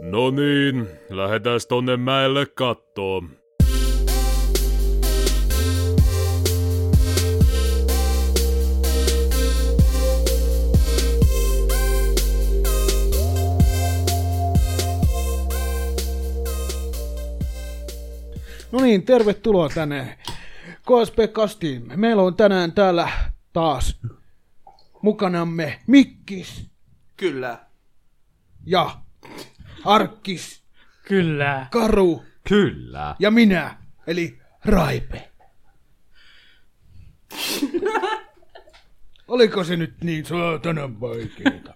No niin, lähdetääs tonne mäelle kattoon. No niin, tervetuloa tänne KSP Kastiin. Meillä on tänään täällä taas mukanamme Mikkis Kyllä. ja Arkkis, Kyllä. Karu Kyllä. ja minä, eli Raipe. Oliko se nyt niin saatanan vaikeeta?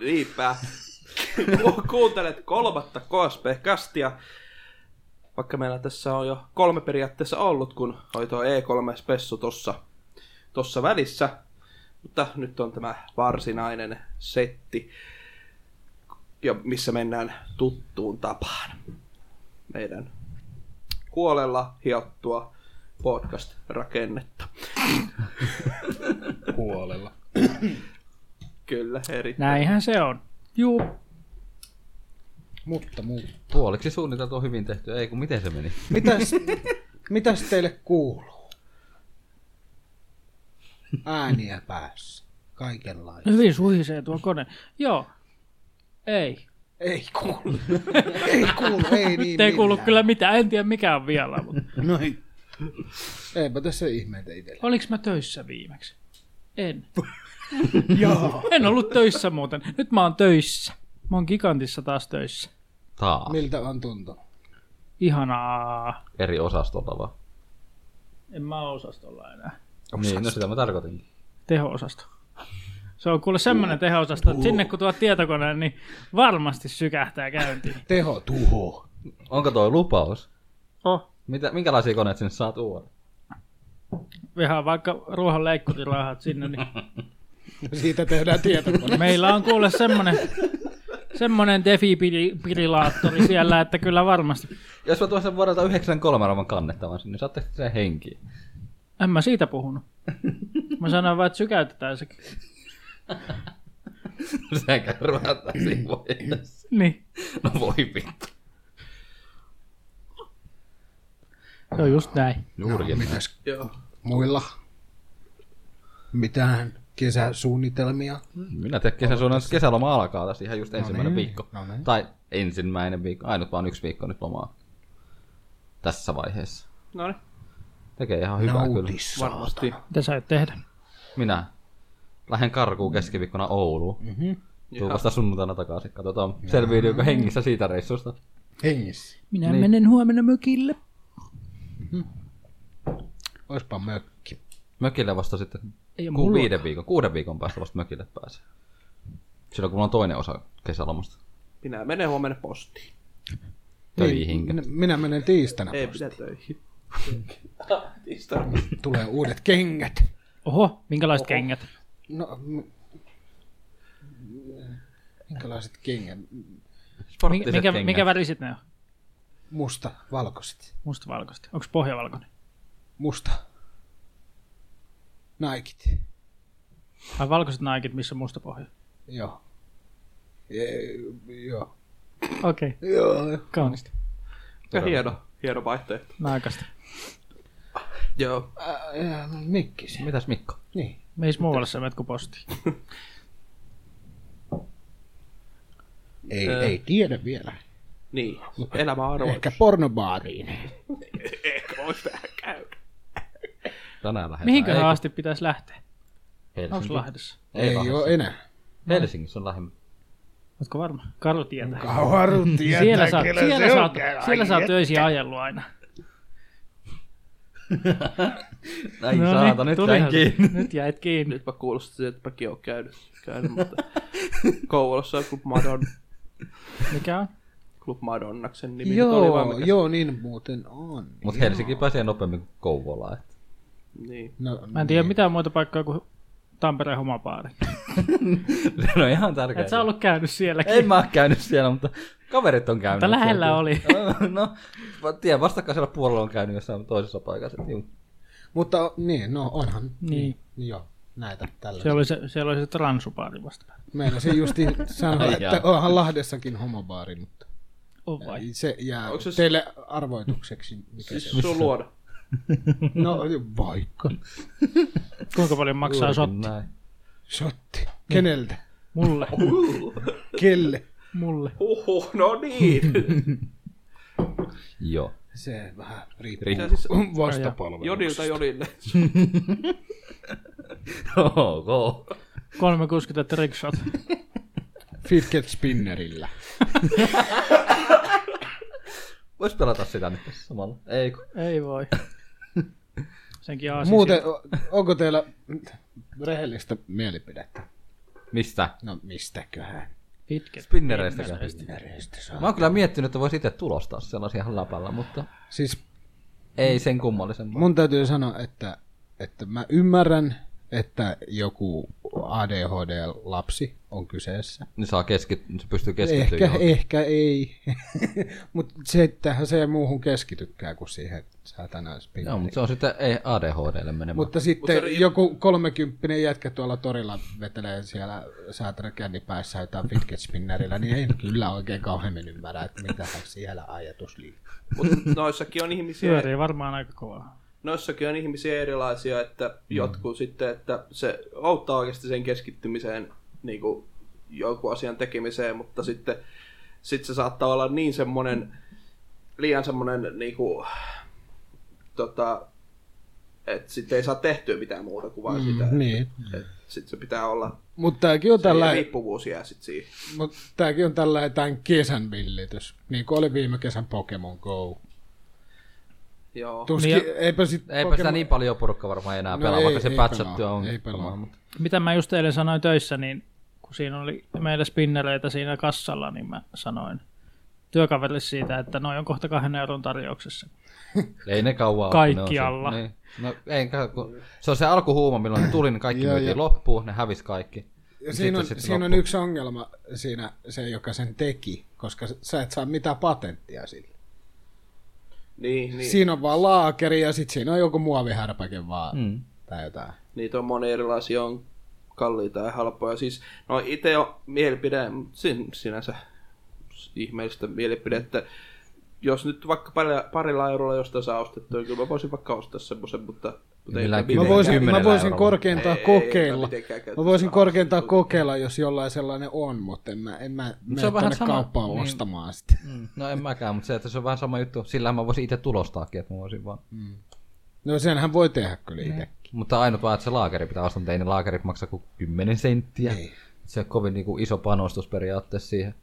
Niinpä. Ku- Kuuntelet kolmatta KSP-kastia. Vaikka meillä tässä on jo kolme periaatteessa ollut, kun oli tuo E3-spessu tossa, tossa välissä. Mutta nyt on tämä varsinainen setti, ja missä mennään tuttuun tapaan. Meidän huolella hiottua podcast-rakennetta. Puolella. Kyllä, erittäin. Näinhän se on. Juu. Mutta muu. Puoliksi suunniteltu on hyvin tehty. Ei kun miten se meni? Mitäs, mitäs teille kuuluu? Ääniä päässä. Kaikenlaista. Hyvin suhisee tuo kone. Joo. Ei. Ei kuulu. Ei kuulu, ei niin Nyt ei kuulu millään. kyllä mitään. En tiedä mikä on vielä, mutta Noin. Eipä tässä ihmeitä itsellä. oliks mä töissä viimeksi? En. Joo. En ollut töissä muuten. Nyt mä oon töissä. Mä oon gigantissa taas töissä. Taas. Miltä on tuntunut? Ihanaa. Eri osastolta vaan. En mä oo osastolla enää. Niin, no sitä mä tarkoitin. Teho-osasto. Se on kuule semmonen teho-osasto, että sinne kun tuo tietokoneen, niin varmasti sykähtää käyntiin. Teho tuho. Onko toi lupaus? Oh. Mitä, minkälaisia koneet sinne saa tuoda? Ihan vaikka ruohon leikkurirahat sinne, niin Siitä tehdään tietokone. Meillä on kuule semmonen, semmonen defibrillaattori siellä, että kyllä varmasti. Jos mä tuon sen vuodelta 93 arvon kannettavan sinne, niin saatte sen henkiin. En mä siitä puhunut. Mä sanoin vaan, että sykäytetään se. Sehän kärvätään siinä vaiheessa. Niin. No voi vittu. Se on just näin. Juurikin. No, Mitäs Joo. muilla? Mitään kesäsuunnitelmia? Minä teen kesän suunnan, kesäloma alkaa tässä ihan just ensimmäinen No, niin, viikko. no niin. Tai ensimmäinen viikko, ainut vaan yksi viikko nyt lomaa. Tässä vaiheessa. No niin, Tekee ihan hyvää kyllä. Nautis. varmasti. Mitä sä et tehdä? Minä lähden karkuun keskiviikkona Ouluun. Mm-hmm. Tuu vasta sunnuntaina takaisin. Katsotaan, selviytyykö hengissä siitä reissusta. Hengissä. Minä niin. menen huomenna mökille. Oispa mökki. Mökille vasta sitten Ei oo ku, mulla. viiden viikon, kuuden viikon päästä vasta mökille pääsee. Silloin kun mulla on toinen osa kesälomasta. Minä menen huomenna postiin. Niin, Töihin. Minä, minä menen tiistaina. Ei pidä töihin. Tulee uudet kengät. Oho, minkälaiset Oho. kengät? No, m- minkälaiset kengät? Mikä, mikä, mikä väriset ne on? Musta, valkoiset. Mustavalkoiset. Onko pohjavalkoinen? Musta. Naikit. Vai valkoiset naikit, missä on musta pohja? Joo. E- joo. Okei, okay. Joo. kaunista. Ja hieno, hieno vaihtoehto. Naikasta. Joo. Ää, mikki se. Mitäs Mikko? Niin. Meis muualle sä menet kuin postiin. Ei, ei tiedä vielä. Niin, elämä on arvoitus. Ehkä pornobaariin. voisi vähän käydä. Tänään lähdetään. Mihinköhän Ei, asti pitäisi lähteä? kun Onko Helsinki. Lahdessa? Ei, Ei, ei Lahdessa. ole enää. Helsingissä on lähimmä. Ootko varma? Karu tietää. Kauharu tietää, Siellä saa, kyllä siellä Niin se on saa, käynyt. siellä saa Ai töisiä ajellut aina. Ai no saata, nyt niin, tulihan jäin se. kiinni. Nyt jäit kiinni. Nytpä kuulosti siltä, että mäkin oon käynyt, käynyt mutta Kouvolassa on Club, Madon, Mikä on? Club Madonnaksen niin nimi. nyt oli vaan Joo, mikä- joo, niin muuten on. Mut Helsinki pääsee nopeammin kuin Kouvolaan. et. Niin. No, Mä en tiedä mitään muuta paikkaa kuin Tampereen homapaari. Se on ihan tärkeää. Et sä ollut käynyt sielläkin. En mä oo käynyt siellä, mutta kaverit on käynyt. Mutta lähellä siellä. oli. no, mä tiedän, vastakkaisella puolella on käynyt jossain toisessa paikassa. et juu. Mutta niin, no onhan. Niin. Joo, näitä tällä. Siellä oli se, siellä oli se transupaari vasta. Meillä se justi sanoi, Ai että jaa. onhan Lahdessakin homobaari, mutta on vai? Se jää Onko se- teille arvoitukseksi. Mikä Siis se on. se on luoda. No vaikka. Kuinka paljon maksaa Juurikin sotti? näin. Sotti. Keneltä? niin. Mulle. Kelle? Mulle. Huhhuh, no niin. Joo. Se vähän riippuu Riippuu. Mitä siis vastapalveluksesta. Jodilta Jodille. Ok. 360 trickshot. Fitket spinnerillä. Vois pelata sitä nyt tässä samalla. Ei kun. Ei voi. Senkin aasin. Muuten, o- onko teillä rehellistä mielipidettä? Mistä? No mistäköhän? Pitkä. Spinnereistäkään. Spinneristä saa. Mä oon kyllä miettinyt, että voisi itse tulostaa sellaisia ihan läpällä, mutta Siis ei sen kummallisempaa. mun täytyy sanoa, että, että mä ymmärrän, että joku ADHD-lapsi on kyseessä. Niin saa keskit... se pystyy keskittyä Ehkä, johonkin. ehkä ei. Mutta se, että se ei muuhun keskitykään kuin siihen säätänään Joo, spinneriin. mutta se on sitten ei ADHDlle menemään. Mut... Mutta sitten joku kolmekymppinen jätkä tuolla torilla vetelee siellä säätärkänni päässä jotain fidget spinnerillä, niin ei kyllä oikein kauheammin ymmärrä, että mitä siellä ajatus liikkuu. Mutta noissakin on ihmisiä, Pyörii varmaan aika kovaa. noissakin on ihmisiä erilaisia, että jotkut sitten, että se auttaa oikeasti sen keskittymiseen niin kuin jonkun asian tekemiseen, mutta sitten sit se saattaa olla niin semmoinen, liian semmoinen niin kuin, tota, että sitten ei saa tehtyä mitään muuta kuin vain sitä. Niin. Sitten se pitää olla, Mutta tämäkin on Tällä... tällainen, riippuvuus jää sitten siihen. mut tääkin on tällainen tämän kesän villitys, niin kuin oli viime kesän Pokemon Go. Joo. Tuskin, Niin ja- eipä sit Eipä sitä niin paljon porukka varmaan enää No pelaa, ei- vaikka se ei patchattua pelaa, on. ei pelaa. Mutta... Mitä mä just eilen sanoin töissä, niin kun siinä oli meillä spinnereitä siinä kassalla, niin mä sanoin työkaverille siitä, että noin on kohta kahden euron tarjouksessa. Ei ne kauan ole, Kaikki kun ne on se- alla. Niin. No, ei, kun... Se on se alkuhuuma, milloin ne tuli, niin kaikki Joo, myytiin joo. loppuun, ne hävisi kaikki. Ja Niin Sitten siinä on, sitten siinä on loppu. yksi ongelma siinä se, joka sen teki, koska sä et saa mitään patenttia sille. Niin, niin. Niin. Siinä on vaan laakeri ja sitten siinä on joku muovihärpäke vaan mm. tai jotain. Niitä on monia erilaisia, on kalliita ja halpoja. Siis, no itse on mielipide, mut sin, sinänsä ihmeellistä mielipidettä. Jos nyt vaikka parilla, parilla eurolla jostain saa ostettua, niin kyllä mä voisin vaikka ostaa semmoisen, mutta... mutta Millään Mä Mitenkään. voisin, mä Kymmenellä voisin eurolla. korkeintaan Ei, ei, ei, kokeilla. ei mitenkään käytetä mä voisin rahaa. korkeintaan kokeilla, jos jollain sellainen on, mutta en mä, en mä mene on vähän tuonne sama- kauppaan niin. ostamaan sitä. Mm. No en mäkään, mutta se, että se on vähän sama juttu. Sillä mä voisin itse tulostaakin, että mä voisin vaan. Mm. No senhän voi tehdä kyllä itse. Niin. Mutta ainut vaan, että se laakeri pitää ostaa, mutta ei ne laakerit maksa kuin 10 senttiä. Ei. Se on kovin niin kuin, iso panostus periaatteessa siihen.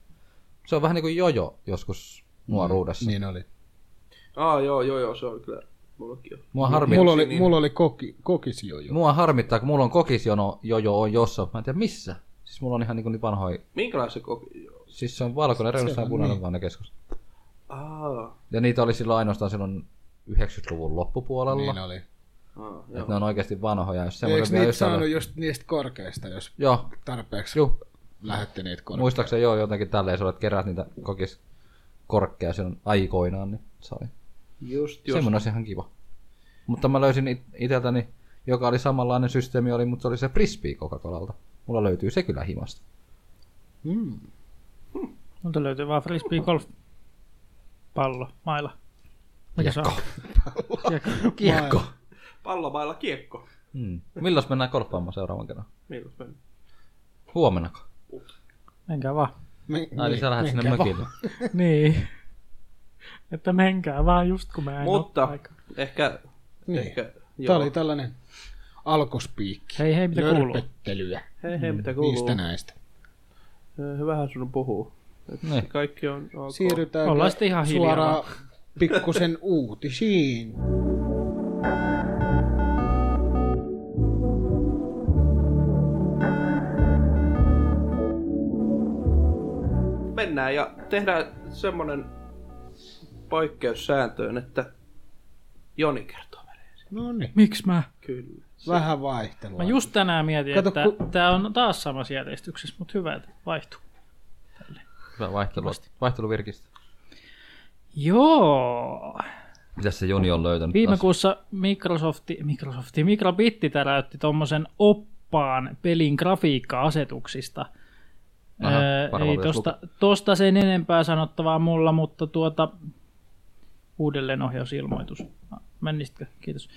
Se on vähän niin kuin jojo joskus nuoruudessa. Mm, niin. Niin oli. Aa, joo, joo, joo, se on kyllä. Mullakin on. Mua, harmi... Mulla oli, niin- mulla oli koki, kokisjojo. Mua harmittaa, kun mulla on kokisjono jojo on jossa. Mä en tiedä missä. Siis mulla on ihan niin, kuin, niin vanhoja. Minkälaisen koki? Siis se on valkoinen, reunassa ja punainen niin. vaan ne keskus. Aa, Ja niitä oli silloin ainoastaan silloin 90-luvun loppupuolella. Niin Niin oli. aa, että joo. ne on oikeasti vanhoja. Jos Eikö semmoinen vielä niitä jossain... saanut Saanut... just niistä korkeista, jos Joo, tarpeeksi juu. lähetti niitä korkeista? Muistaakseni joo jotenkin tälleen, sulla, että kerät niitä kokis korkkeja silloin aikoinaan, niin se oli. Just, just. Semmoinen olisi ihan kiva. Mutta mä löysin it- iteltäni, joka oli samanlainen systeemi, oli, mutta se oli se frisbee Coca-Colalta. Mulla löytyy se kyllä himasta. Multa löytyy vaan frisbee golf pallo, maila. Mikä se on? Kiekko. Kiekko! Pallomailla kiekko. Mm. Milloin mennään golfaamaan seuraavan kerran? Milloin se on? Huomennako? Menkää vaan. Mi- Ai niin, sä lähdet sinne mökille. Niin. Että menkää vaan just kun mä en Mutta oo no, aika. ehkä, Niin. ehkä, Tämä joo. oli tällainen alkospiikki. Hei hei, mitä kuuluu? Nörpettelyä. Hei hei, mitä kuuluu? Niistä näistä. Hyvähän sun puhuu. Et Niin. Kaikki on ok. Siirrytään Ollaan sitten ihan hiljaa suoraan pikkusen uutisiin. mennään ja tehdään semmonen poikkeussääntöön, että Joni kertoo meille. No niin, Miksi mä? Kyllä. vähän vaihtelua. Mä just tänään mietin, Kato, että kun- tää on taas samassa järjestyksessä, mutta hyvä, että vaihtuu. Hyvä vaihtelu, vaihtelu virkistä. Joo. Mitäs se Joni on löytänyt Viime taas? kuussa Microsofti, Microsofti, Microbitti täräytti tuommoisen oppaan pelin grafiikka-asetuksista, Aha, Öö, varmaan ei pitäisi tosta, tosta sen enempää sanottavaa mulla, mutta tuota uudelleenohjausilmoitus. Ah, Menisitkö? Kiitos.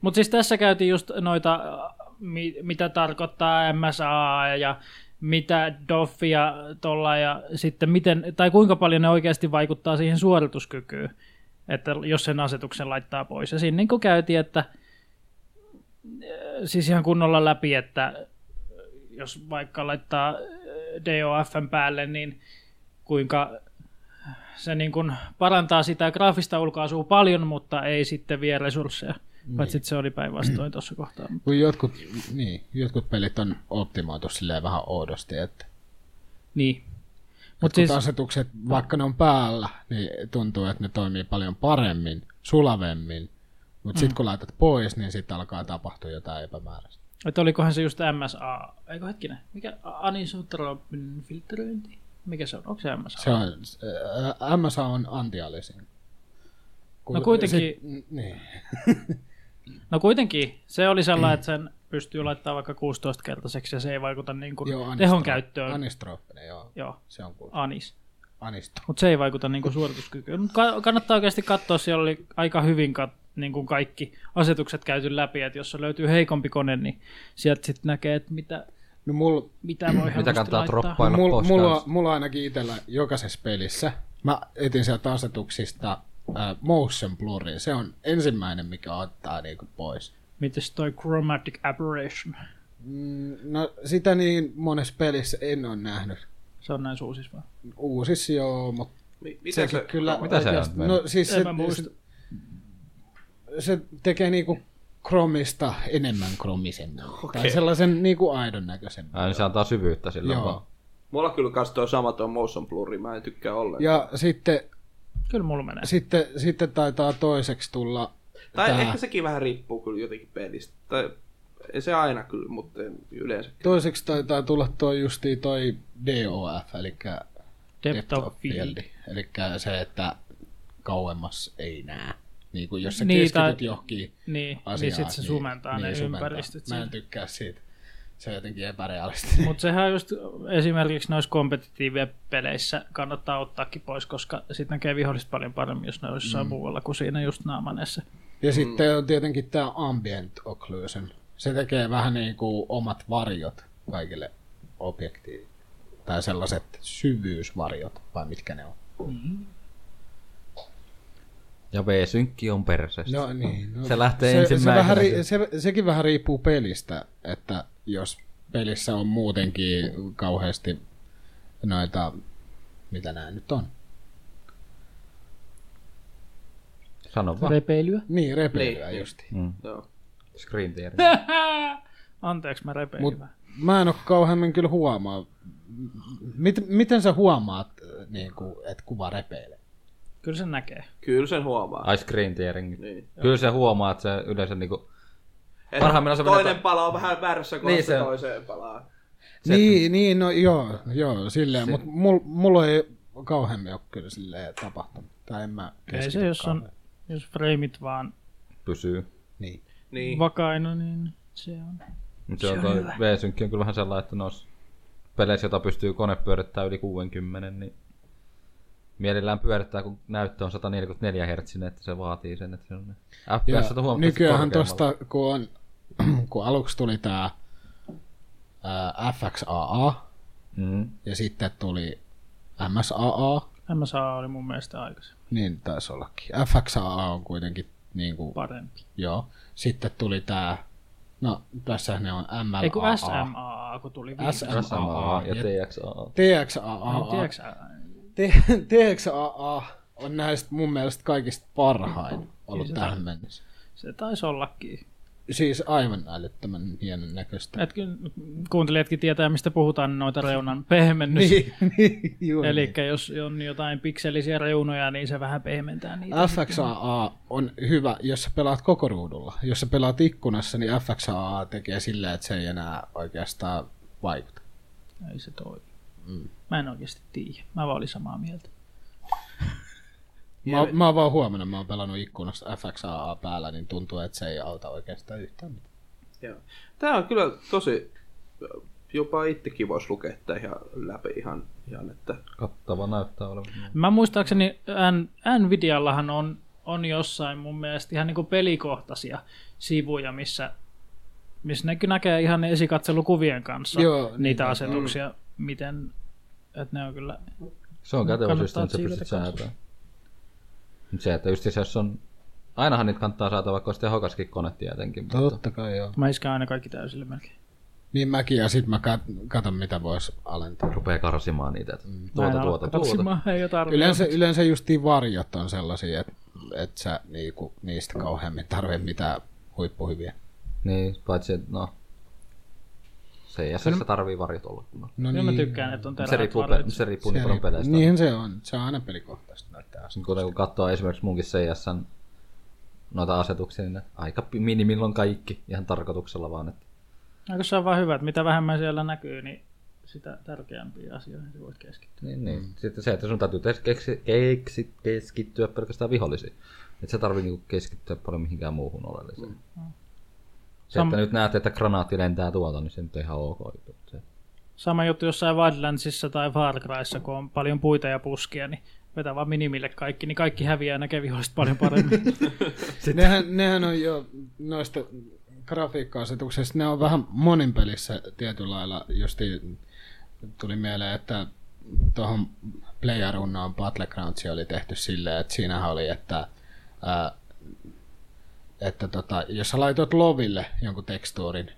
mutta siis tässä käytiin just noita, äh, mi, mitä tarkoittaa MSA ja mitä Doffia tuolla ja sitten miten, tai kuinka paljon ne oikeasti vaikuttaa siihen suorituskykyyn, että jos sen asetuksen laittaa pois. Ja siinä niin kuin käytiin, että siis ihan kunnolla läpi, että jos vaikka laittaa äh, DOFn päälle, niin kuinka se niin kuin parantaa sitä graafista ulkoasua paljon, mutta ei sitten vie resursseja. Paitsi että se oli päinvastoin tuossa kohtaa. Kun jotkut, niin, jotkut pelit on optimoitu silleen vähän oudosti, että Niin. Mutta Mutta siis... siis, asetukset, vaikka ne on päällä, niin tuntuu, että ne toimii paljon paremmin, sulavemmin. Mutta Mm. sitten kun laitat pois, niin sitten alkaa tapahtua jotain epämääräistä. että olikohan se just MSA, eikö hetkinen, mikä anisotropin filtteröinti? Mikä se on? Onko se MSA? Se on, äh, MSA on antialisin. Kun No kuitenkin- Sit, niin. No kuitenkin, se oli sellainen, että sen pystyy laittaa vaikka 16-kertaiseksi ja se ei vaikuta niin kuin Joo, anistro- tehon käyttöön. Anistrooppinen, joo. Joo, Se on kuin anis. anistro. Mutta se ei vaikuta niinku suorituskykyyn. Mut Ka- kannattaa oikeasti katsoa, siellä oli aika hyvin kat- niinku kaikki asetukset käyty läpi, että jos se löytyy heikompi kone, niin sieltä sitten näkee, että mitä, No mulla mitä voi helposti Mitä kannattaa laittaa. droppailla mulla, pois mulla, kanssa? mulla ainakin itsellä jokaisessa pelissä, mä etin sieltä asetuksista äh, motion blurri. Se on ensimmäinen, mikä ottaa niinku pois. Mites toi chromatic aberration? Mm, No sitä niin monessa pelissä en ole nähnyt. Se on näin suusis vaan. Uusissa joo, mutta Mi- Mitä sekin se, se, kyllä... Mitä se oikeasti- on? No siis En se, mä muista. se, se tekee niinku kromista enemmän kromisen. Okay. Tai sellaisen niinku aidon näköisen. Ai, niin se antaa syvyyttä silloin Joo. vaan. Mulla kyllä kans toi sama toi motion blurri, mä en tykkää ollenkaan. Ja sitten, Kyllä mulla menee. sitten, sitten taitaa toiseksi tulla... Tai tää- ehkä sekin vähän riippuu kyllä jotenkin pelistä. Tai ei se aina kyllä, mutta yleensä. Toiseksi taitaa tulla toi justiin toi DOF, eli Depth of field. Eli se, että kauemmas ei näe. Niin kuin jos sä Niin, keskityt tai- johonkin Niin, asiaan. niin sit se sumentaa niin, ne sumentaa. ympäristöt. Mä en siinä. tykkää siitä. Se on jotenkin epärealistinen. Mutta sehän on just esimerkiksi noissa kompetitiiviä peleissä kannattaa ottaakin pois, koska sitten näkee viholliset paljon paremmin, jos ne on jossain muualla kuin siinä just naamaneessa. Ja sitten on tietenkin tämä ambient occlusion. Se tekee vähän niin kuin omat varjot kaikille objektiin. Tai sellaiset syvyysvarjot, vai mitkä ne on. Ja V-synkki on perseestä. No niin. No, Se lähtee Se ensimmäisenä vähän ri, se- se, sekin vähän riippuu pelistä, että jos pelissä on muutenkin kauheasti noita, mitä nämä nyt on. Sano vaan. Repeilyä? Niin, repeilyä Niin, niin, niin. justiin. Joo. Screen tearing. Anteeksi, mä repeilin Mut Mut, vähän. mä en ole kauheammin kyllä huomaa. Mit, miten sä huomaat, äh, niin kuin, että kuva repeilee? Kyllä sen näkee. Kyllä sen huomaa. Ai screen tearing. Niin. Kyllä se huomaa, että se yleensä niinku... Et Parhaimmillaan se toinen menee- Niin pala on vähän väärässä kohdassa se on. toiseen palaan. Se- Niin, niin, no joo, joo silleen, mutta mulla mul ei kauheammin ole kyllä silleen tapahtunut. Tai en mä Ei keskity se, jos, on, kauhean. jos frameit vaan pysyy. Niin. Niin. vakaina, niin se on. Mutta Se se on on toi hyvä. V-synkki on kyllä vähän sellainen, että noissa peleissä, jota pystyy kone pyörittämään yli 60, niin mielellään pyörittää, kun näyttö on 144 hertsinen, että se vaatii sen, että se on Ja FPS on huomattavasti nykyään korkeammalla. tosta, kun, on, kun aluksi tuli tämä FXAA Mm. ja sitten tuli MSAA, MSA oli mun mielestä aikaisemmin niin taisi ollakin. FXAA on kuitenkin, niin kuin, parempi. joo. Sitten tuli tämä, no tässä ne on MLAA. Ei kun SMAA, kun tuli viimeksi. SMAA. SMAA ja TXAA. TXAA. Tiedätkö, T- TXAA on näistä mun mielestä kaikista parhain ollut tähän mennessä. se taisi ollakin. Siis aivan älyttömän hienon näköistä. Et kyllä kuuntelijatkin tietää, mistä puhutaan niin noita reunan pehmennys. Niin, niin, juuri niin. Eli jos on jotain pikselisiä reunoja, niin se vähän pehmentää niitä. FXAA on hyvä, jos sä pelaat koko ruudulla. Jos sä pelaat ikkunassa, niin FXAA tekee sillä, että se ei enää oikeastaan vaikuta. Ei se toimi. Mä en oikeasti tiedä. Mä vaan olin samaa mieltä. Mä, mä oon vaan huomannut, mä oon pelannut ikkunassa FXAA päällä, niin tuntuu, että se ei auta oikeastaan yhtään mitään. Joo. Tämä on kyllä tosi jopa itsekin voisi lukea tämä ihan läpi ihan, ihan että Kattava näyttää olevan. Mä muistaakseni N- Nvidiallahan on, on jossain mun mielestä ihan niin pelikohtaisia sivuja, missä, missä näkyy näkee ihan esikatselukuvien kanssa Joo, niitä niin, niin. asetuksia, miten, että ne on kyllä, Se on kätevä Kannattaa systeemi, että sä siivota pystyt kanssa. säätämään. Mutta se, että just se, jos on... Ainahan niitä kannattaa saada, vaikka olisi tehokaskin kone tietenkin. Mutta Totta kai joo. mä iskän aina kaikki täysille melkein. Niin mäkin, ja sit mä kat- katon, mitä voisi alentaa. rupeaa karsimaan niitä. Että Mä en tuota, ala tuota, tuota. Mm. karsimaan, ei ole tarvitse. Yleensä, yleensä justiin varjot on sellaisia, että et sä niinku, niistä kauheammin tarvitse mitään huippuhyviä. Niin, paitsi, että no... Se ei se tarvii varjot olla kunnolla. No Joo, mä tykkään, että on Se terät riippuu, varret. pe- se riippuu niin paljon peleistä. Niinhän se on. Se on aina pelikohtaisesti näyttää asioita. Mut Kuten kun katsoo esimerkiksi munkin CSN noita asetuksia, niin ne aika pi- minimillä on kaikki ihan tarkoituksella vaan. Että Eikö se on vaan hyvä, että mitä vähemmän siellä näkyy, niin sitä tärkeämpiä asioihin sä voit keskittyä. Niin, niin. Mm. Sitten se, että sun täytyy tes- keksi, keksi, keskittyä pelkästään vihollisiin. Et sä tarvii niinku keskittyä paljon mihinkään muuhun oleelliseen. Mm. Se, Sam- että nyt näet, että granaatti lentää tuolta, niin se nyt on ihan ok. juttu. Se. Sama juttu jossain Wildlandsissa tai Far Cryssa, kun on paljon puita ja puskia, niin vetää vaan minimille kaikki, niin kaikki häviää ja näkee viholliset paljon paremmin. Nehän, nehän on jo noista grafiikka-asetuksista, ne on vähän monin pelissä tietyllä lailla. Justi tuli mieleen, että tuohon playarunnaan Battlegroundsi oli tehty silleen, että siinähän oli, että, ää, että tota, jos sä laitoit loville jonkun tekstuurin,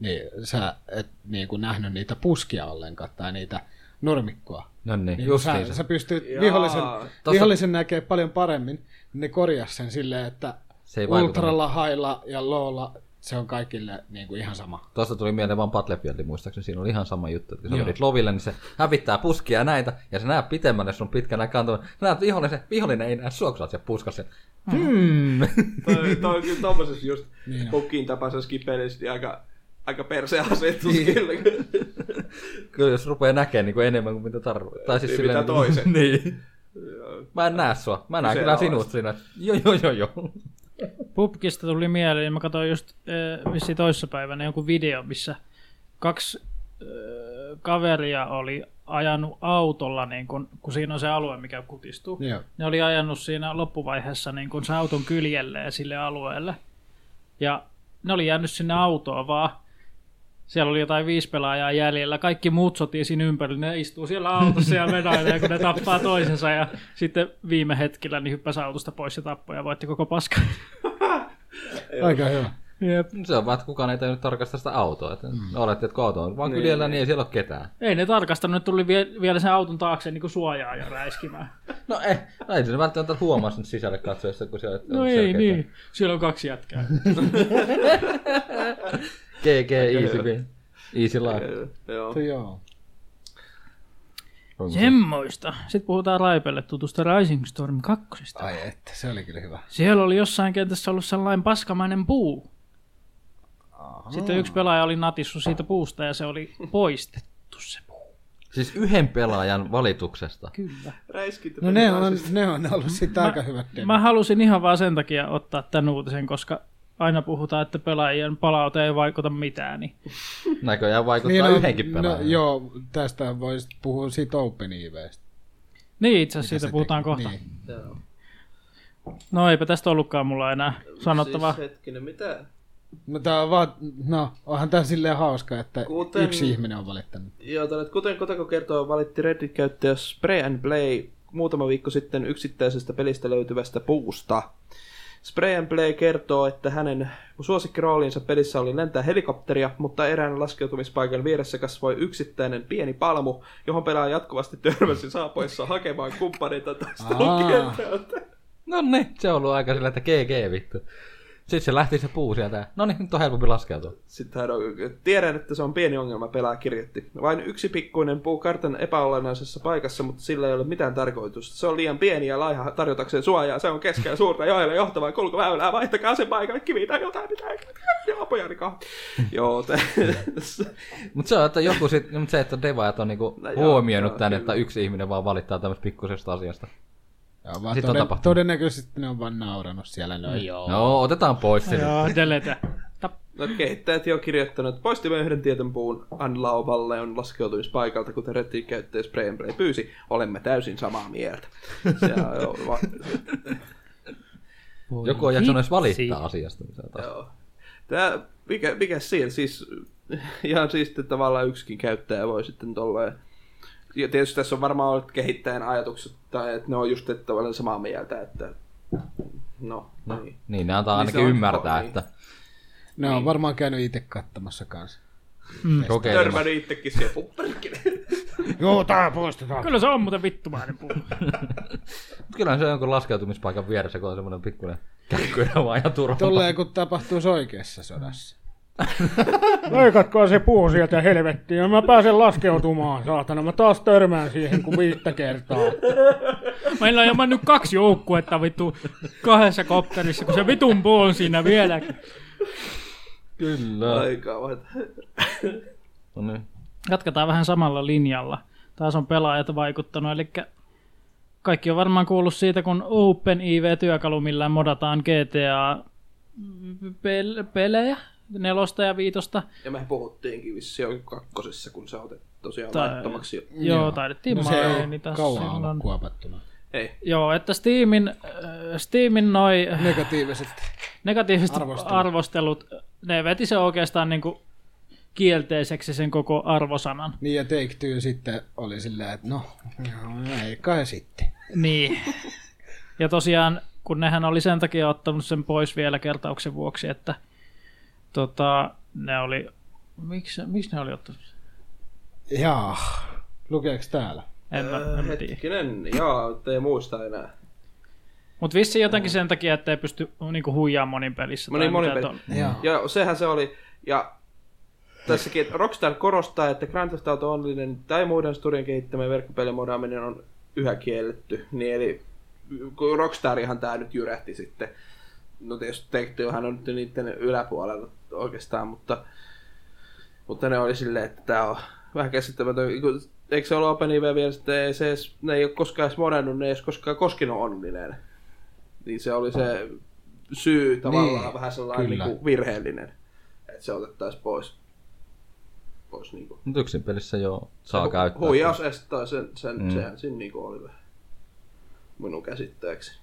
niin sä et niin kuin nähnyt niitä puskia ollenkaan tai niitä nurmikkoa. No niin, Niin just sä, se. sä pystyt Jaa. vihollisen, Tossa- vihollisen näkee paljon paremmin, niin ne korjas sen silleen, että Se ei vaikuta. ultralla, hailla ja loolla se on kaikille niin kuin ihan sama. Tuosta tuli mieleen vaan Battlefield muistaakseni, siinä oli ihan sama juttu, että kun sä menit loville, niin se hävittää puskia ja näitä, ja sä näet pitemmälle sun pitkänä kantona, sä näet vihollinen, vihollinen ei näe sua, kun sä oot siellä puskassa. Hmm. toi, toi on kyllä tommosessa just Niin on. pukin tapaisessa kipelissä niin aika, aika perseasetus Niin. kyllä. Kyllä jos rupeaa näkemään niin kuin enemmän kuin mitä tarvitsee. Tai siis Niin, silleen, mitä toiset. niin. Mä en näe sua. Mä näen kyllä sinut siinä. Joo, joo, joo, joo. Pupkista tuli mieleen, niin mä katsoin just äh, vissiin toissapäivänä jonkun video, missä kaksi äh, kaveria oli ajanut autolla, niin kun, kun siinä on se alue, mikä kutistuu. Niin Joo. ne oli ajanut siinä loppuvaiheessa niin kuin se auton kyljelleen sille alueelle. Ja ne oli jäänyt sinne autoa vaan. Siellä oli jotain viisi pelaajaa jäljellä. Kaikki muut sotii siinä ympärillä. Ne istuu siellä autossa ja vedailee, kun ne tappaa toisensa. Ja sitten viime hetkellä niin hyppäsi autosta pois ja tappoi ja voitti koko paska. Aika hyvä. Jep. Se on vaan, että kukaan ei tajunnut tarkastaa sitä autoa. Että mm. Olette, että kun auto on vaan niin. kyljellä, niin ei siellä ole ketään. Ei ne tarkastanut, ne tuli vie, vielä sen auton taakse niin kuin suojaa ja räiskimään. No ei, no ei se välttämättä huomaa sen sisälle katsoessa, kun siellä No ei niin, siellä on kaksi jätkää. GG, easy, easy life. Joo. Mutta joo. Semmoista. Sitten puhutaan Raipelle tutusta Rising Storm 2. Ai että, se oli kyllä hyvä. Siellä oli jossain kentässä ollut sellainen paskamainen puu. Aha. Sitten yksi pelaaja oli natissut siitä puusta ja se oli poistettu se puu. Siis yhden pelaajan valituksesta. Kyllä. Räiskintä No ne on, siis- ne on ollut sitten aika hyvät Mä halusin ihan vaan sen takia ottaa tämän uutisen, koska aina puhutaan, että pelaajien palaute ei vaikuta mitään. Niin. Näköjään vaikuttaa Niin niin, on- yhdenkin no, pelaajan. joo, tästä voisi puhua siitä Open Evestä. niin itse asiassa siitä puhutaan kohta. Niin. Niin. No eipä tästä ollutkaan mulla enää sanottavaa. Siis hetkinen, mitä? No, tää on vaan, no, onhan tää silleen hauska, että Kuten- yksi ihminen on valittanut. Joo, tällä, kuten Kotako kertoo, valitti Reddit-käyttäjä Spray and Play muutama viikko sitten yksittäisestä pelistä löytyvästä puusta. Spray and Play kertoo, että hänen suosikkiroolinsa pelissä oli lentää helikopteria, mutta erään laskeutumispaikan vieressä kasvoi yksittäinen pieni palmu, johon pelaaja jatkuvasti törmäsi saapuessa hakemaan kumppaneita tästä Aa. kentältä. No niin, se on ollut aika sillä, että GG vittu. Sitten se lähti se puu sieltä. No niin, nyt on helpompi laskeutua. Sitten hän on, tiedän, että se on pieni ongelma, pelaa kirjoitti. Vain yksi pikkuinen puu kartan epäolennaisessa paikassa, mutta sillä ei ole mitään tarkoitusta. Se on liian pieni ja laiha tarjotakseen suojaa. Se on keskellä suurta joelle johtavaa kulkuväylää. Vaihtakaa sen paikalle kiviä tai jotain mitään. Joo, pojani kahvi. Joo, te... Mutta se on, että joku sit, mut se, että devaajat on niinku No no, joo, huomioinut joo, joo, tämän, kyllä. että yksi ihminen vaan valittaa tämmöistä pikkusesta asiasta. Joo, vaan Sitten on toden, tapahtunut. Niin. todennäköisesti ne on vaan nauranut siellä. No, joo. Ah, No, otetaan pois se. nyt. Joo, delete. Tap. No kehittäjät jo on kirjoittanut, että poistimme yhden tietyn puun Anlauvalle on laskeutumispaikalta, kuten Retin käyttäjä Spray pyysi. Olemme täysin samaa mieltä. Se on, va- Voi Joku on jaksanut edes hitsi. valittaa asiasta. mitä taas. Joo. Tää, mikä, mikä siinä siis, ihan siisti tavallaan yksikin käyttäjä voi sitten tolleen. Ja tietysti tässä on varmaan ollut kehittäjän ajatukset, tai että ne on just että olen samaa mieltä, että no, no. niin. Niin, ne antaa Niin ainakin se on- ymmärtää, niin. että Ne Niin. on varmaan käynyt itse katsomassa kanssa. Mm. kokeilemassa. Törmäni itsekin siellä pupperikille. Joo, tää poistetaan. Kyllä se on muuten vittumainen puu. Mut Kyllä se on jonkun laskeutumispaikan vieressä, kun on semmoinen pikkuinen käkkyinen vaan ja turva. Tolleen kun tapahtuisi oikeassa sodassa. Leikatkaa se puu sieltä helvettiin, ja mä pääsen laskeutumaan, saatana. Mä taas törmään siihen kuin viittä kertaa. Meillä on jopa nyt kaksi joukkuetta vittu kahdessa kopterissa, kun se vitun puu on siinä vieläkin. Kyllä. Aika vaan. No niin. Jatketaan vähän samalla linjalla. Taas on pelaajat vaikuttanut, eli kaikki on varmaan kuullut siitä, kun OpenIV-työkalu, millä modataan GTA-pelejä, nelosta ja viitosta. Ja mehän puhuttiinkin vissiin jo kakkosessa, kun se otettiin tosiaan Tai- laittomaksi. Joo, taidettiin No se ei mainita kauan silloin. ollut kuopattuna. Ei, Joo, että Steamin, äh, Steamin noi Negatiiviset. negatiiviset Arvostelut. arvostelut. arvostelut, ne veti se oikeastaan niin kuin kielteiseksi sen koko arvosanan. Niin ja Take Two sitten oli sillä, että no, joo, ei kai sitten. Niin. Ja tosiaan, kun nehän oli sen takia ottanut sen pois vielä kertauksen vuoksi, että tota, ne oli... Miksi, miksi ne oli ottanut? sen? Jaa, lukeeko täällä? En mä, Öö, en mä tiedä. hetkinen, jaa, nyt ei muista enää. Mutta vissiin jotenkin sen takia, että ei pysty niinku huijaamaan monin pelissä. No tai niin, monin mitä peli. tuolla. Jaa. Ja sehän se oli, ja tässäkin että Rockstar korostaa, että Grand Theft Auto Onlinen tai muiden studion kehittämä verkkopelimodaaminen on yhä kielletty. Niin eli kun Rockstarihan tämä nyt jyrähti sitten. No tietysti Take-Twohan on nyt niiden yläpuolella oikeastaan, mutta, mutta ne oli silleen, että tämä on vähän käsittämätön. Kun- Eikö se ole OpenIV vielä sitten, ei se edes, ne ei ole koskaan edes modannut, ne ei edes koskaan koskinut Onlineen. Niin se oli se syy tavallaan Niin, vähän sellainen kyllä. niinku virheellinen, että se otettaisiin pois. pois niinku. Nyt yksin pelissä jo saa käyttää. Huijaus estää sen, sen mm. sehän siinä niinku oli vähän minun käsittääkseni.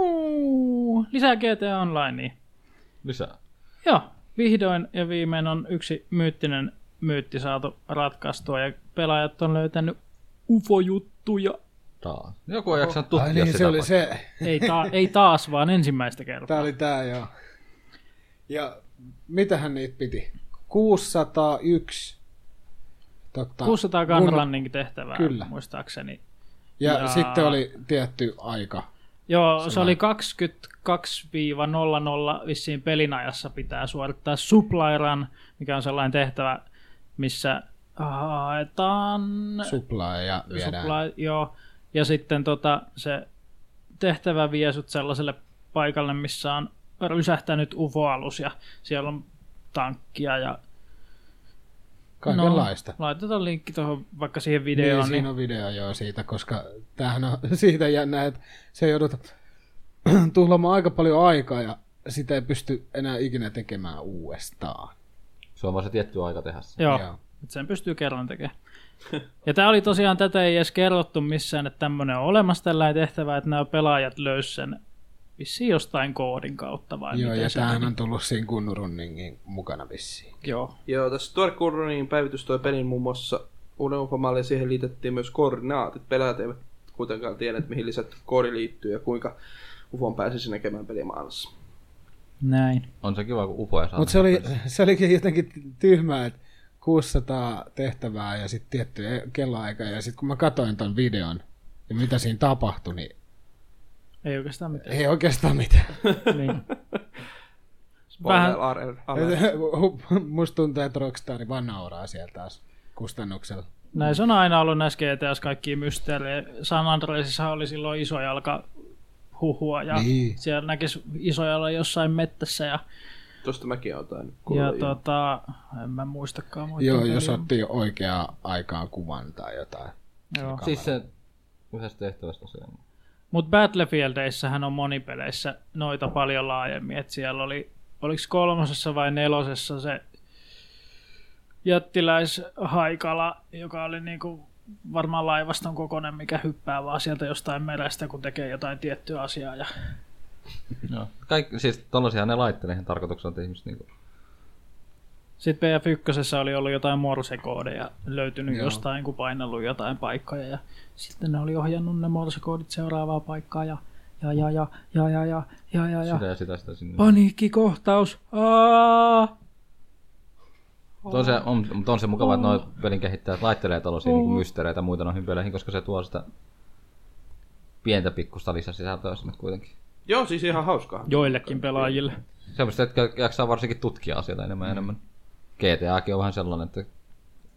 Juu. Lisää GTA Onlinea. Lisää. niin. Joo, vihdoin ja viimein on yksi myyttinen myytti saatu ratkaistua ja pelaajat on löytänyt UFO-juttuja. Taas. Joku on jaksanut tutkia Ai niin, sitä. se oli vaikka. se. Ei, ta- ei taas, vaan ensimmäistä kertaa. Tää oli tää, joo. Ja mitähän niitä piti? 601. Totta, 600 kun- gunrunningin tehtävää, Kyllä. Kyllä. muistaakseni. Ja, Ja- ja sitten oli tietty aika. Joo, se oli 22-00 vissiin pelin ajassa pitää suorittaa supply run, mikä on sellainen tehtävä, missä haetaan... suplaa ja viedään. Supply, joo. Ja sitten tota, se tehtävä vie sut sellaiselle paikalle, missä on rysähtänyt UFO-alus ja siellä on tankkia ja Kaikenlaista. No, laitetaan linkki tuohon vaikka siihen Niin, videoon. siinä on video joo siitä, koska tämähän on siitä jännä, että se joudut tuhlaamaan aika paljon aikaa ja sitä ei pysty enää ikinä tekemään uudestaan. Se on vaan se tietty aika tehdä se. Joo, Joo. Et sen pystyy kerran tekemään. Ja tämä oli tosiaan, tätä ei edes kerrottu missään, että tämmöinen on olemassa tällainen tehtävä, että nämä pelaajat löysivät sen vissiin jostain koodin kautta vai Joo, miten ja se tämähän meni. on tullut siinä kunnurunningin mukana vissiin. Joo. Joo, tässä Dark Uraniin päivitys toi pelin muun muassa uuden ufomalle ja siihen liitettiin myös koordinaatit. Pelaajat eivät kuitenkaan tienneet, mihin lisätty koodi liittyy ja kuinka ufon pääsisi näkemään pelimaailmassa. Näin. On se kiva, kun upoja saa. niin Mutta se, oli, se olikin jotenkin tyhmää, että 600 tehtävää ja sitten tietty e- kelloaika. Ja sitten kun mä katsoin ton videon ja mitä siinä tapahtui, niin Ei oikeastaan mitään. ei oikeastaan mitään. Niin. Vähän- Vähän... Musta tuntuu, että Rockstar vaan nauraa siellä taas kustannuksella. Näin se on aina ollut näissä GTAs kaikki mysteerejä. San Andreasissa oli silloin iso jalka huhua ja Niin. niin. siellä näkisi isojalla jossain mettässä ja, Tuosta mäkin olen tainnut ja kuulla. jo. tota, en mä muistakaan. muita Joo, peliä. jos otti oikeaa aikaa kuvan tai jotain. Joo. Siis se yhdessä tehtävästä se on. Mutta Battlefieldissähän on monipeleissä noita paljon laajemmin, että siellä oli oliko kolmosessa vai nelosessa se jättiläishaikala, joka oli niinku varmaan laivaston kokoinen, mikä hyppää vaan sieltä jostain merestä, kun tekee jotain tiettyä asiaa. Ja... Joo. Kaikki, siis tollaisia ne laittelee ihan tarkoituksena, että ihmiset niinku... Sitten PF1 oli ollut jotain morsekoodeja löytynyt Joo. Joo. jostain, kun painellut jotain paikkoja. Ja sitten ne oli ohjannut ne morsekoodit seuraavaa paikkaa ja ja ja ja ja ja ja ja ja ja. sitä ja sitä, sitä sinne. Paniikkikohtaus. Aa! Mut On se, on, mutta on se mukava, että noi pelin kehittäjät laittelee tällaisia niin mysteereitä muita noihin peleihin, koska se tuo sitä pientä pikkusta lisäsisältöä sinne kuitenkin. Joo, siis ihan hauskaa. Joillekin pelaajille. Semmoista, jotka jaksaa varsinkin tutkia asioita enemmän ja enemmän. GTAkin on vähän sellainen, että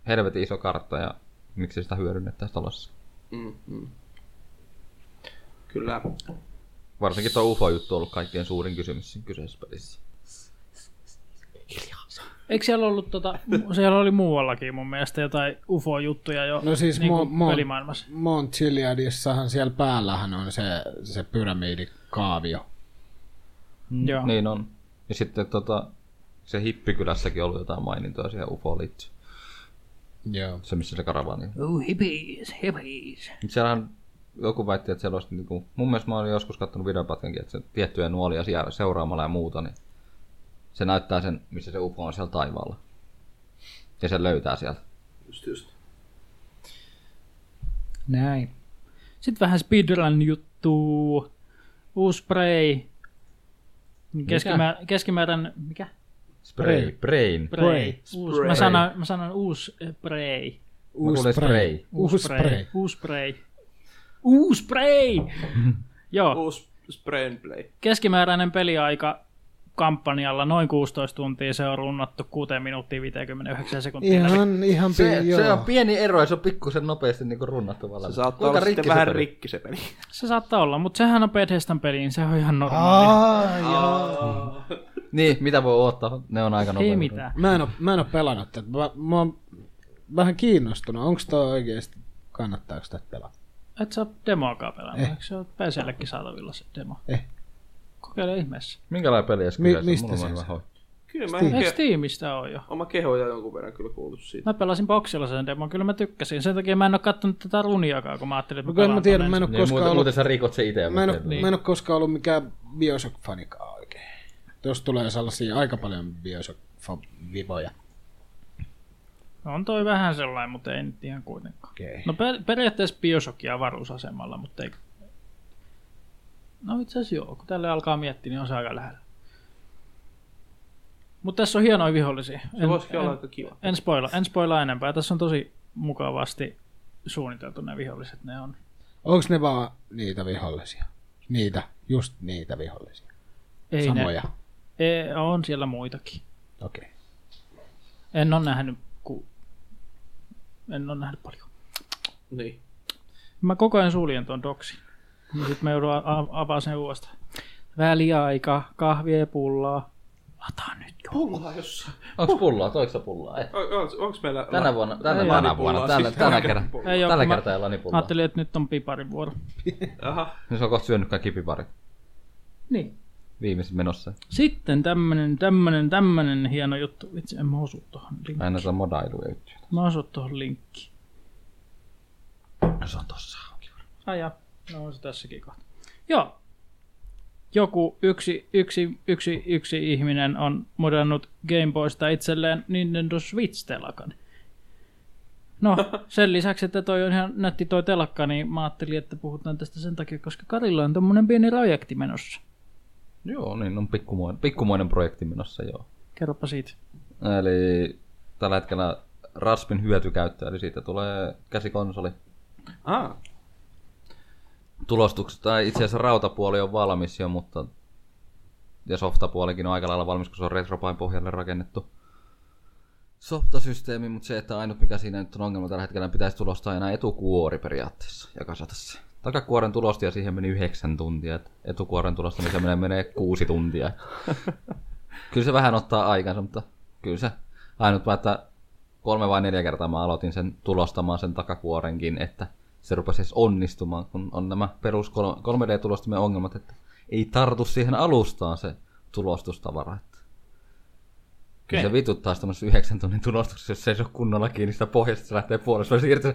helvetin iso kartta ja miksi sitä hyödynnettäisiin tuollaisessa. Kyllä. Varsinkin tuo UFO-juttu on ollut kaikkien suurin kysymys siinä kyseisessä pelissä. Eikö siellä ollut tota, siellä oli muuallakin mun mielestä jotain UFO-juttuja jo No siis niinku mo, mo, pelimaailmassa. Mount Chiliadissahan siellä päällähän on se, se pyramidikaavio. Mm, Joo. Niin on. Ja sitten tota, se hippikylässäkin ollut jotain mainintoa siihen UFO liittyen. Joo. Se missä se karavaani on. Oh, hippies, hippies. Mut Siellähän joku väitti, että siellä olisi, niinku, mun mielestä mä olin joskus katsonut videopätkänkin, että se tiettyjä nuolia siellä seuraamalla ja muuta, niin se näyttää sen, missä se UFO on siellä taivaalla. Ja se löytää sieltä. Just, just. Näin. Sitten vähän speedrun juttu. Uusi Prey. Keskimä, keskimäärän, mikä? Spray. Brain. Prey. Uusi, mä, sanon, mä sanon uusi eh, Prey. Mä kuulin spray. Uusi spray. Uusi Prey. Uusi Prey! Joo, Uusi spray and play. keskimääräinen peliaika kampanjalla noin 16 tuntia. Se on runnattu 6 minuuttia 59 sekuntia. läpi. Ihan, ihan Se, joo. se, on pieni ero ja se on pikkusen nopeasti niinku runnattu vaan Se läpi. saattaa olla Kuinka sitten rikki vähän peli? rikki se peli. Se saattaa olla, mutta sehän on Bethesdan peliin, se on ihan normaali. Aa, joo. Niin, mitä voi odottaa? Ne on aika nopeasti. Ei mitään. Mä en oo, mä en oo pelannut tätä. Mä, mä oon vähän kiinnostunut. Onko toi oikeesti, kannattaako tätä pelata? Et sä oo demoakaan pelannut, eh. eikö se ole PCllekin saatavilla se demo? Eh. Kokeile ihmeessä. Minkälainen peli edes Mi- kyseessä? mistä Mulla on se vähän on? hyvä hoitaa. Kyllä mä Eh. Eikö ke- Steamista ole jo? oma kehoja jonkun verran kyllä kuullut siitä. Mä pelasin boksilla sen demon, kyllä mä tykkäsin. Sen takia mä en oo kattonut tätä runiakaan, kun mä ajattelin, että Mä en mä tiedä, tonne mä en oo Niin, koskaan muuten, ollut... muuten sä rikot se itse. Mä en, mutta- ole, mä en ole koskaan ollut mikään Bioshock-fanikaan oikein. Tuossa tulee sellaisia aika paljon Bioshock-vivoja. ensin. On toi vähän sellainen, mutta ei nyt ihan kuitenkaan. Okay. No per- periaatteessa Bioshockia avaruusasemalla, mutta ei... No itse asiassa joo, kun tälle alkaa miettiä, niin on se aika lähellä. Mutta tässä on hienoja vihollisia. Se voisikin olla aika kiva. En spoila, en spoila enempää. Tässä on tosi mukavasti suunniteltu ne viholliset. Ne on. Onko ne vaan niitä vihollisia? Niitä, just niitä vihollisia. Ei Samoja. Ne, ei, on siellä muitakin. Okei. Okay. En ole nähnyt, ku, en ole nähnyt paljon. Niin. Mä koko ajan suljen tuon doksin. Sitten mä joudun a- a- avaamaan sen uudestaan. Väliaika, kahvia ja pullaa. Lataa nyt jo. Pullaa jossain. Onks pullaa? Toiks sä pullaa? Ei. On, on, onks meillä... Tänä vuonna, tänä, Ei tänä ole vuonna, pullaa, tällä, siis tällä tänä kertaa, kertaa Ei oo, tällä kun mä- kertaa ei ole nipulla. Mä ajattelin, että nyt on piparin vuoro. Aha. Niin se on kohta syönyt kaikki piparit. Niin. Viimeiset menossa. Sitten tämmönen, tämmönen, tämmönen hieno juttu. Vitsi, en mä osu tohon linkkiin. Aina se on modailuja juttuja. Mä osu tohon linkkiin. Se on tossa. Ai ja, no on se tässäkin kohta. Joo. Joku yksi, yksi, yksi, yksi ihminen on modannut Game Boysta itselleen Nintendo Switch-telakan. No, sen lisäksi, että toi on ihan nätti toi telakka, niin mä ajattelin, että puhutaan tästä sen takia, koska Karilla on tommonen pieni projekti menossa. Joo, niin on pikkumoinen, pikkumoinen projekti menossa, joo. Kerropa siitä. Eli tällä hetkellä Raspin hyötykäyttö, eli siitä tulee käsikonsoli. Ah, Tulostukset, tai itse asiassa rautapuoli on valmis jo, mutta ja softapuolikin on aika lailla valmis, kun se on Retropain pohjalle rakennettu softasysteemi, mutta se, että ainut mikä siinä nyt on ongelma tällä hetkellä, niin pitäisi tulostaa enää etukuori periaatteessa ja kasata se. Takakuoren tulosti ja siihen meni yhdeksän tuntia, et etukuoren tulosta mikä menee, menee kuusi tuntia. kyllä se vähän ottaa aikansa, mutta kyllä se ainut vaan, että kolme vai neljä kertaa mä aloitin sen tulostamaan sen takakuorenkin, että se rupesi edes onnistumaan, kun on nämä perus 3D-tulostimen ongelmat, että ei tartu siihen alustaan se tulostustavara. Että Kyllä se vituttaa tuommoisessa yhdeksän tunnin tulostuksessa, jos se ei se ole kunnolla kiinni sitä pohjasta, se lähtee puolesta siirtyä.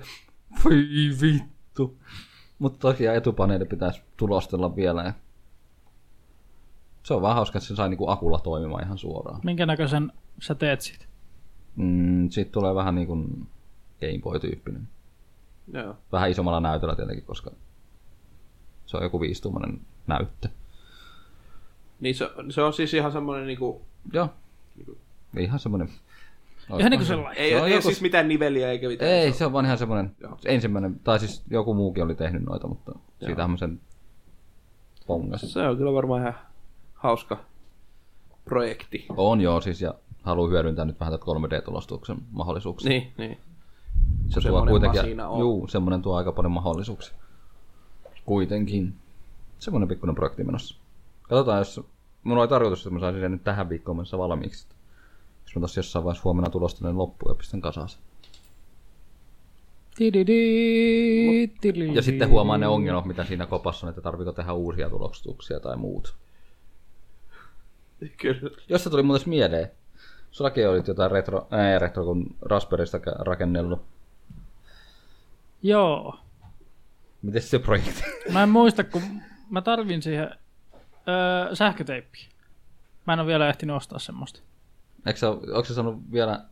Voi vittu. Mutta tosiaan etupaneeli pitäisi tulostella vielä. Ja... Se on vähän hauska, että se sai niinku akulla toimimaan ihan suoraan. Minkä näköisen sä teet siitä? Mm, siitä tulee vähän niin kuin Game Boy-tyyppinen. Joo. Vähän isommalla näytöllä tietenkin, koska se on joku viistuumainen näyttö. Niin se, se on siis ihan semmoinen niinku... Joo. Ihan semmoinen. Ihan niin kuin sellainen. Ei, ei Se on ole joku- siis mitään niveliä eikä mitään. Ei, se on vaan ihan semmoinen Joo. ensimmäinen, tai siis joku muukin oli tehnyt noita, mutta siitähän mä sen pongas. Se on kyllä varmaan ihan hauska projekti. On joo siis, ja haluan hyödyntää nyt vähän tätä 3D-tulostuksen mahdollisuuksia. Niin, niin. se tuo semmoinen kuitenkin, masina on. juu, semmoinen tuo aika paljon mahdollisuuksia. Kuitenkin. Semmoinen pikkuinen projekti menossa. Katsotaan, jos mulla oli tarkoitus, että mä saisin sen nyt tähän viikkoon mennessä valmiiksi. Jos mä tossa jossain vaiheessa huomenna tulostelen loppuun ja pistän kasaan sen. Tididi, tididi. Ja sitten huomaan ne ongelmat, mitä siinä kopassa on, että tarviiko tehdä uusia tulostuksia tai muut. Kyllä. Josta tuli muuten mieleen. Sullakin olit jotain retro, ää, retro kun Raspberrystä kä- rakennellut. Joo. Miten se projekti? Mä en muista, kun mä tarvin siihen öö, sähköteippiä. Mä en ole vielä ehtinyt ostaa semmoista. Eikö sä, onko sä saanut vielä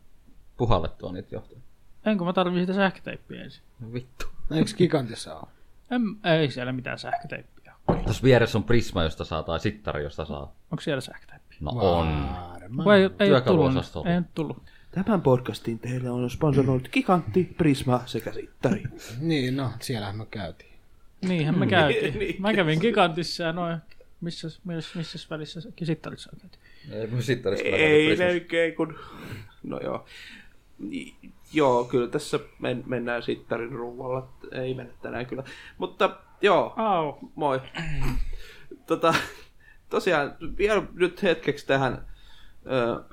puhallettua niitä johtoja? En kun mä tarvin sitä sähköteippiä ensin. Vittu. Eikö gigantissa ole? En, ei siellä mitään sähköteippiä. ole. Tuossa vieressä on prisma, josta saa, tai sittari, josta saa. Onko siellä sähköteippiä? No on. Varmaan. Vai ei, ei ole tullut. Työkaluosastolla. Ei nyt tullut. Tämän podcastin teille on sponsoroinut Gigantti, Prisma sekä Sittari. Niin, no, siellähän me käytiin. Niinhän me käytiin. Mä kävin gigantissa ja noin. Missä, missä, missä välissä se kisittarissa on käyty? Ei, kun sittarissa kyllä käyty Ei prismassa. melkein kun... No joo. Ni- Joo, kyllä tässä men- mennään Sittarin ruualla. Ei mennä tänään kyllä. Mutta joo, Au. moi. Tota, tosiaan vielä nyt hetkeksi tähän, ö,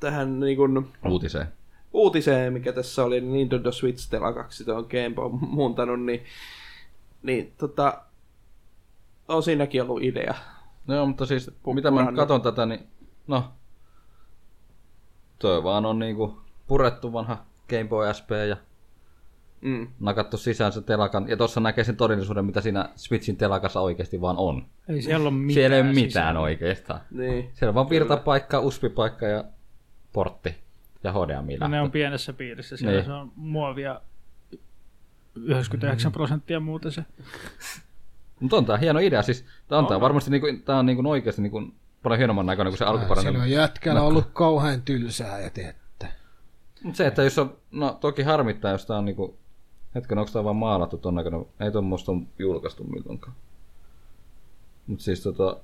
tähän niin kuin, Uutiseen. uutiseen, mikä tässä oli, niin Nintendo Switch telakaksi tuon Game Boy muuntanut, niin, niin tota, on siinäkin ollut idea. No joo, mutta siis, mitä mä nyt purannu. katon tätä, niin no, toi vaan on niinku purettu vanha Game Boy SP ja Mm. nakattu sisään se telakan. Ja tuossa näkee sen todellisuuden, mitä siinä Switchin telakassa oikeasti vaan on. Mitään Ei siellä ole mitään. Siellä ei ole siis. mitään oikeastaan. Niin. Siellä on vaan virtapaikka, uspipaikka ja portti ja Ja ne HDMI-lähtö. on pienessä piirissä. Siellä Niin. se on muovia 99 prosenttia muuten se. Mutta on tää hieno idea, siis tää on, tää varmasti niinku, tää on niinku oikeasti niinku paljon hienomman näköinen kuin se Sillä on alkuperäinen. jätkällä ollut kauhean tylsää ja tiettä. Mut se, että jos on, no toki harmittaa, jos tää on niinku, hetken, onko tää vaan maalattu ton näköinen, ei tuommoista on julkaistu milloinkaan. Mut siis tota,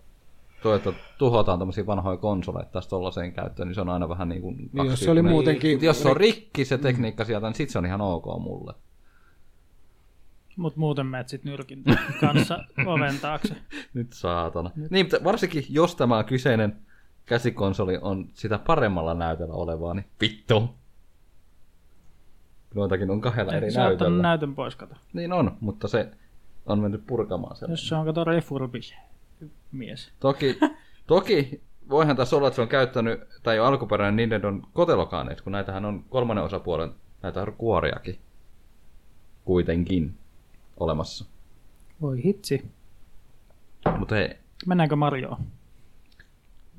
toi, että tuhotaan tämmöisiä vanhoja konsoleita taas tollaiseen käyttöön, niin se on aina vähän niinku Jos se oli kaksipiippunen. muutenkin... Mut jos se on rikki se tekniikka sieltä, niin sit se on ihan ok mulle. Mut muuten menet sit nyrkin kanssa oven taakse. Nyt saatana. Niin, mutta varsinkin jos tämä kyseinen käsikonsoli on sitä paremmalla näytöllä olevaa, niin vittu. Noitakin on kahdella eri Sä oot ottanut näytöllä. Nä- näytön pois kato. niin on, mutta se on mennyt purkamaan sen. Jos se on kato refurbi mies. Toki, toki voihan tässä olla, että se on käyttänyt, tai jo alkuperäinen Nintendon kotelokaaneet, kun näitähän on kolmannen osapuolen, näitä on kuoriakin kuitenkin olemassa. Voi hitsi. Mutta hei, Mennäänkö Marjoon?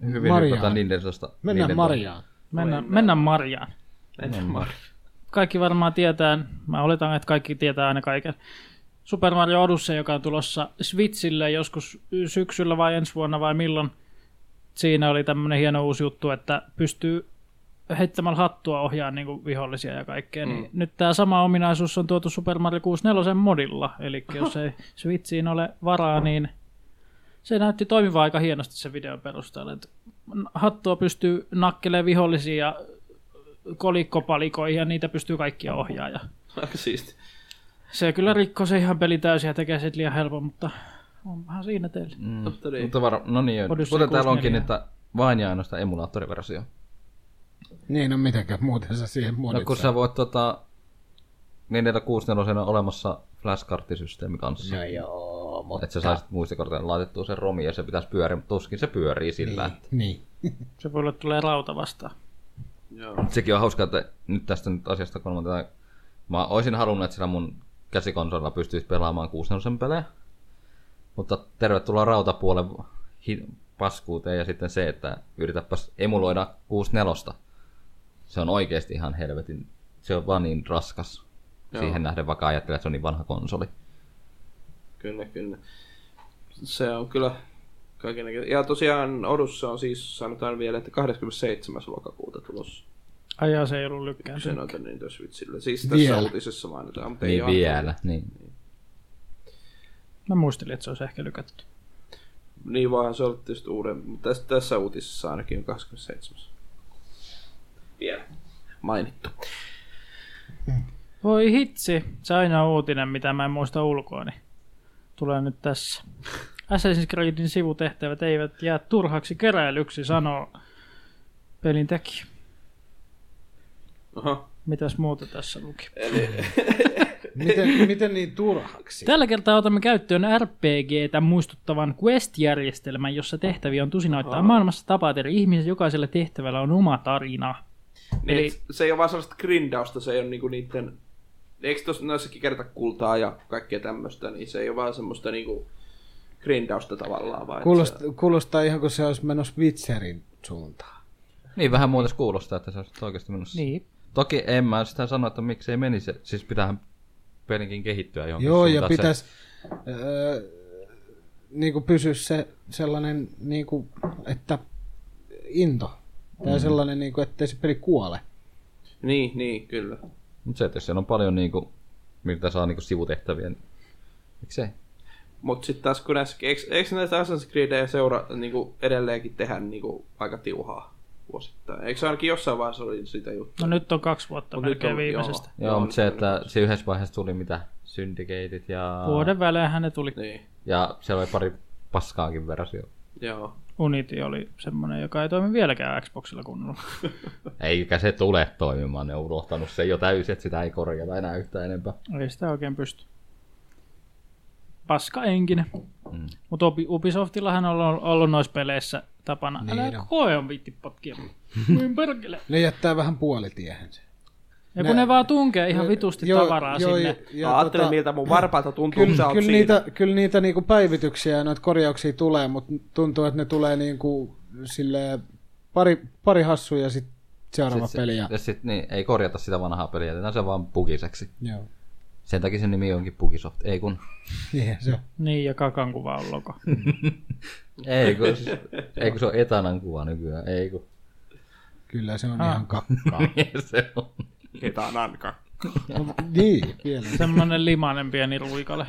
hyvin Marjaan. hypätään Nintendosta. Mennään Nintendo- Mariaan. Mennään, mennään Marjaan. Mennään Mario. kaikki varmaan tietää, mä oletan, että kaikki tietää aina kaiken. Super Mario Odyssey, joka on tulossa Switchille joskus syksyllä vai ensi vuonna vai milloin. Siinä oli tämmönen hieno uusi juttu, että pystyy heittämällä hattua ohjaamaan niin vihollisia ja kaikkea. Niin nyt tämä sama ominaisuus on tuotu Super Mario 64 modilla, eli jos ei Switchiin ole varaa, niin se näytti toimivan aika hienosti se videon perusteella. että Hattua pystyy nakkeleen vihollisia ja kolikkopalikoihin ja niitä pystyy kaikkia ohjaamaan. ja Aika siisti. Se kyllä rikkoo se ihan peli täysin ja tekee sit liian helpon, mutta on vähän siinä teille. Mm. Totta niin. Mutta varo, no niin, Odyssey kuten täällä 64. onkin, että vain ja ainoastaan emulaattoriversio. Niin, no mitenkään muuten sä siihen No muodit kun sä voit tota, 464 on olemassa flashkarttisysteemi kanssa. No joo. joo, mutta... Että sä saisit muistikortin laitettua sen romi ja se pitäisi pyöriä, mutta tuskin se pyörii sillä. Niin. Niin. Se voi olla, että tulee rauta vastaan. Joo. Sekin on hauskaa, että nyt tästä nyt asiasta kun mä tätä... Mä olisin halunnut, että sillä mun käsikonsolilla pystyisi pelaamaan kuusenosen pelejä. Mutta tervetuloa rautapuolen hi- paskuuteen ja sitten se, että yritäpäs emuloida 64. Se on oikeasti ihan helvetin, se on vaan niin raskas. Joo. Joo. Siihen nähden vaikka ajattelee, että se on niin vanha konsoli. Kyllä, kyllä. Se on kyllä kaiken Ja tosiaan Odussa on siis, sanotaan vielä, että 27. lokakuuta tulossa. Ajaa se ei ollut lykkään. Se noita Nintendo Switchille. Siis tässä Vielä. uutisessa mainitaan, mutta ei Niin ole. vielä. Niin. Mä muistelin, että se olisi ehkä lykätty. Niin voihan se olla tietysti uuden, mutta tässä, tässä uutisessa ainakin on 27. Vielä mainittu. Voi hitsi, se aina uutinen, mitä mä en muista ulkoa, niin tulee nyt tässä. Assassin's Creedin sivutehtävät eivät jää turhaksi keräilyksi, sanoo pelin tekijä. Aha. Mitäs muuta tässä luki? Miten, miten niin turhaksi? Tällä kertaa otamme käyttöön RPGtä muistuttavan quest-järjestelmän, jossa tehtäviä on tusinoittain maailmassa tapaat eri ihmisiä. Jokaisella tehtävällä on oma tarina. Niin, Eli- Eli... Se ei ole vaan sellaista grindausta, se ei ole niinku niiden... Eikö tuossa noissakin kerta kultaa ja kaikkea tämmöistä, niin se ei ole vaan semmoista niinku grindausta tavallaan. Vaan Kuulostaa, että kuulostaa ihan kuin se olisi menossa Witcherin suuntaan. niin vähän muuten kuulostaa, että se on oikeasti menossa. Niin. Toki en mä sitä sano, että miksei menisi. Siis pitäähän pelinkin kehittyä johonkin Joo, ja suuntaan. Se- pitäisi öö, niin kuin pysyä se sellainen, niin kuin, että into. Tai mm. sellainen, niin kuin, ettei se peli kuole. Se... Niin, niin, kyllä. Mutta se, että jos siellä on paljon niinku, mitä saa niinku sivutehtäviä, niin miksei? Mutta sitten taas kun näissä, eikö, eikö näitä Assassin's Creedejä seura niinku edelleenkin tehdä niinku aika tiuhaa vuosittain? Eikö se ainakin jossain vaiheessa oli sitä juttua? No nyt on kaksi vuotta Mut melkein on- viimeisestä. Joo, Joo mutta nyt se, on- että se yhdessä vaiheessa tuli mitä? Syndicateit ja... Vuoden väleinhän ne tuli. Niin, Ja siellä oli pari paskaakin versio. joo. Unity oli semmoinen, joka ei toimi vieläkään Xboxilla kunnolla. Eikä se tule toimimaan, ne on unohtanut sen jo täysin, että sitä ei korjata enää yhtään enempää. Ei sitä oikein pysty. Paska enkinen. Mm. Mutta Ubisoftillahan on ollut- ollut noissa peleissä tapana. Niin Älä on. koe on viitti potkia. Kuin perkele. Ne jättää vähän puolitiehen sen. Ja kun ne, Ne- ne vaan tunkee ihan vitusti joo, tavaraa joo, sinne. Ja Mä tota- ajattelin, miltä mun varpaata tuntuu, kun sä Kyllä, oot kyllä siinä. niitä, kyllä niitä niinku päivityksiä ja noita korjauksia tulee, mutta tuntuu, että ne tulee niinku sille pari, pari hassua ja sitten seuraava sit Sit peli. Ja, Se, ja sit, niin, ei korjata sitä vanhaa peliä, jätetään se vaan pukiseksi. joo. Sen takia sen nimi onkin Pugisoft, ei kun... Niin, se. Niin, ja kakan kuva on logo. Ei kun, siis, ei kun se on Etanan kuva nykyään, ei kun... Niin Kyllä se on ah. ihan kakka. se on. Ketään ainakaan. niin, vielä. Semmoinen limainen pieni ruikale.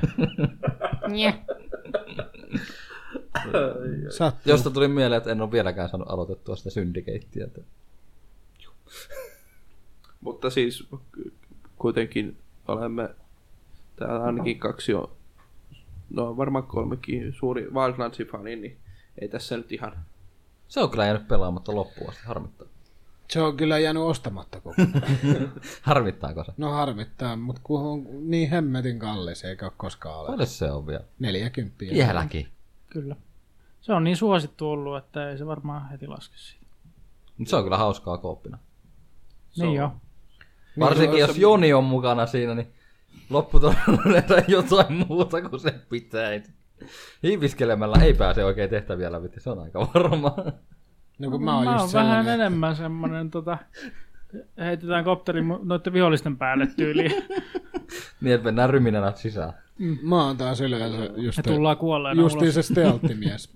Sattuu. Josta tuli mieleen, että en ole vieläkään saanut aloitettua sitä syndikeittiä. Mutta siis k- kuitenkin olemme täällä ainakin kaksi on, no varmaan kolmekin suuri Wildlands-fani, niin ei tässä nyt ihan... Se on kyllä jäänyt pelaamatta loppuun asti, harmittaa. Se on kyllä jäänyt ostamatta koko ajan. Harmittaako se? No harmittaa, mutta kun on niin hemmetin kallis, eikä ole koskaan ole. Paljon se on vielä? 40. Vieläkin. Kyllä. Se on niin suosittu ollut, että ei se varmaan heti laske siitä. Mut se on kyllä hauskaa kooppina. Niin so. joo. Varsinkin jos Joni on mukana siinä, niin lopputuloksena on yleensä jotain muuta kuin se pitäisi. Hiiviskelemällä ei pääse oikein tehtäviä läpi, se on aika varma. No kun mä oon mä just oon vähän sellainen. enemmän semmonen tota... Heitetään kopteri mu- noiden vihollisten päälle tyyliin. Niin, että mennään ryminänä sisään. Mä oon taas yleensä just, Ja tullaan kuolleena ulos. justiin se stealttimies.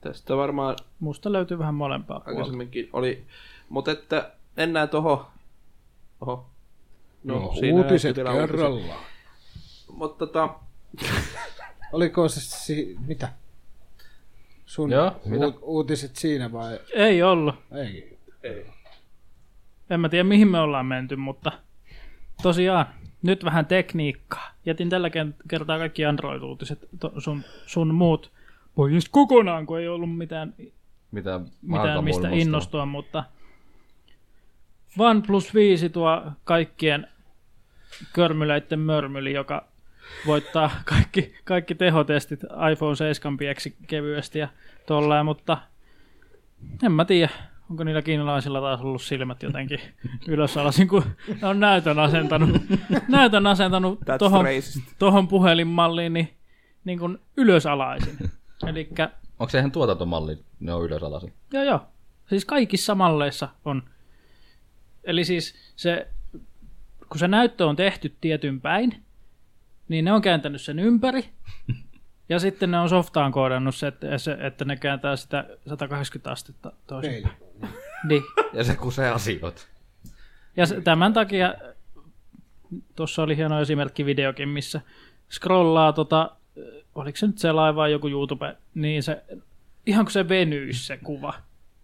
Tästä varmaan Musta löytyy vähän molempaa puolta. aikaisemminkin oli, mutta että mennään tohon... Oho. No, siinä uutiset näytti vielä uutiset. kerrallaan. Mutta tota, Oliko se si- mitä? Sun Joo, mitä? U- uutiset siinä vai Ei ollut. ei? En mä tiedä mihin me ollaan menty, mutta tosiaan nyt vähän tekniikkaa. Jätin tällä kent- kertaa kaikki Android-uutiset, to- sun, sun muut pois kokonaan, kun ei ollut mitään, Mitä, mitään mistä innostua, mutta OnePlus 5 tuo kaikkien körmyläitten mörmyli, joka voittaa kaikki, kaikki tehotestit iPhone 7 pieksi kevyesti ja tolleen, mutta en mä tiedä, onko niillä kiinalaisilla taas ollut silmät jotenkin ylös alasin, kun ne on näytön asentanut, näytön asentanut That's tohon, racist. tohon puhelinmalliin niin, niin kuin ylösalaisin. Elikkä, Onko se ihan tuotantomalli? Ne on ylösalasi. joo joo, siis kaikissa malleissa on. Eli siis se, kun se näyttö on tehty tietyn päin, niin ne on kääntänyt sen ympäri, ja sitten ne on softaan koodannut se, että, se, että ne kääntää sitä 180 astetta toisinpäin. Peili. Niin. Ja se kusee asiot. Ja se- tämän takia, tuossa oli hieno esimerkki videokin, missä scrollaa tota, oliko se nyt se laiva joku YouTube, niin se, ihan kun se venyisi se kuva.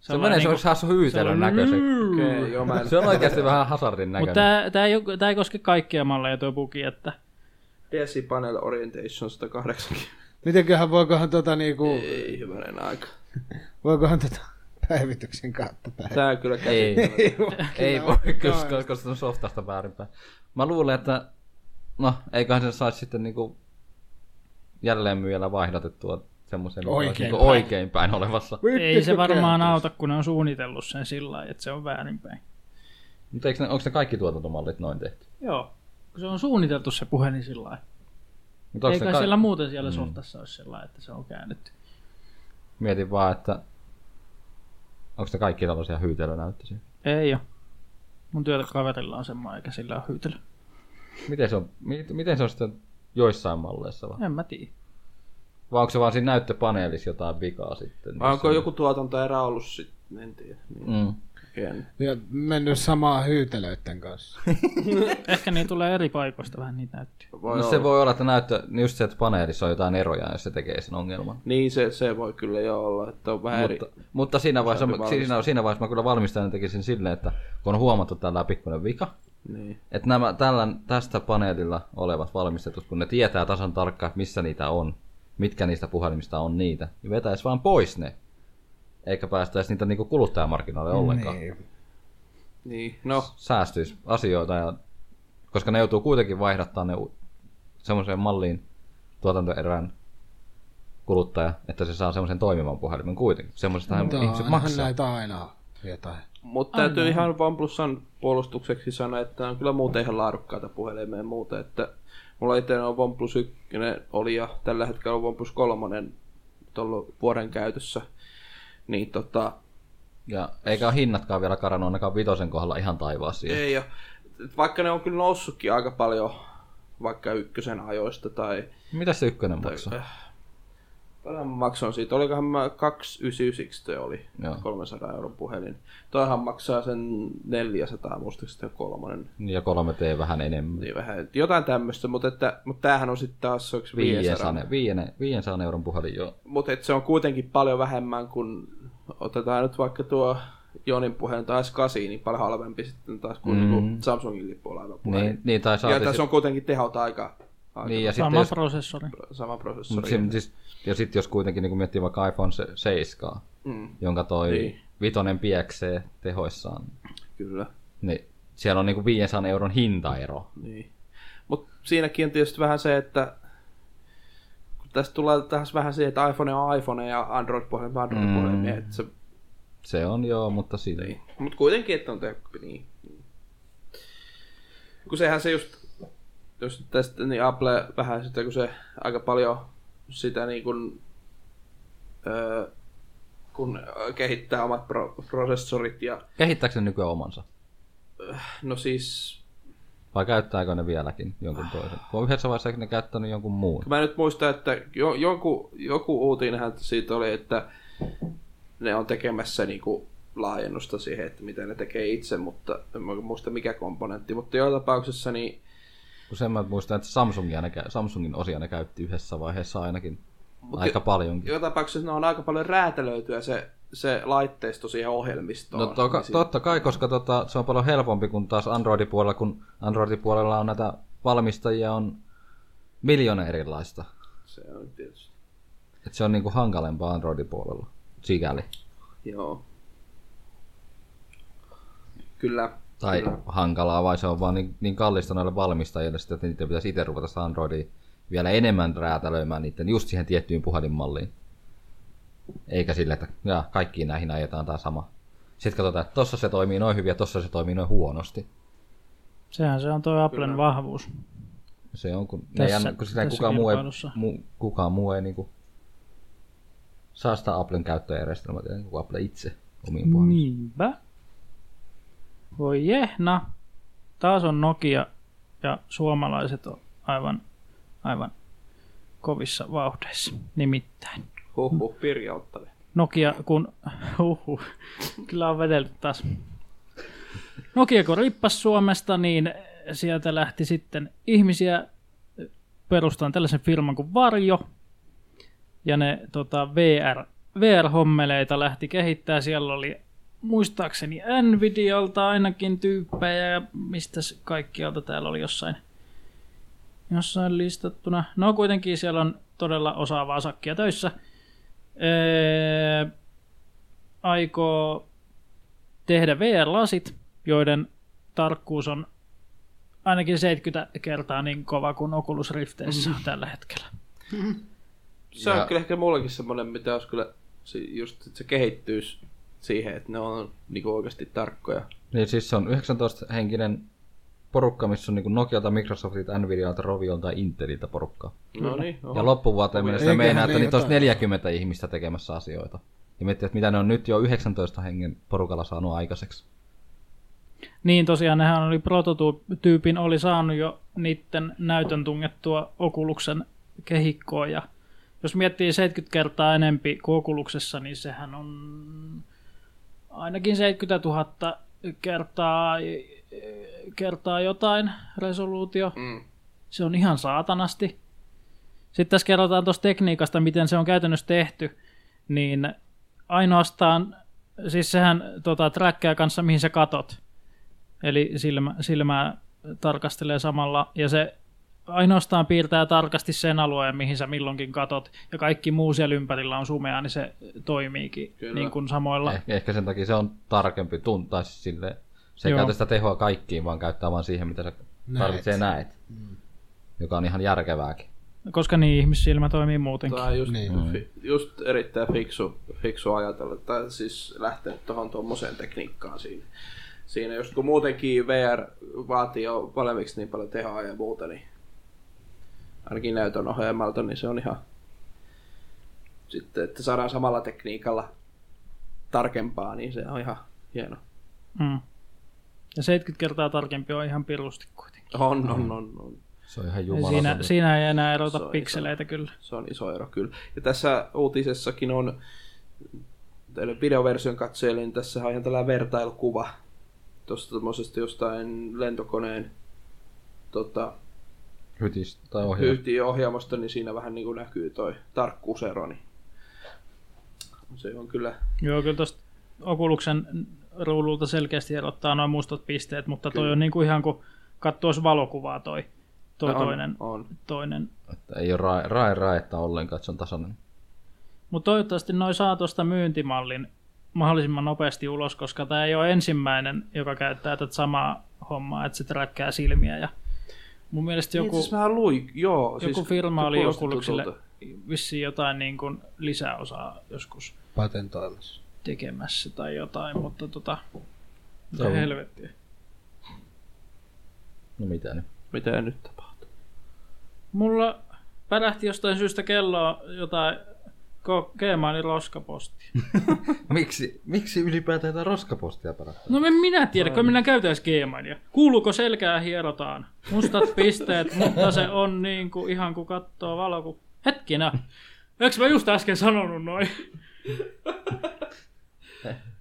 Se menee, niinku- se niinku- olisi hassu hyytelön näköisen. Okei, okay, joo, mä en... Se on oikeasti vähän hazardin Mutta näköinen. tämä, tämä, ei, oo- tää ei koske kaikkia malleja tuo bugi, että DC Panel Orientation 180. Mitenköhän voikohan tota niinku, Ei hyvänen aika. voikohan tota päivityksen kautta päivityksen? Tää kyllä Ei, käsittää. ei voi, koska, koska se on softasta väärinpäin. Mä luulen, että no, eiköhän se saisi sitten niinku jälleen myyjällä vaihdotettua semmoisen joka olisi Oikein niinku oikein päin olevassa. ei se varmaan auta, kun ne on suunnitellut sen sillä lailla, että se on väärinpäin. Mutta eikö ne, onko ne kaikki tuotantomallit noin tehty? Joo, kun se on suunniteltu se puhe, niin sillä lailla. Mutta onko Eikä ne ka- ka- siellä muuten siellä mm. softassa olisi sillä lailla, että se on käännetty. Mietin vaan, että onko ne kaikki tällaisia hyytelönäyttöisiä? Ei ole. Mun työkaverilla on semmoinen, eikä sillä ole hyytelö. Miten se on, mi- miten se on sitten joissain malleissa? Vai, En mä tiedä. vai onko se vaan siinä näyttöpaneelissa jotain vikaa sitten? Vai onko joku tuotantoerä ollut sitten? En tiedä. Niin, Mm. mm. Ja mennyt samaa hyytelöiden kanssa. Ehkä niin tulee eri paikoista vähän niitä näyttöjä. Voi no, no se voi olla, että näyttö, niin just se, että paneelissa on jotain eroja, jos se tekee sen ongelman. Niin se, se voi kyllä jo olla, että on vähän Mutta, eri. mutta siinä, vaiheessa, Saatu valmistaa. siinä, siinä vaiheessa mä kyllä valmistajana tekisin silleen, että kun on huomattu tällä pikkuinen vika, Niin. että nämä tällä, tästä paneelilla olevat valmistetut, kun ne tietää tasan tarkkaan, missä niitä on, mitkä niistä puhelimista on niitä, niin vetäisi vaan pois ne. Eikä päästäisi niitä niinku kuluttajamarkkinoille ollenkaan. Niin. niin. No, Säästyisi asioita, ja, koska ne joutuu kuitenkin vaihdattaa ne u- semmoiseen malliin tuotantoerään kuluttaja, että se saa semmoisen toimivan puhelimen kuitenkin. Semmoisestahan Mutta ihmiset onhan maksaa. näitä aina on jotain. mutta täytyy ihan OnePlusan puolustukseksi sanoa, että nämä on kyllä muuten ihan laadukkaita puhelimia ja muuta. Että mulla itse on OnePlus 1 oli ja tällä hetkellä on OnePlus 3 nyt ollut vuoden käytössä. Niin tota, Ja eikä ole hinnatkaan vielä karannut ainakaan vitosen kohdalla ihan taivaaseen. Ei ole. Vaikka ne on kyllä noussutkin aika paljon vaikka ykkösen ajoista tai äh, Mitä se ykkönen maksaa? paljon mä maksoin siitä. Olikohan mä 299 toi oli, Joo. Joo. 300 euron puhelin. Toihan maksaa sen 400 muistaakseni kolmonen. Niin, Ja kolme tee vähän enemmän. Niin vähän, että jotain tämmöistä, mutta, että, mutta tämähän on sitten taas onks 500. 500, 500, 500 euron puhelin, joo. Mutta se on kuitenkin paljon vähemmän kuin otetaan nyt vaikka tuo Jonin puhelin taas 8, niin paljon halvempi sitten taas kuin, mm. kuin Samsungin lippuolaiva puhelin. Niin, niin tai Ja saati tässä on kuitenkin tehot aika, aika niin, ja sitten Sama jos, prosessori. sama mut prosessori. si- siis, ja sit jos kuitenkin niin miettii vaikka iPhone se- 7, Mm, jonka toi Niin. vitonen pieksee tehoissaan, kyllä, niin siellä on niinku 500 euron hintaero. niin. Mutta siinäkin on tietysti vähän se, että kun tästä tulee taas vähän siihen, että iPhone on iPhone ja Android-puhelin on Android-puhelin. Mm. Se, Se on joo, mutta siitä niin. Mutta kuitenkin, että on tehokkaampi. Niin. Kun sehän se just, jos nyt tästä, niin Apple vähän sitä, kun se aika paljon sitä niin kun, öö, kun kehittää omat pro- prosessorit ja Kehittääkö ne nykyään omansa? no siis Vai käyttääkö ne vieläkin jonkun toisen? Kun on yhdessä vaiheessa ne käyttänyt jonkun muun. Mä nyt muistan, että jo, joku, joku uutinenhan siitä oli, että ne on tekemässä niinku laajennusta siihen, että mitä ne tekee itse, mutta en mä muista mikä komponentti. Mutta joka tapauksessa niin, Kun sen mä muistan, että Samsungia ne, kä- Samsungin osia ne käytti yhdessä vaiheessa ainakin. Mut aika jo- paljonkin. joka tapauksessa ne on aika paljon räätälöityä se, se laitteisto siihen ohjelmistoon. No toka, Niin sit- totta kai, koska tota, se on paljon helpompi kuin taas Androidin puolella, kun Androidin puolella on näitä valmistajia on miljoona erilaista. Se on tietysti. Et se on niinku hankalempaa Androidin puolella, sikäli. Joo. Kyllä. Tai kyllä. hankalaa, vai se on vaan niin, niin kallista noille valmistajille, sitä, että niitä pitäisi itse ruveta sitä Androidia vielä enemmän räätälöimään niiden just siihen tiettyyn puhelinmalliin. Eikä sille, että jaa, kaikkiin näihin ajetaan tämä sama. Sitten katsotaan, että tossa se toimii noin hyvin ja tossa se toimii noin huonosti. Sehän se on tuo Applen Kyllä. vahvuus. Se on, kun, Tässä- ne ei, anna- kun sitä ei tässä kukaan, muu ei, kilpailussa. mu, kukaan muu ei niinku, saa sitä Applen käyttöjärjestelmää, tietenkin kuin Apple itse omiin Mm. puhelimeen. Niinpä. Voi jehna. Taas on Nokia ja suomalaiset on aivan, aivan kovissa vauhdeissa. Nimittäin. Huhhuh, pirjauttavia. Nokia kun... Huhhuh. Kyllä on vedellyt taas. Nokia kun rippas Suomesta, niin sieltä lähti sitten ihmisiä perustamaan tällaisen firman kuin Varjo. Ja ne tota, VR, VR-hommeleita lähti kehittää. Siellä oli muistaakseni Nvidialta ainakin tyyppejä ja mistä kaikkialta täällä oli jossain, jossain listattuna. No kuitenkin siellä on todella osaavaa sakkia töissä. Ee, aikoo tehdä VR-lasit, joiden tarkkuus on ainakin 70 kertaa niin kova kuin Oculus Rifteissä on tällä hetkellä. Se on Ja- ja... kyllä ehkä mullekin semmoinen, mitä olisi kyllä si- just, että se kehittyisi siihen, että ne on niinku oikeasti tarkkoja. Niin siis se on 19-henkinen porukka, missä on niin Nokialta, Microsoftilta, Nvidialta, Roviolta ja Inteliltä porukkaa. No niin, Ja oho. loppuvuoteen mennessä Eiköhän meinaa, ne että niitä olisi jotain. 40 ihmistä tekemässä asioita. Ja miettii, että mitä ne on nyt jo 19 hengen porukalla saanut aikaiseksi. Niin tosiaan, nehän oli prototyypin, oli saanut jo niiden näytön tungettua Oculuksen kehikkoon ja jos miettii 70 kertaa enempi kuin Oculuksessa, niin sehän on ainakin 70 000 kertaa, kertaa jotain resoluutio. Mm. Se on ihan saatanasti. Sitten tässä kerrotaan tuosta tekniikasta, miten se on käytännössä tehty, niin ainoastaan, siis sehän tota, trackkää kanssa, mihin sä katot. Eli silmä, silmää tarkastelee samalla, ja se ainoastaan piirtää tarkasti sen alueen, mihin sä milloinkin katot, ja kaikki muu siellä ympärillä on sumeaa, niin se toimiikin Kyllä. niin kuin samoilla. Eh, ehkä sen takia se on tarkempi tuntaa siis silleen. Se ei Joo. käytä sitä tehoa kaikkiin, vaan käyttää vaan siihen, mitä sä tarvitsee näet. Joka on ihan järkevääkin. Koska niin ihmissilmä toimii muutenkin. Tämä on just, Niin. niin. fi, just erittäin fiksu, fiksu ajatella, tai siis lähtenyt tuohon tuommoiseen tekniikkaan siinä. Siinä just kun muutenkin VR vaatii jo valmiiksi niin paljon tehoa ja muuta, niin ainakin näytön ohjelmalta, niin se on ihan sitten, että saadaan samalla tekniikalla tarkempaa, niin se on ihan hieno. Mm. Ja 70 kertaa tarkempi on ihan pirusti kuitenkin. On, on, on, on. Se on ihan Ei jumalaton. Siinä, siinä ei enää erota Se on pikseleitä kyllä. Se on iso ero kyllä. Ja tässä uutisessakin on teille videoversion katsojille, niin tässä on ihan tällainen vertailukuva tuosta tommosesta jostain lentokoneen tota, Hytis tai ohjaa. hyytiohjaamosta, niin siinä vähän niin kuin näkyy toi tarkkuusero. Niin se on kyllä, Joo, kyllä tuosta Okuluksen ruudulta selkeästi erottaa noin mustat pisteet, mutta toi Kyllä. on niin kuin ihan kuin katsoisi valokuvaa toi, toi No on, toinen. on. toinen. Että ei ole rae, rae raetta ollenkaan, että se on tasainen. Mutta toivottavasti noi saa tuosta myyntimallin mahdollisimman nopeasti ulos, koska tämä ei ole ensimmäinen, joka käyttää tätä samaa hommaa, että se träkkää silmiä. Ja mun mielestä Joku, joku... niin, siis mä luin, joo. joku siis, firma oli kuulosti Oculukselle tutulta. vissiin jotain niin kuin lisäosaa joskus Patentoimassa. tekemässä tai jotain, mutta tota, Se mitä on- helvettiä. No mitä nyt? Mitä nyt tapahtuu? Mulla pärähti jostain syystä kelloa jotain ko- Gmailin roskapostia. Miksi, miksi ylipäätään tätä roskapostia parantaa? No en minä tiedä, kun minä käytän edes Gmailia. Kuuluuko selkää hierotaan? Mustat pisteet, mutta se on niin kuin ihan kuin kattoo valoku. Hetkinen, eikö mä just äsken sanonut noin?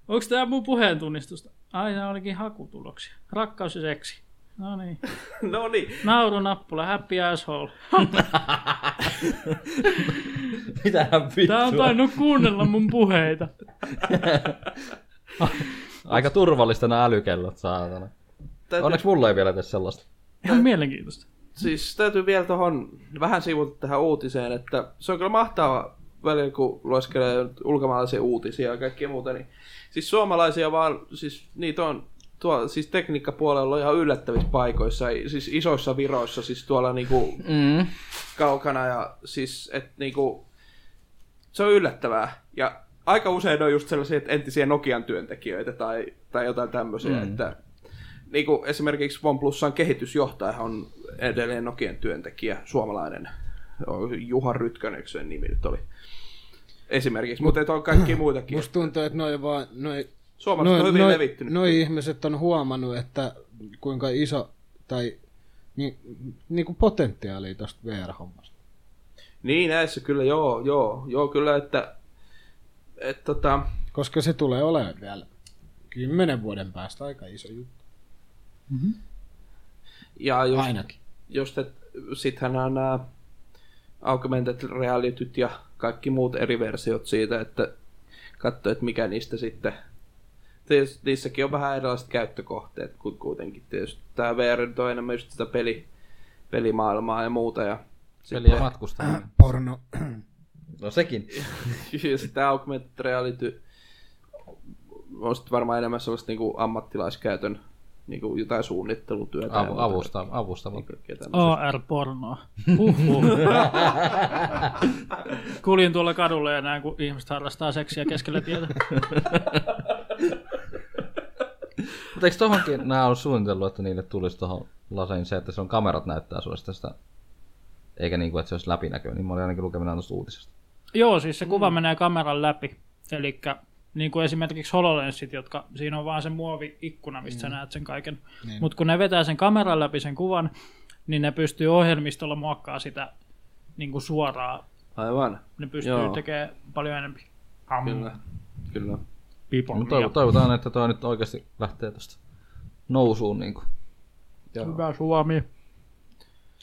Onko tämä mun puheen tunnistusta? Ai, nämä olikin hakutuloksia. Rakkaus ja seksi. No niin. no niin, Naurunappula, happy asshole. Mitähän Tää on tainnut kuunnella mun puheita. Aika turvallista nämä älykellot, saatana. täytyy Onneksi mulla ei vielä tässä sellaista. Ihan mielenkiintoista. siis täytyy vielä tuohon vähän sivuta tähän uutiseen, että se on kyllä mahtava välillä, kun lueskelee ulkomaalaisia uutisia ja kaikkea muuta, niin siis suomalaisia vaan, siis niitä on tuo, siis tekniikkapuolella on ihan yllättävissä paikoissa, ei- siis isoissa viroissa, siis tuolla niinku Mm. kaukana ja siis, et niinku, se on yllättävää. Ja aika usein ne on just sellaisia että entisiä Nokian työntekijöitä tai, tai jotain tämmöisiä, mm. että niinku esimerkiksi OnePlusan kehitysjohtaja on edelleen Nokian työntekijä, suomalainen. No, Juha Rytkönen, eikö sen nimi nyt oli? Esimerkiksi, mutta et on kaikki muitakin. Musta tuntuu, että noi vaan, noi, Suomalaiset on hyvin noi, levittynyt. noi ihmiset on huomannut, että kuinka iso tai ni, niinku potentiaalia tosta VR-hommasta. Niin, näissä kyllä, joo, joo, joo, kyllä, että, että tota, Koska se tulee olemaan vielä kymmenen vuoden päästä aika iso juttu. ja just, Ainakin. just et, sittenhän nämä, nämä augmented realityt ja kaikki muut eri versiot siitä, että katso, että mikä niistä sitten, tietysti niissäkin on vähän erilaiset käyttökohteet, kun kuitenkin tietysti tämä VR nyt on enemmän just sitä peli, pelimaailmaa ja muuta, ja Peli ja matkustaminen. Porno. No sekin. Ja sitten augmented reality on sitten varmaan enemmän sellaista niinku ammattilaiskäytön niinku jotain suunnittelutyötä. ja Avu, muuta Niinku avusta, avustava. kaikkea tämmöistä. AR-pornoa. Huhhuh. Kuljin tuolla kadulla ja näin, kun ihmiset harrastaa seksiä keskellä tietä. Mutta eikö tohonkin nämä on suunnitellut, että niille tulisi tuohon lasein se, että se on kamerat näyttää sulle sitä, sitä eikä niin kuin, että se olisi läpinäkyvä, niin mä olin ainakin lukeminen tuosta uutisesta. Niin Joo, siis se kuva mm. menee kameran läpi. Eli niin kuin esimerkiksi HoloLensit, jotka siinä on vaan se muovi-ikkuna, mistä mm. sä näet sen kaiken. Niin. Mutta kun ne vetää sen kameran läpi sen kuvan, niin ne pystyy ohjelmistolla muokkaa sitä niin kuin suoraan. Aivan, Ne pystyy Joo. Joo. tekemään paljon enemmän. Am, kyllä. kyllä. No piponia. Mutta toiv- toivotaan, että toi nyt oikeasti lähtee tuosta nousuun. Niin kuin. Hyvä Suomi.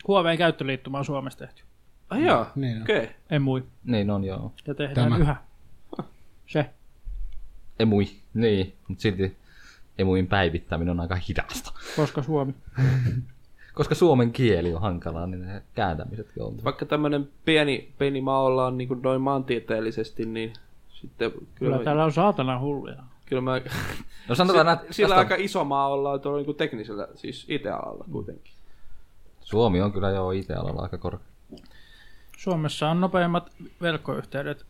Huoveen käyttöliittymä on Suomessa tehty. Ai jaa, Niin on. Ah, okei. Okay. En mui. Niin on joo. Ja tehdään Tämä. Tämä. yhä. Se. Emui. Niin, mutta silti emuin päivittäminen on aika hidasta. Koska Suomi. Koska suomen kieli on hankalaa, niin ne kääntämisetkin on. Vaikka tämmöinen pieni, pieni maa ollaan niin kuin noin maantieteellisesti, niin sitten kyllä, Kyllä täällä on saatana hulluja. kyllä mä, No sanotaan, sillä että aika iso maa ollaan tuolla niin kuin teknisellä, siis IT-alalla kuitenkin. Suomi on kyllä jo IT-alalla aika korkea. Suomessa on nopeimmat verkkoyhteydet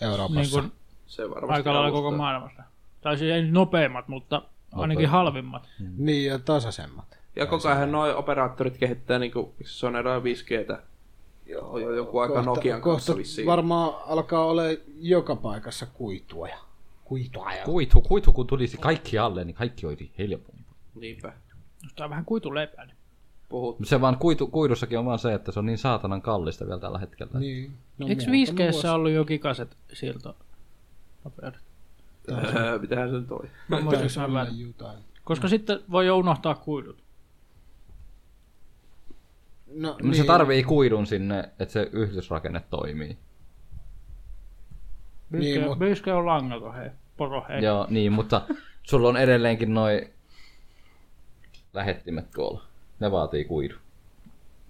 Euroopassa. niin kuin Se varmasti aika lailla koko avustaa. maailmassa. Tai siis ei nyt nopeimmat, mutta ainakin halvimmat. Niin ja tasaisemmat. No, Ja koko ajan noi operaattorit kehittää niinku Sonera 5Gtä. Joo, jo joku aika kohta, Nokian kanssa vissiin. varmaan alkaa olla joka paikassa kuitua ja kuitua ja Kuitu, kuitu kun tulisi kaikki alle, niin kaikki olisi helpompi. Niinpä. Tämä on vähän kuituleipää. Niin. Puhut. Mut Se vaan kuitu, kuidussakin on vaan se, että se on niin saatanan kallista vielä tällä hetkellä. Niin. Niin. No, Eikö muutama 5G vuosi. ollut jo gigaset siirto? paperit? Öö, mitähän se nyt oli? Mä muistan Taisi sen olla väärin. jotain. Koska sitten voi jo unohtaa kuidut. No, No se tarvii kuidun sinne, että se yhdysrakenne toimii. 5G, Niin, mut- 5G on langaton, hei. Poro, hei. Joo, niin, mutta sulla on edelleenkin noi lähettimet tuolla. Ne vaatii kuidun.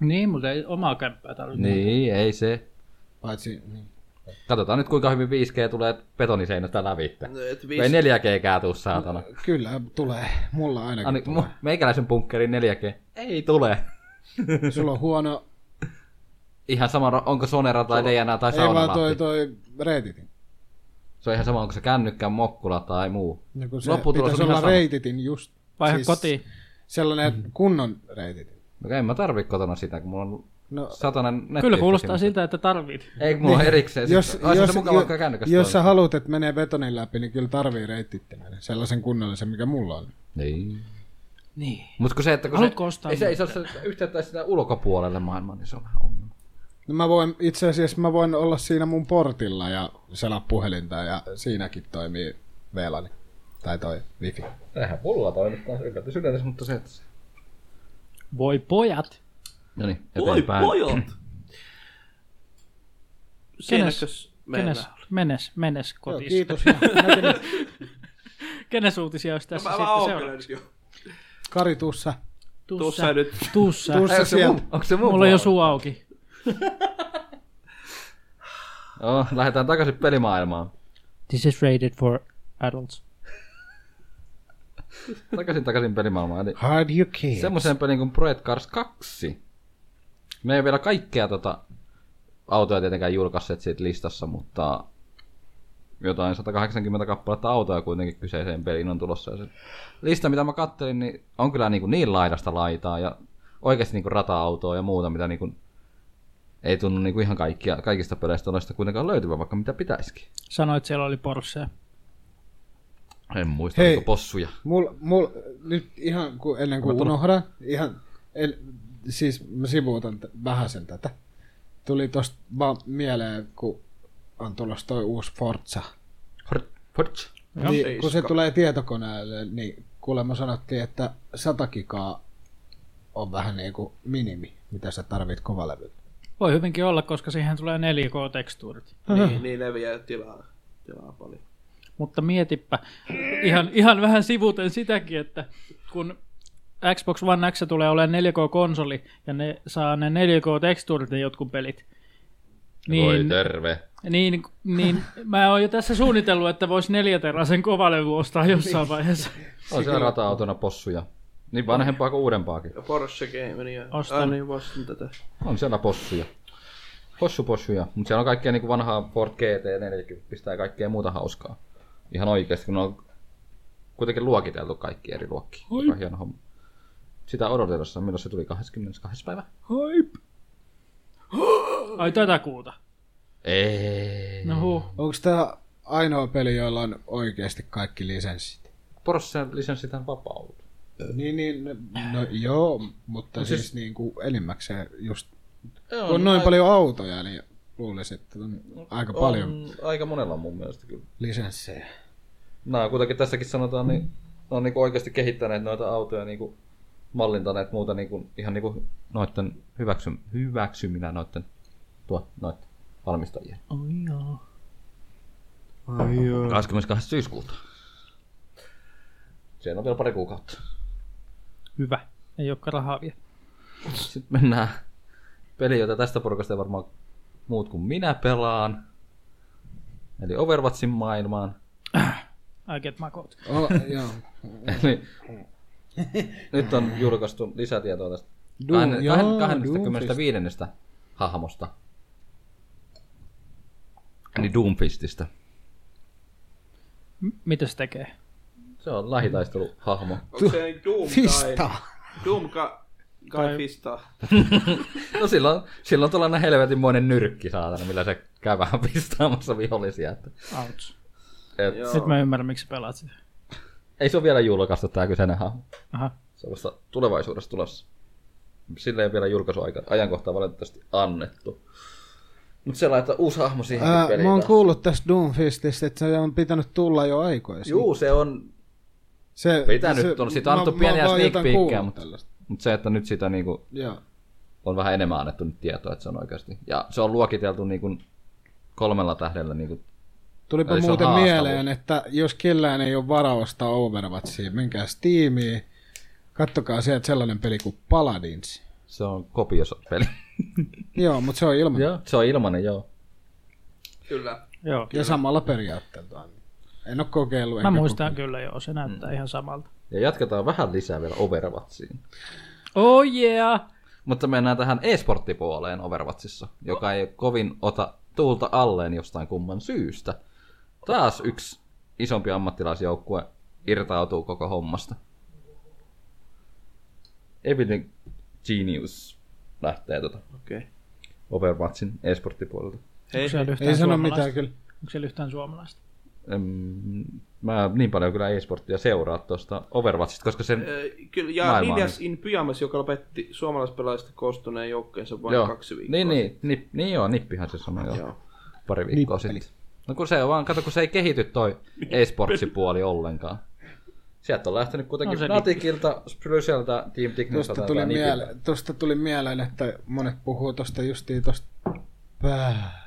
Niin, mutta ei omaa kämppää tarvitse. Niin, ei se. Paitsi, niin. Katsotaan nyt kuinka hyvin 5G tulee betoniseinästä lävittä. No, et Ei viis... 4G tuu saatana. Kyllä, tulee. Mulla ainakin Ani, tulee. mu- meikäläisen bunkkerin 4G. Ei tule. Sulla on huono... Ihan sama, ro- onko Sonera tai DNA tai Ei vaan toi, Saunalahti. toi reititin. Se on ihan sama, onko se kännykkä, mokkula tai muu. No, kun se Lopputulos pitäisi on ihan olla sama. reititin just. Siis Vaiha kotiin. Sellainen kunnon reititin. No en mä tarvi kotona sitä, kun mulla on No, satanen netti. Kyllä kuulostaa siltä, että tarvit. Ei, kun mulla on erikseen. Jos, jos, Sitten, jos, jos, se mukava, vaikka kännykästä jos sä on. haluat, että menee betonin läpi, niin kyllä tarvii reittittämään. Sellaisen kunnollisen, mikä mulla on. Niin. Niin. Mutta kun se, että kun Haluatko se, ostaa ei, se, ei se ole se yhteyttä sitä ulkopuolelle maailmaa, niin se on vähän ongelma. No mä voin, itse asiassa mä voin olla siinä mun portilla ja selaa puhelinta ja siinäkin toimii VLANi. Tai toi wifi. Tähän mulla toimittaa yllätys yllätys, mutta se, että se... Voi pojat. No niin, Voi eteenpäin. pojat! Siinäkös Kenes, meillä? kenes, menes, menes Joo, kotiin. kiitos. Kenes uutisia olisi tässä Mä sitten vaan oon kyllä seuraavaksi? nyt jo. Kari tussa. Tuossa nyt. Tuussa. Tuussa. Ai, onko se, mun, Sieltä. onko se mun Mulla ei ole puolella? suu auki. Joo, lähdetään takaisin pelimaailmaan. This is rated for adults. Takaisin takaisin pelimaailmaan. Eli Hard you can. semmoiseen peliin kuin niinku Project Cars 2. Me ei vielä kaikkea tota autoja tietenkään julkaisseet siitä listassa, mutta jotain 180 kappaletta autoja kuitenkin kyseiseen peliin on tulossa. Ja se lista, mitä mä kattelin, niin on kyllä niin, kuin niin laidasta laitaa ja oikeasti niin kuin rata-autoa ja muuta, mitä niin kuin ei tunnu niin kuin ihan kaikkia, kaikista peleistä ole sitä kuitenkaan löytyvä, vaikka mitä pitäisikin. Sanoit, siellä oli Porsche. En muista, Hei. oliko possuja. Mul, mul, nyt ihan ku, ennen kuin unohdan, ihan, el, siis mä sivuutan t- vähän sen tätä. Tuli tosta vaan mieleen, kun on tulossa toi uusi Forza. Hort, hort. Niin, kun se Seiska. tulee tietokoneelle, niin kuulemma sanottiin, että 100 gigaa on vähän niin kuin minimi, mitä sä tarvit kovalevylle. Voi hyvinkin olla, koska siihen tulee 4K-tekstuurit. niin, niin ne vie tilaa, tilaa paljon. Mutta mietipä, ihan, ihan vähän sivuten sitäkin, että kun Xbox One X tulee olemaan 4K-konsoli ja ne saa ne 4K-tekstuurit ne jotkut pelit, Voi niin, terve. niin, niin mä oon jo tässä suunnitellut, että voisi neljäteräsen kovalevy ostaa jossain vaiheessa. On siellä rata-autona possuja. Niin vanhempaa kuin uudempaakin. Ja Porsche Game, ja Ostan. Ostan. Aina vastin tätä. On siellä possuja. Possupossuja. Mutta siellä on kaikkea niin vanhaa Ford GT40 ja kaikkea muuta hauskaa. Ihan oikeasti, kun ne on kuitenkin luokiteltu kaikki eri luokkiin. Joka on hieno homma. Sitä odotellessa, milloin se tuli 22. päivä? Hype! Ai tätä kuuta. Ei. No huh. Onko tämä ainoa peli, jolla on oikeasti kaikki lisenssit? Porschen lisenssi on vapaudu. Niin, niin, no joo, mutta siis, siis niin kuin enimmäkseen just no Kun on noin paljon autoja, niin luulisin, että on aika paljon aika monella mun mielestä kyllä. lisenssejä. nämä kuitenkin tässäkin sanotaan, niin ne on niin oikeasti kehittäneet noita autoja niin kuin mallintaneet muuta niin kuin, ihan niin kuin noiden hyväksy, hyväksyminä noiden, tuo, noiden valmistajien. Ai joo. 22. syyskuuta. Siinä on vielä pari kuukautta. Hyvä. Ei olekaan rahaa vielä. Sitten mennään peliin, jota tästä porukasta ei varmaan muut kuin minä pelaan. Eli Overwatchin maailmaan. I get my code. Oh, joo. Eli nyt on julkaistu lisätietoa tästä Doom, kahden- joo, siis- kahden- Doomfist. 25. hahmosta. Eli Doomfististä. M- Mitä se tekee? Se on lähitaisteluhahmo. Onko se Doom Fista! tai... Doom ka... Kai Fista. No sillä on, sillä on tuollainen helvetinmoinen nyrkki saatana, millä se käy vähän pistaamassa vihollisia. Että, Ouch. et, Joo. Nyt mä ymmärrän, miksi sä pelaat sitä. ei se ole vielä julkaistu tämä kyseinen hahmo. Aha. Se on vasta tulevaisuudessa tulossa. Sillä ei ole vielä julkaisuaika, ajankohtaa valitettavasti annettu. Mutta se laittaa uusi hahmo siihen Ää, peliin. mä oon taas. kuullut tästä Doomfististä, että se on pitänyt tulla jo aikoisin. Juu, se on Niin se, Pitänyt on. Siitä on annettu pieniä sneak peekkejä, mutta mutta... mut se, että nyt sitä niinku, Joo. on vähän enemmän annettu nyt tietoa, että se on oikeasti. Ja se on luokiteltu niinku kolmella tähdellä. Niinku, Tulipa Eli se on muuten haastavuus. mieleen, että jos kellään ei ole varaa ostaa Overwatchia, menkää Steamiin, kattokaa sieltä sellainen peli kuin Paladins. se on kopiosopeli. Joo, mutta se on ilman. joo. Se on ilmanen, joo. Kyllä. Joo. Ja samalla periaatteella. on. En ole kokeillut. Mä enkä muistan kyllä joo, se näyttää mm. ihan samalta. Ja jatketaan vähän lisää vielä Overwatchiin. Oh yeah! Mutta mennään tähän e-sporttipuoleen Overwatchissa, joka ei kovin ota tuulta alleen jostain kumman syystä. Taas yksi isompi ammattilaisjoukkue irtautuu koko hommasta. Evident Genius lähtee tota Okei. Okay. Overwatchin e-sporttipuolelta. Hei, Onko siellä yhtään Ei sano suomalaista? mitään kyllä. Niin, Onko siellä yhtään suomalaista? Em, Mä niin paljon kyllä e-sporttia seuraa tuosta Overwatchista, koska sen... Ö, Kyllä, ja Maailmaa Ninjas in Pyjamas, joka lopetti suomalaispelaajista koostuneen joukkeensa vain joo. kaksi viikkoa. Niin, niin, nip, niin joo, nippihän se sanoi joo. Joo. pari viikkoa sitten. No kun se on vaan, kato kun se ei kehity toi e-sportsipuoli ollenkaan. Sieltä on No lähtenyt se kuitenkin nippi. no, Natikilta, Spryseltä, Team Dignisalta Tuosta ja tuli, Nipiltä. miele- tuosta tuli mieleen, että monet puhuu tuosta justiin tuosta pää.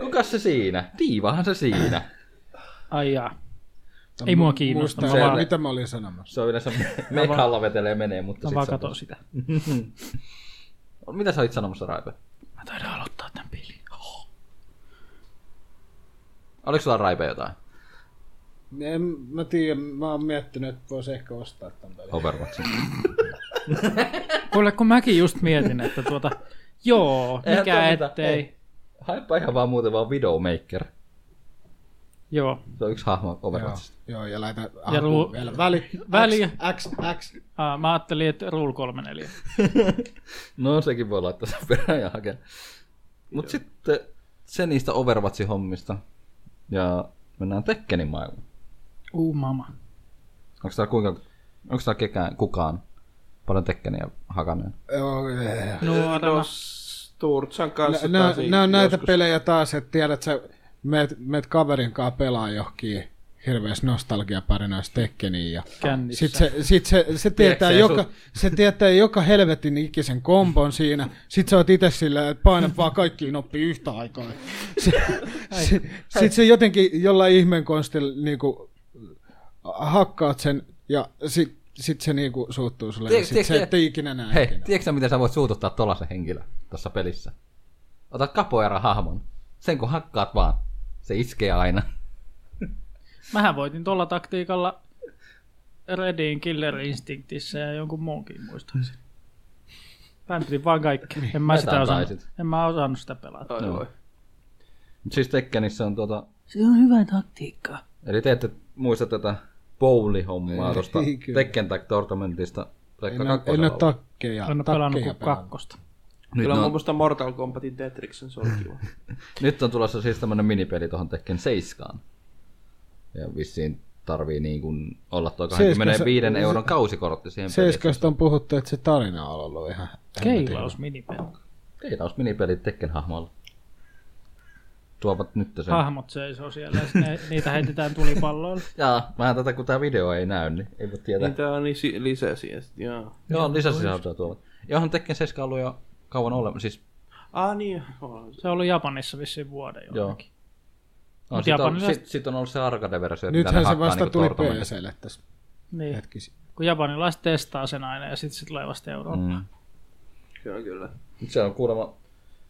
Kukas se siinä? Tiivahan se siinä. Ai jaa. Ei mua kiinnosta, Muista, mä enää, vaan- mitä mä olin sanomassa. Se on yleensä mekalla vetelee menee, mutta Mä sit vaan se on- katon sitä. Mitä sä olit sanomassa, Raipe? Mä taidan aloittaa tämän pelin. Oliko sulla Raipe jotain? En mä tiedä, mä oon miettinyt, että vois ehkä ostaa tämän pelin. Overwatchin. Kuule, kun mäkin just mietin, että tuota, joo, Eihän mikä toi mitään, ettei. ei. Haepa ihan vaan muuten vaan Widowmaker. Joo. Se on yksi hahmo Overwatchista. Joo, ja laita alkuun ruu- vielä väli. väliä. X, X, X. Ah, mä ajattelin, että Rule 34. No sekin voi laittaa sen perään ja hakea. Mut sitten se niistä Overwatchin hommista. Ja mennään Tekkenin maailmaan. Uu, mama. Onko tää kuinka, onko tää kekään, kukaan paljon Tekkeniä hakaneen? Joo, eh. Nuorena. No, Sturtsan kanssa Nä- taas nää- Nää on näitä joskus- pelejä taas, että tiedät sä, meet, meet kaverin kanssa pelaa johonkin hirveäs nostalgiaparina Stekkeniin ja Kännissä. sit se, sit se, se, tietää se joka, sun- se tietää joka helvetin ikisen kompon siinä. Sit sä oot itse sillä, että paina vaan kaikki noppi yhtä aikaa. Se, se, sit se jotenkin jollain ihmeen konstilla niinku, hakkaat sen ja sit, sit se niinku suuttuu sulle. Tiedä- ja sit tiedä- sä et ikinä näe. Hei, ikinä. tiedätkö sä, miten sä voit suututtaa tollasen henkilön tässä pelissä? Otat kapoera hahmon. Sen kun hakkaat vaan, se iskee aina. Mähän voitin tuolla taktiikalla Redin Killer Instinctissä ja jonkun muunkin muistaakseni. Päntrin vaan kaikki. En mä, Jotain sitä osannut, taisit. en en mä osannut sitä pelata. Ai Joo. voi. Mut Siis Tekkenissä on tuota, Se on hyvä taktiikka. eli te ette muista tätä bowli-hommaa tuosta Ei, kyllä. Tekken Tag Tournamentista. En, ole- en ole takkeja. En ole pelannut takkeja kuin kakkosta. nyt, Kyllä mä on, muistan Mortal Kombatin Tetriksen, se oli kiva. nyt on tulossa siis tämmönen minipeli tuohon Tekken 7. Ja vissiin tarvii niin kuin olla tuo 25 Seiskassa- euron kausikortti siihen peliin. Seiskasta on puhuttu, että se tarina on ollut ihan... Keilaus minipeli. Keinaus minipeli Tekken hahmolla. Tuovat nyt sen. Hahmot seisoo siellä ja sit ne, niitä heitetään tulipalloilla. Jaa, vähän tätä kun tämä video ei näy, niin ei voi tietää. Niitä on lisi- niin lisää siihen sit, joo. Joo, lisäsisältöä tuovat. Ja onhan Tekken 7 ollut jo kauan olemassa. Siis, Ah niin, joo. Se on ollut Japanissa vissiin vuoden jo. joo. No, Mut sit, on, japanilaiset- sit, sit, on ollut se arcade-versio. mitä ne Nythän se hakkaa vasta niinku tuli tortamella. PSlle tässä Niin. hetkisi. Kun japanilaiset testaa sen aina ja sitten se tulee vasta Eurooppaan. Mm. Kyllä, kyllä. Mut Se on kuulemma...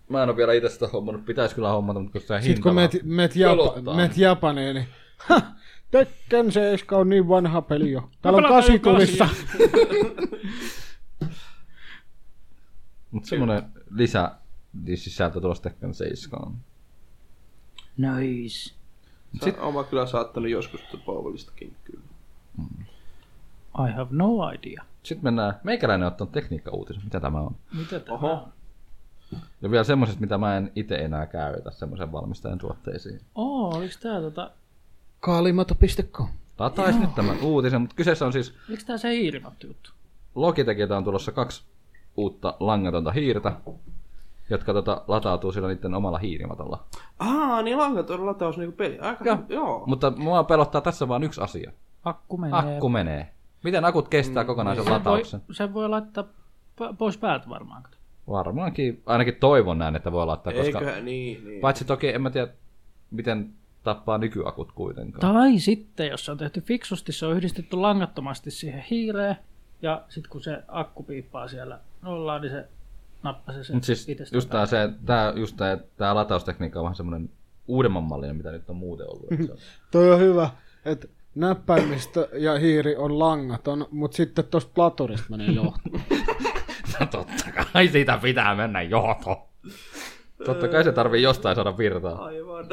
Mä en ole vielä itse sitä hommannut. Pitäis kyllä hommata, mutta kun se hinta... Sitten kun meet, meet, Japa, pelottaa. meet Japaniin, niin... Ha! Tekken 7 on niin vanha peli jo. Täällä on pelataan jo kasikulissa. Mut semmonen lisä sisältö tulossa Tekken 7. Nice. Sitten... Oma kyllä saattanut joskus tuota Paulistakin, kyllä. I have no idea. Sitten mennään, meikäläinen on ottanut tekniikka-uutisen, mitä tämä on. Mitä tämä Oho. on? Ja vielä semmoisesta, mitä mä en itse enää käytä, semmoisen valmistajan tuotteisiin. Oo, oliks tää tota... Kaalimato.com Lataisi nyt tämän uutisen, mutta kyseessä on siis Oliks tää se hiirimatti juttu? Logitechiltä on tulossa kaksi uutta langatonta hiirtä, jotka tota, latautuu sillä niiden omalla hiirimatolla. Aa, niin langaton lataus niinku peli. Aika, joo. joo. Mutta mua pelottaa tässä vain yksi asia. Akku menee. Akku menee. Miten akut kestää kokonaisen Niin. sen voi, latauksen? sen voi laittaa p- pois päältä varmaan. Varmaankin, ainakin toivon näin, että voi laittaa, koska Eiköhän, niin, niin. paitsi toki en mä tiedä, miten tappaa nykyakut kuitenkaan. Tai sitten, jos se on tehty fiksusti, se on yhdistetty langattomasti siihen hiireen. Ja sitten kun se akku piippaa siellä nollaan, niin se nappasi sen Mut siis itsestään. just tää, se, tää, just tää, tää lataustekniikka on vähän semmonen uudemman mallinen, mitä nyt on muuten ollut. että se on- Toi on hyvä, että näppäimistö ja hiiri on langaton, mutta sitten tuosta platurista menee johto. No totta kai siitä pitää mennä johto. Totta kai se tarvii jostain saada virtaa. Aivan.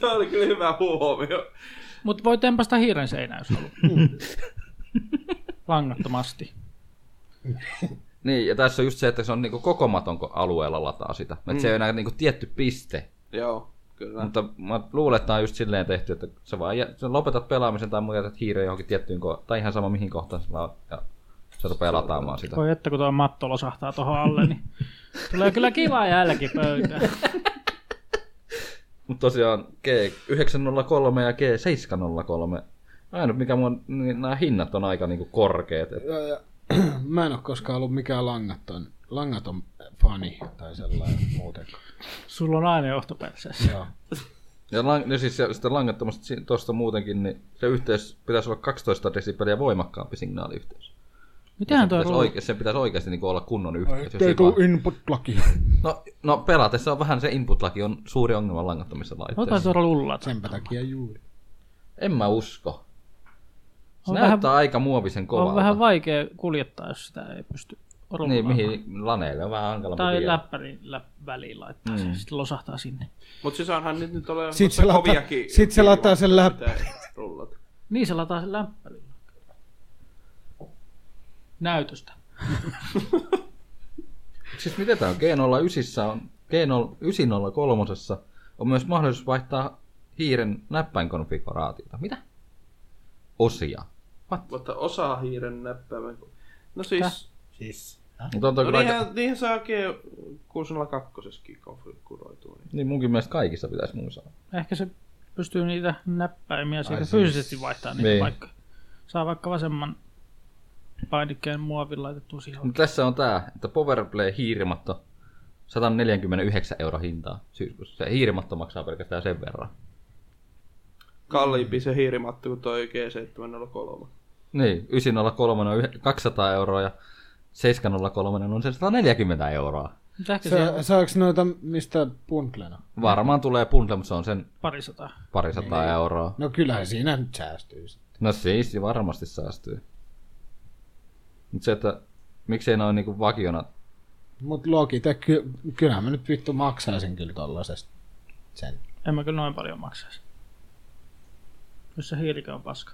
Tämä oli kyllä hyvä huomio. Mutta voi tempasta hiiren seinään, jos haluaa. Mm. Langattomasti. Niin, ja tässä on just se, että se on niinku koko matonko alueella lataa sitä. Et se ei ole enää niinku tietty piste. Joo, Mm. kyllä. Mutta mä luulen, että tää on just silleen tehty, että sä vaan jä, sä lopetat pelaamisen tai muuta jätät hiireen johonkin tiettyyn kohtaan. Tai ihan sama mihin kohtaan sä laat, ja se rupeaa lataamaan sitä. Voi että kun tuo matto losahtaa tuohon alle, niin tulee kyllä kiva jälki pöytään. Mutta tosiaan G903 ja G703. Ainut mikä mun, niin nämä hinnat on aika niinku korkeet. Et Mä en ole koskaan ollut mikään langaton, langaton fani tai sellainen muutenkaan. Sulla on aina johtoperseessä. Joo. Ja, lang, ja siis se- sitä langattomasta si- tuosta muutenkin, niin se yhteys pitäisi olla 12 desibeliä voimakkaampi signaaliyhteys. Mitähän toi Pitäisi rulla? oike, sen pitäisi oikeasti niin olla kunnon yhteys. jos Ei ei tuu vaan- input-laki. No, no pelatessa on vähän se input-laki on suuri ongelma langattomissa Ota laitteissa. tuolla lullat. Senpä takia juuri. En mä usko. Se On on vähän- näyttää vähän, aika muovisen kovalta. On vähän vaikea kuljettaa, jos sitä ei pysty Niin, rullaamaan. mihin laneille on vähän hankalampi Tai vielä. läppärin läp, väliin laittaa mm. sen, sitten losahtaa sinne. Mutta siis onhan nyt, nyt ole Sit se lataa- koviakin. sit se lataa sen viivoja, läppä. mitä rullata. Niin se lataa sen läppärin. Näytöstä. Siis miten tää on? G09 ysissä on, G903 on myös mahdollisuus vaihtaa hiiren näppäinkonfiguraatiota. Mitä? Osia. Mutta osa hiiren näppäimen. No siis, Mutta on no toki aika... niinhän, niinhän saa G602 konfiguroitua. Niin. Niin munkin mielestä kaikissa pitäisi mun saada. Ehkä se pystyy niitä näppäimiä sekä fyysisesti vaihtaa niitä Niin. vaikka. Saa vaikka vasemman painikkeen muovin laitettua siihen. Mutta tässä on tää, että Powerplay hiirimatto 149 euro hintaa syyskuussa. Se hiirimatto maksaa pelkästään sen verran. Mm. Kalliimpi se hiirimatto kuin toi G703. Niin, 903 on yhe- 200 euroa ja 703 on se 140 euroa. Mutta ehkä se, se Sa- saako noita mistä puntlena? Varmaan tulee bundle, mutta se on sen parisataa. parisataa euroa. No kyllähän siinä nyt säästyy. sit. No siis, varmasti säästyy. Mutta se, että miksei noin niinku vakiona... Mut Logitech, ky- kyllähän mä nyt vittu maksaisin kyllä tollasesta sen. En mä kyllä noin paljon maksaisi. Jos se hiirikä on paska.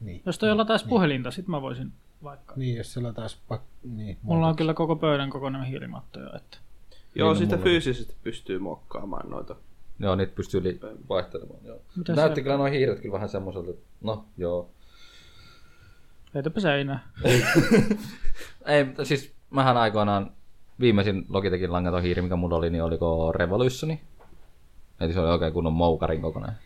Niin. Jos toi jolla taas puhelinta, sit mä voisin vaikka. Niin, jos sillä taas pak- niin, Mulla on kyllä koko pöydän kokoinen hiirimatto jo, että Joo, sitä mulla. fyysisesti pystyy muokkaamaan noita. Joo, niitä pystyy li- vaihtelemaan. Joo. Mitä Näytti se- kyllä noin hiiret kyllä vähän semmoiselta, että no joo. heitäpä seinää. Ei, mutta siis mähän aikoinaan viimeisin Logitechin langaton hiiri, mikä mulla oli, niin oliko Revolutioni. Eli se oli oikein kunnon moukarin kokonainen.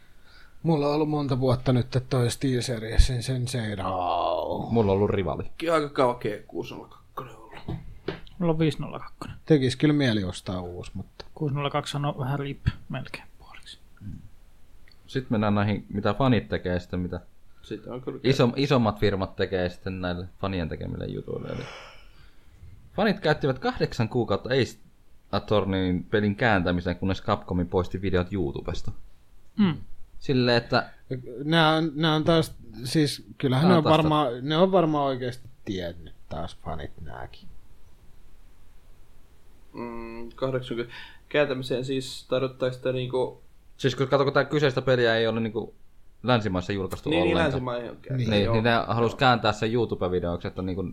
Mulla on ollut monta vuotta nyt että toi SteelSeriesin Sensei Rao. Mulla on ollut rivali. Kyllä aika kauan G602 ollut. Mulla on 502. Tekis kyllä mieli ostaa uusi, mutta 602 on vähän rip melkein puoliksi. Sitten mennään näihin, mitä fanit tekee ja sitten, mitä Sitä on kyllä. iso, isommat firmat tekee sitten näille fanien tekemille jutuille. Eli fanit käyttivät kahdeksan kuukautta Ace Attorneyin pelin kääntämiseen, kunnes Capcomin poisti videot YouTubesta. Mm. Silleen, että nämä on, nämä on taas, siis kyllähän Nää ne on on, taas varmaan, ne on varmaan oikeasti tiennyt taas fanit nääkin. Mm, 80. Kääntämiseen siis tarkoittaako sitä niinku... siis kun katsoo, kun tämä kyseistä peliä ei ole niinku länsimaissa julkaistu Niin, niin ollenkaan. länsimaihin on kääntänyt. Niin, joo. niin ne halus kääntää sen YouTube-videoksi, että niinku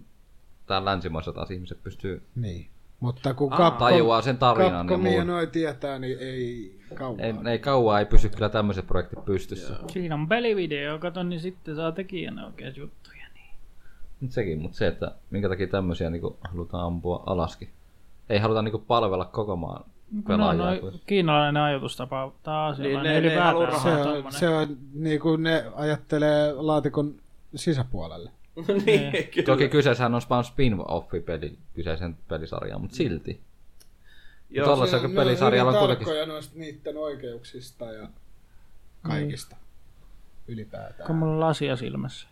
tää länsimaissa taas ihmiset pystyy Niin. Mutta kun Aa. Capcom, tajuaa sen tarinan niin ja Capcomia ja muun. noi tietää, niin ei kauan. Ei, ei kauan ei pysy kyllä tämmöiset projektit pystyssä. Siinä on pelivideo, kato, niin sitten saa tekijänä oikeat juttuja. Niin. Nyt sekin, mutta se, että minkä takia tämmöisiä niinku halutaan ampua alaskin. Ei haluta niinku palvella koko maan No, pelaajaa. noi, No, no, kiinalainen ajatustapa taas Niin, niin, ne- ne, ne ei halua ylipäätään se rahaa. on, se on niin kuin ne ajattelee laatikon sisäpuolelle. niin, kyllä. Toki kyseessähän on vaan spin-off-peli kyseisen pelisarjaan, Mm. mutta silti. Joo, Tolla- Tuollaisella Ne pelisarjalla hyvin on kuitenkin- tarkkoja noista niiden oikeuksista ja kaikista ylipäätään. kun mulla on lasia silmässä.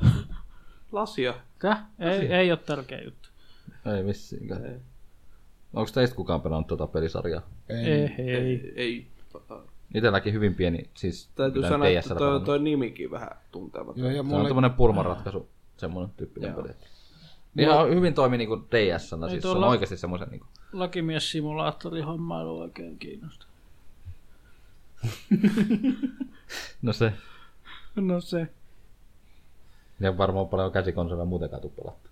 siis Lasia. Täh? Ei, ei ole tärkeä juttu. Ei vissiinkään. Onko teistä kukaan pelannut tuota pelisarjaa? Ei, ei. Ei. ei. Itelläkin hyvin pieni, siis Täytyy mitä sanoa, että DSL toi, pelannut. toi nimikin vähän tuntematon. Joo, ja Se on mulle, tämmönen pulmanratkaisu, semmoinen tyyppinen Joo. peli. Ihan hyvin toimi niinku ds siis se on tuolla- oikeasti semmoisen niinku... Lakimies-simulaattori hommailu oikein kiinnostaa. No se. No se. Ja varmaan paljon käsikonsoleja muutenkaan tuu pelattu.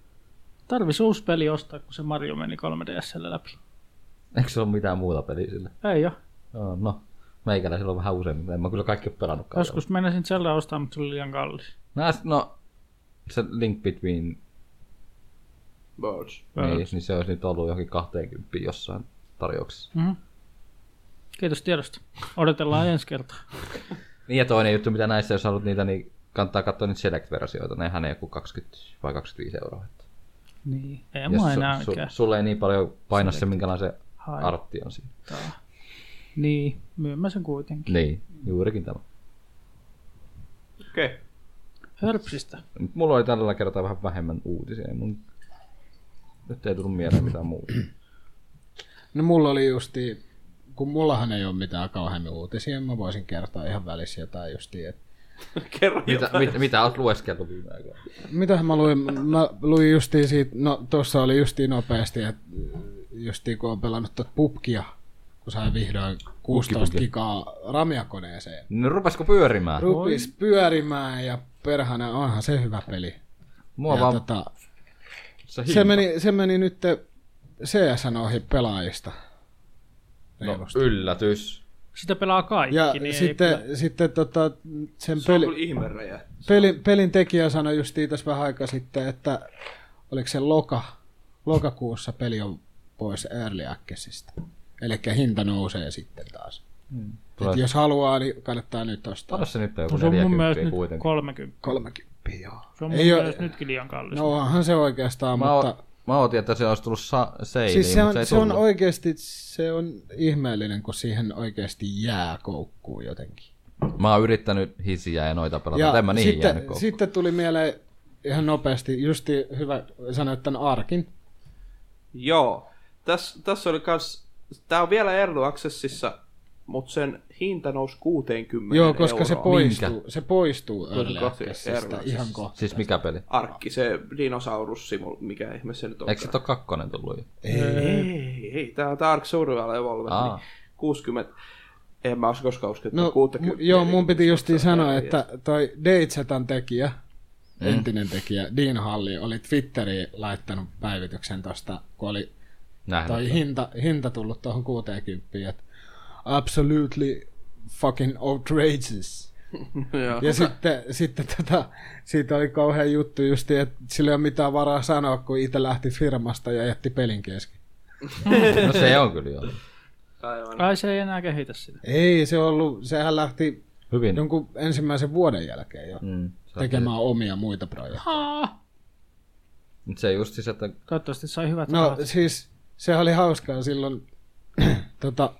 Tarvis uusi peli ostaa, kun se Mario meni 3DSlle läpi. Eikö se ole mitään muuta peliä sille? Ei joo. Joo, No, meikäläisillä on vähän useammin. En mä kyllä kaikki ole pelannutkaan. Joskus menisin Zelda ostaa, mutta se oli liian kallis. vielä. Nää, no, se Link Between, Birds. niin, niin, se olisi nyt ollut johonkin 20 jossain tarjouksessa. Mhm. Kiitos tiedosta. Mm. Odotellaan ensi kertaa. Niin ja toinen juttu, mitä näissä, jos haluat niitä, niin kannattaa katsoa niitä Select-versioita. Nehän ei joku 20 vai 25 euroa. Että Niin. Ei jos mua enää su, mikään. su, sulle ei niin paljon paina se, minkälainen se haittaa. artti on siinä. Niin, myyn mä sen kuitenkin. Niin, juurikin tämä. Okei. Okay. Hörpsistä. Mut Mulla oli tällä kertaa vähän vähemmän uutisia. ei Mun... Nyt ei tullut mieleen mitään muuta. no mulla oli justi kun mullahan ei ole mitään kauheammin uutisia, mä voisin kertoa ihan välissä jotain justiin, että Kerro Mitä, mit, mitä olet lueskellut viime aikoina? Mitähän mä luin? Mä luin justiin siitä, no tuossa oli justiin nopeasti, että justiin kun on pelannut tuota pubkia, kun sai vihdoin 16 gigaa ramia koneeseen. No rupesko pyörimään? Rupis pyörimään ja perhana, onhan se hyvä peli. Mua ja vaan tota, se, se, hinta. meni, se meni nyt CSN ohi pelaajista. no, yllätys. Sitä pelaa kaikki, Ja niin ei... sitten, sitten tota, sen Se on peli, kyllä ihme räjähtys. pelin, pelin tekijä sanoi justiin tässä vähän aikaa sitten, että oliko se loka, lokakuussa peli on pois Early Accessista. Eli hinta nousee sitten taas. Hmm. Tulee- Et jos haluaa, niin kannattaa nyt ostaa. Ota se nyt joku No, se on mun 40 mielestä nyt kuitenkin. 30. 30, joo. Se on mun Ei oo- mielestä nytkin liian kallis. No onhan se oikeastaan, Mä, mutta... o, mä ootin, että se olisi tullut sa- seiliin, siis se on, mutta se, se ei on tullut. oikeasti se on ihmeellinen, kun siihen oikeasti jää koukkuun jotenkin. Mä oon yrittänyt hisiä ja noita pelata, mutta en mä niihin sitten, jäänyt koukkuun. sitten tuli mieleen ihan nopeasti, justi hyvä sanoa tämän arkin. Joo. Tässä täs oli kans... Tää on vielä Erlu Accessissa, mutta sen hinta nousi 60 Joo, koska se euroon. poistuu, se poistuu Early kohti Early Accessista Access. ihan kohta. Siis mikä peli? Arkki, se dinosaurus, simu- mikä ihme se nyt on. Eikö se ole kakkonen tullut jo? Ei, ei. Tää on Dark Survival Evolved, Aa. niin 60. En mä ois koskaan uskottu No, 60. mu- joo, mun piti justiin sanoa, että toi Deitsetan tekijä, Mm. entinen tekijä, Dean Halli, oli Twitteriin laittanut päivityksen tosta, kun oli Nähnyt. toi hinta, hinta tullut tuohon 60, että absolutely fucking outrageous. Joo. Ja sitten, sitten tota, siitä oli kauhea juttu just, että sillä ei ole mitään varaa sanoa, kun itse lähti firmasta ja jätti pelin kesken. No se on kyllä joo. Aivan. Ai se ei enää kehitä sitä. Ei se ollut, sehän lähti Hyvin. jonkun ensimmäisen vuoden jälkeen jo Mm. tekemään omia muita projekteja. Mut se just siis, että Toivottavasti sai hyvät no, No rahat. siis se oli hauskaa silloin tota,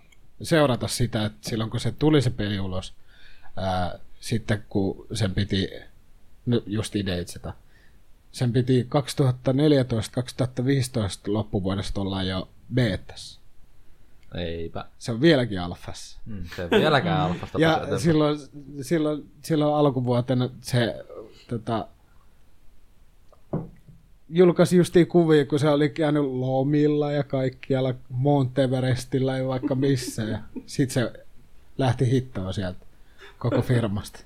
seurata sitä, että silloin kun se tuli se peli ulos, ää, sitten kun sen piti, no just ideitseta, sen piti 2014-2015 loppuvuodesta olla jo beetässä. eipä. Se on vieläkin alfassa. Mm, Se ei vieläkään alfasta Ja pääse eteenpäin. silloin, silloin, silloin alkuvuotena se tota, julkaisi justiin kuvia, kun se oli käynyt lomilla ja kaikkialla Monteverestillä ja vaikka missä. Ja sit se lähti hittoon sieltä koko firmasta.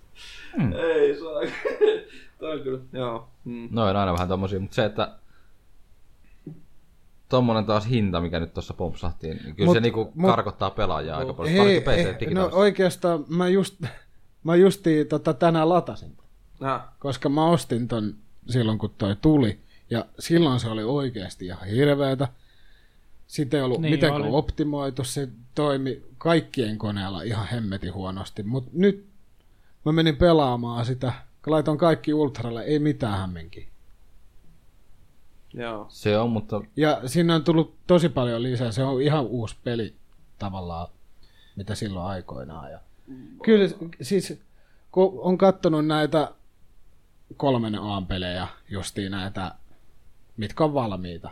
Ei saa. Tää on kyllä. Joo. Mm. No on aina vähän tommosia, mutta se, että tommonen taas hinta, mikä nyt tuossa pompsahtiin, niin kyllä mut, Mut- se niinku mut- karkottaa pelaajaa aika paljon. Hei, Hei, PC, eh, no oikeastaan mä just, mä justiin tota, tänään latasin, Ah, koska mä ostin ton silloin kun toi tuli. Ja silloin se oli oikeasti ihan hirveetä. Sitä ei ollut Niin niin mitenkään oli. oli. optimoitu, se toimi kaikkien koneella ihan hemmeti huonosti. Mutta nyt mä menin pelaamaan sitä, laitoin kaikki ultralle, ei mitään hämminkin. joo. se on, mutta Ja siinä on tullut tosi paljon lisää, se on ihan uusi peli tavallaan, mitä silloin aikoinaan. Ja kyllä siis, kun on katsonut näitä kolmen A-pelejä, justiin näitä, mitkä on valmiita,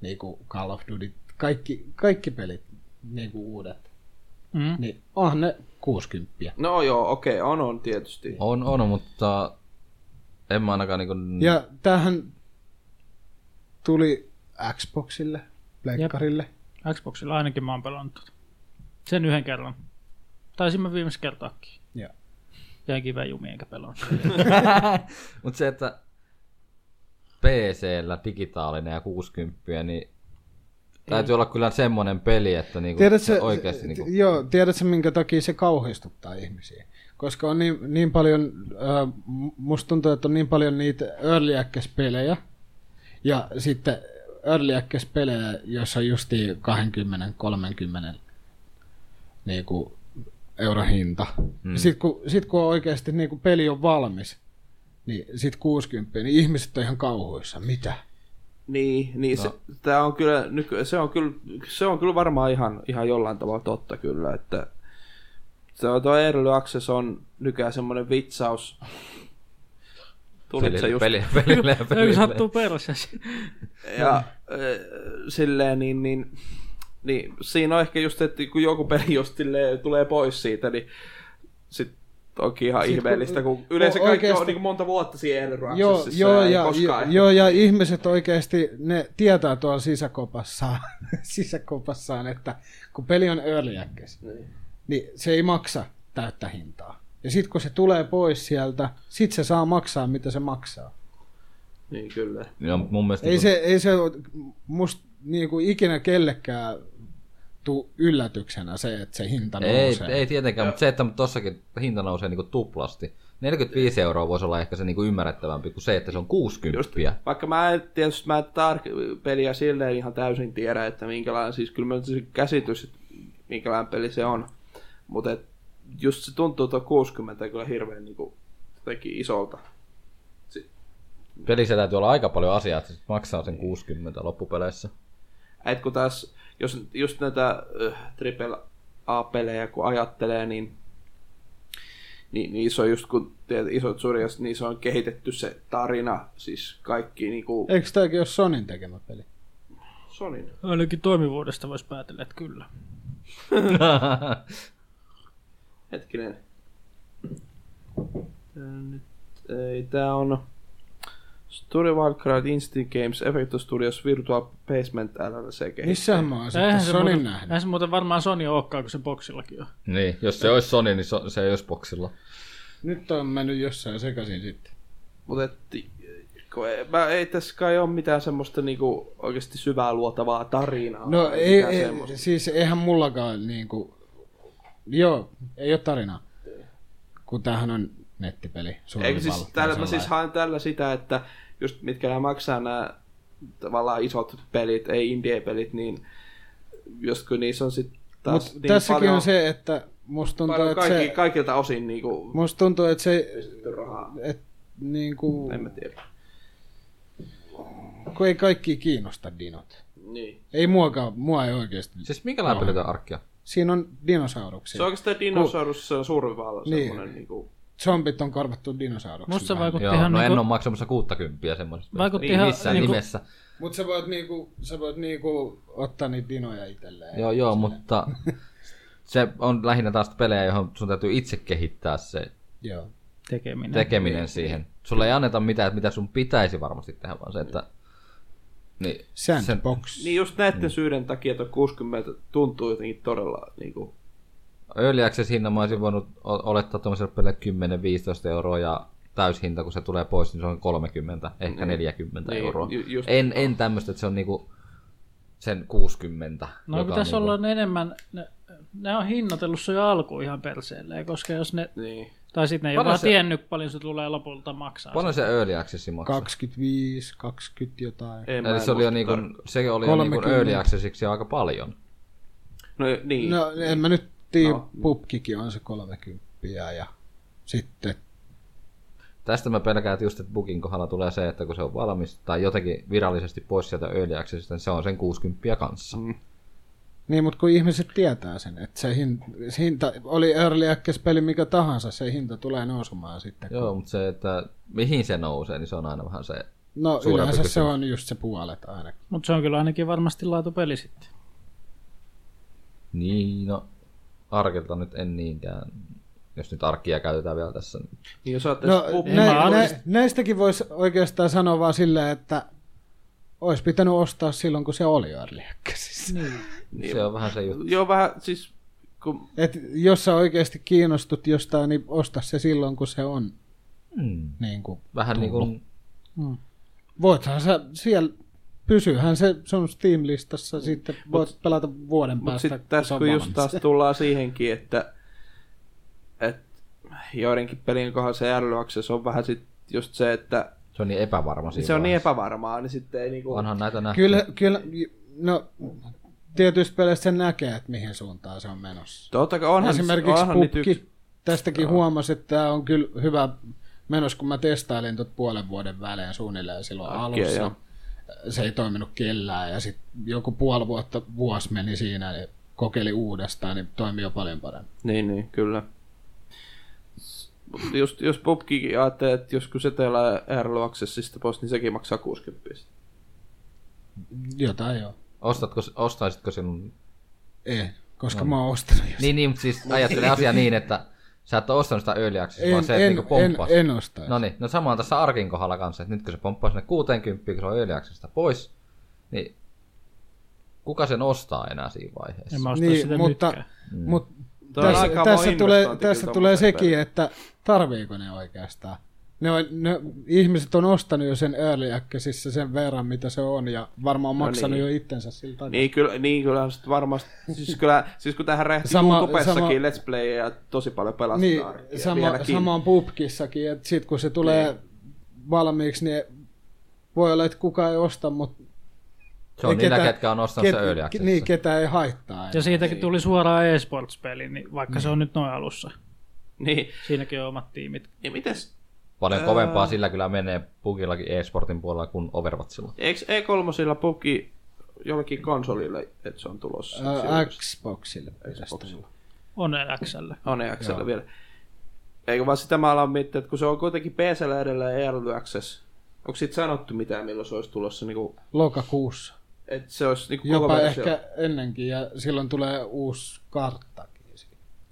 niin kuin Call of Duty, kaikki, kaikki pelit, niin kuin uudet, Mm. niin onhan ne 60. No joo, okei, okay, on on tietysti. on, on, mutta en mä ainakaan niinku... Ja tämähän tuli Xboxille, Pleikkarille. Xboxilla ainakin mä oon pelannut tota. Sen yhden kerran. Taisin mä viimeis kertaakin. Joo. Jäin kiveen jumiin enkä pelannut. Mutta se, että PCllä digitaalinen ja 60, niin täytyy olla kyllä semmoinen peli, että niinku Tiedätkö, se oikeasti niinku... t- Joo, tiedätkö minkä takia se kauhistuttaa ihmisiä? Koska on niin, niin paljon, äh, musta tuntuu, että on niin paljon niitä early access pelejä ja sitten early access pelejä, joissa on justiin 20-30 niin kuin, eurohinta. Mm. Sitten kun, sit kun on oikeasti niin kuin peli on valmis, niin sitten 60, niin ihmiset on ihan kauhuissa. Mitä? Niin, niin no. se, tää on kyllä, nyky, se, on kyllä, se on kyllä varmaan ihan, ihan jollain tavalla totta kyllä, että se on tuo Early Access on nykyään semmoinen vitsaus. Tulit se Pelille, just. pelille, pelille, Ei pelille. sattuu perässä. Ja äh, silleen niin, niin Niin, siinä on ehkä just, että kun joku peli just silleen tulee pois siitä, niin sit onkin ihan Sit kun- ihmeellistä, kun, yleensä kaikki oikeesti- on niin kuin monta vuotta siinä Early Joo, Accessissa joo, siis ei ja, koskaan ehkä- joo, ja ihmiset oikeasti, ne tietää tuolla sisäkopassaan, sisäkopassaan, että kun peli on early access, niin. niin se ei maksa täyttä hintaa. Ja sitten kun se tulee pois sieltä, sit se saa maksaa, mitä se maksaa. Niin, kyllä. Ja mun mielestä Ei niinku- se, ei se musta niinku ikinä kellekään tuu yllätyksenä se, että se hinta Ei, nousee. ei tietenkään, mutta se, että tossakin hinta nousee niinku tuplasti. 45 euroa voisi olla ehkä se niinku ymmärrettävämpi kuin se, että se on 60. Just. Vaikka mä en tietysti mä en tar- peliä silleen ihan täysin tiedä, että minkälainen, siis kyllä mä nyt se käsitys, että minkälainen peli se on. Mutta just se tuntuu tuo 60 kyllä hirveän niinku, jotenkin isolta. Pelissä täytyy olla aika paljon asiaa, että se maksaa sen 60 loppupeleissä. Et kun taas, jos just näitä äh, triple A-pelejä kun ajattelee, niin, niin niissä on just kun tiedät, isot surjat, niissä on kehitetty se tarina, siis kaikki niinku... Eikö tämäkin ole Sonin tekemä peli? Sonin. Ainakin toimivuudesta voisi päätellä, että kyllä. Hetkinen. Tää Nyt, ei, tää on Studio Wildcard, Instinct Games, Effector Studios, Virtual Basement LLC kehittää. Missähän mä oon sitten Eihän se, Sonin muuten, nähnyt? eihän se muuten varmaan Sony olekaan, kun se boksillakin on. niin, jos se olisi Sony, niin so, se ei olisi boksilla. Nyt on mennyt jossain sekaisin sitten. Mutta et, kun ei, mä, ei tässä kai ole mitään semmoista niinku oikeasti syvää luotavaa tarinaa. No tai ei, mitään ei semmoista. siis eihän mullakaan niinku... Joo, ei ole tarinaa. Kun tämähän on nettipeli. Eikö suurin niin siis, valtaosa tällä, mä siis lailla. haen tällä sitä, että just mitkä nämä maksaa nämä tavallaan isot pelit, ei indie-pelit, niin just kun niissä on sitten Mut taas niin tässäkin paljon, on se, että musta tuntuu, paljon että kaikki, se, kaikilta osin niinku musta tuntuu, että se pistetty rahaa. et, niinku, En mä tiedä. kun ei kaikki kiinnosta dinot. Niin. Ei muakaan, mua ei oikeasti. Siis minkälainen peli tämä arkkia? Siinä on dinosauruksia. Se on oikeastaan dinosaurus, se on survival, Niin. semmoinen niinku... Zombit on korvattu dinosauruksilla. Musta se vaikutti Joo, ihan... no en niinku- ole maksamassa 60 semmoisesta. Vaikutti Niin, ihan missään niinku- nimessä. Mutta sä voit, niinku, sä voit niinku ottaa niitä dinoja itselleen. Joo, joo, mutta se on lähinnä taas pelejä, johon sun täytyy itse kehittää se Joo. tekeminen. tekeminen siihen. Sulle ei anneta mitään, että mitä sun pitäisi varmasti tehdä, vaan se, että... Niin, sen, Sandbox. Niin just näiden syiden takia, että 60 tuntuu jotenkin todella niinku... early access hinnan mä olisin voinut o- olettaa tuommoiselle pelille 10-15 euroa ja täyshinta, kun se tulee pois, niin se on 30, ehkä 40 Niin, euroa. ju- just- en, en tämmöistä, että se on niinku sen 60. No joka on pitäisi niinku- olla ne enemmän... Ne, ne on hinnoitellut se jo alkuun ihan perseelleen, koska jos ne... Niin. Tai sitten ne ei ole Paljon vaan se- tiennyt, paljon se tulee lopulta maksaa. Paljon se early access maksaa? 25, 20 jotain. En mä Eli se en oli muista jo niinku, tarkkaan. se oli jo niinku 30. early accessiksi jo aika paljon. No niin. No en mä nyt tiedä, no. pubkikin on se 30 ja sitten Tästä mä pelkään, että just että Bugin kohdalla tulee se, että kun se on valmis tai jotenkin virallisesti pois sieltä early accessista, niin se on sen 60 kanssa. Mm. niin, mutta kun ihmiset tietää sen, että se, hin, se hinta, oli early access peli mikä tahansa, se hinta tulee nousumaan sitten. Joo, mutta se, että mihin se nousee, niin se on aina vähän se... No Suurempi yleensä se kysymys. on just se puolet aina. Mutta se on kyllä ainakin varmasti laatupeli sitten. Niin, no, arkilta nyt en niinkään, jos nyt arkkia käytetään vielä tässä. Niin. Niin jos ajattelee, No, no, pup- nä, mä nä, aloitin. näistäkin voisi oikeastaan sanoa vaan silleen, että olisi pitänyt ostaa silloin, kun se oli early accessissa. Niin. Niin. Se on vähän se juttu. joo vähän siis... Kun, Et jos sä oikeasti kiinnostut jostain, niin osta se silloin, kun se on. Mm. Niin kuin. Vähän niin kuin, Voithan sä siellä, pysyyhän se sun Steam-listassa sitten, voit pelata vuoden mutta päästä. sitten tässä on kun just valmis. taas tullaan siihenkin, että, että joidenkin pelien kohdalla se ärlyakse, se on vähän sit just se, että se on niin epävarma siinä se on niin vaiheessa. epävarmaa, niin sitten ei niinku... Onhan näitä nähty. Kyllä, kyllä, no tietysti peleissä sen näkee, että mihin suuntaan se on menossa. Totta kai onhan, Esimerkiksi onhan niitä Pukki, tästäkin huomasi, että tämä on kyllä hyvä menos, kun mä testailin tuot puolen vuoden välein suunnilleen silloin Äkkiä, alussa. joo. Se ei toiminut kellään ja sitten joku puoli vuotta, vuosi meni siinä ja kokeili uudestaan, niin toimii jo paljon paremmin. Niin, niin, kyllä. Mutta just, jos PUBG ajattelee, että jos kun se teillä Early Accessista pois, niin sekin maksaa 60. Jotain joo. Ostatko, ostaisitko sinun Ei, koska mä oon ostanut jo. No. Niin, niin, mutta siis ajattelen asiaa niin, että sä et ole ostanut sitä öljyäksi, En, vaan se en, niinku en, pomppaa. en osta. No niin, no sama on tässä arkin kohdalla kanssa, että nyt kun se pomppaa sinne 60, kun se on öljyäksestä pois, niin kuka sen ostaa enää siinä vaiheessa? En mä osta niin, sitä niin, mutta, nytkään. mutta Toi on tässä, aika tässä vahva tulee, investointi tässä kyllä tulee tommoseen sekin, että tarviiko ne oikeastaan. Ne, on, ne ihmiset on ostanut jo sen early accessissa sen verran, mitä se on, ja varmaan No maksanut niin. jo itsensä siltä. Niin, kyllä, niin kyllähän sit varmasti, siis, kyllä, siis kun tähän rehti Sama- YouTubessakin sama- Let's Playia tosi paljon pelastetaan. Niin, ja sama, vieläkin. sama on pubkissakin, että sit kun se tulee niin. valmiiksi, niin voi olla, että kukaan ei osta, mutta... Se on ei niillä, ketään- ketkä on ostanut sen öljyäksessä. Niin, ketä ei haittaa. Ja siitäkin tuli suoraan eSports-peli, niin vaikka se on nyt noin alussa. Niin, Siinäkin on omat tiimit. niin mites, Paljon kovempaa sillä kyllä menee pukillakin e-sportin puolella kuin Overwatchilla. eikö E3 E puki jollekin konsolille, että se on tulossa? Ää, Silloin, Xboxille pitäisi Xboxilla. tulla. On XL. On EXL vielä. Eikö vaan sitä mä alan miettiä, että kun se on kuitenkin PCllä edelleen ERL Access, onko siitä sanottu mitään, milloin se olisi tulossa, niinku, Lokakuussa. että se olisi niinku koko Jopa versio? ehkä ennenkin, ja silloin tulee uusi karttakin.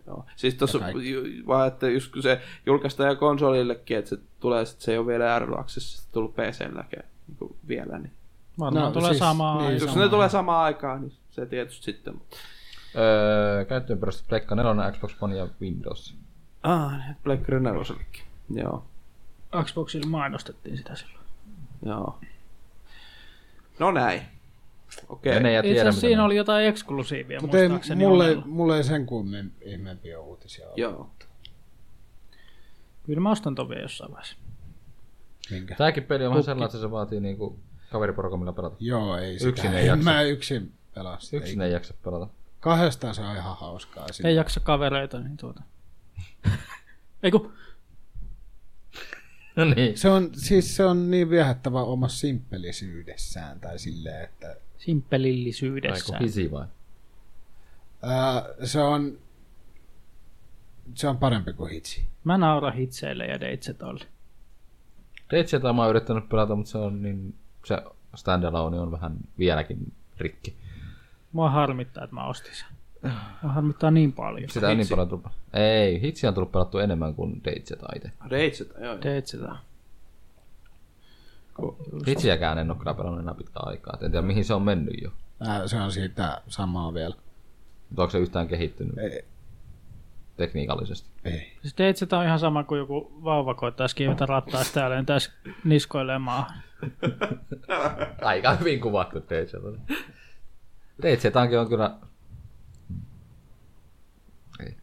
Joo. Siis tossa, kaikki. ju- vaan että just kun se julkaistaan jo konsolillekin, että se tulee, sit se ei ole vielä ERL Access, se tullut PClläkin niinku vielä, niin Varmaan no, tulee siis, samaa. Niin. niin, Jos samaa. ne tulee samaan aikaan, niin se tietysti sitten. mutta- Öö, käyttöön perustus Pleikka 4, Xbox One ja Windows. Ah, niin, Pleikkari nelosellekin. Joo, Xboxilla mainostettiin sitä silloin. joo. No näin. Okei. Ja ne Okay. ei Itse tiedä, asiassa mitä siinä ne on. oli jotain eksklusiivia Mutta ei, muistaakseni. mulle, ollut. mulle ei sen kummin ihmeempiä uutisia ole. Joo. Kyllä mä ostan ton vielä jossain vaiheessa. Minkä? Tämäkin peli on vähän sellainen, että se vaatii niinku kaveriporukalla pelata. Joo, ei sitä. Yksin ei en jaksa. mä yksin pelaa sitä. Yksin ei jaksa pelata. Kahdestaan se on ihan hauskaa. Ei jaksa kavereita, niin tuota. Eiku, No niin. Se on, siis se on niin viehättävä omassa simppelisyydessään tai silleen, että Aiku simppelillisyydessään. hisi vai? ää, äh, se on se on parempi kuin hitsi. Mä nauran hitseille ja deitsetolle. Deitsetä mä oon yrittänyt pelata, mutta se on niin... Se standalone on vähän vieläkin rikki. Mua harmittaa, että mä ostin sen. Mua harmittaa niin paljon. Sitä on niin paljon tullut. Ei, hitsiä on tullut pelattu enemmän kuin Deitsetä itse. Reitset, joo. Deitsetä. Hitsiäkään en oo kyllä pelannut enää pitkään aikaa. Et En tiedä mihin se on mennyt jo. Ää, Äh, se on siitä samaa vielä. Mutta onko se yhtään kehittynyt Ei. tekniikallisesti? Ei. Siis deitsetä on ihan sama kuin joku vauva koittaisi kiivetä rattaista ja lentäisi niskoilleen maahan. Aika hyvin kuvattu Deitsetä. Deitsetankin on kyllä... Ei.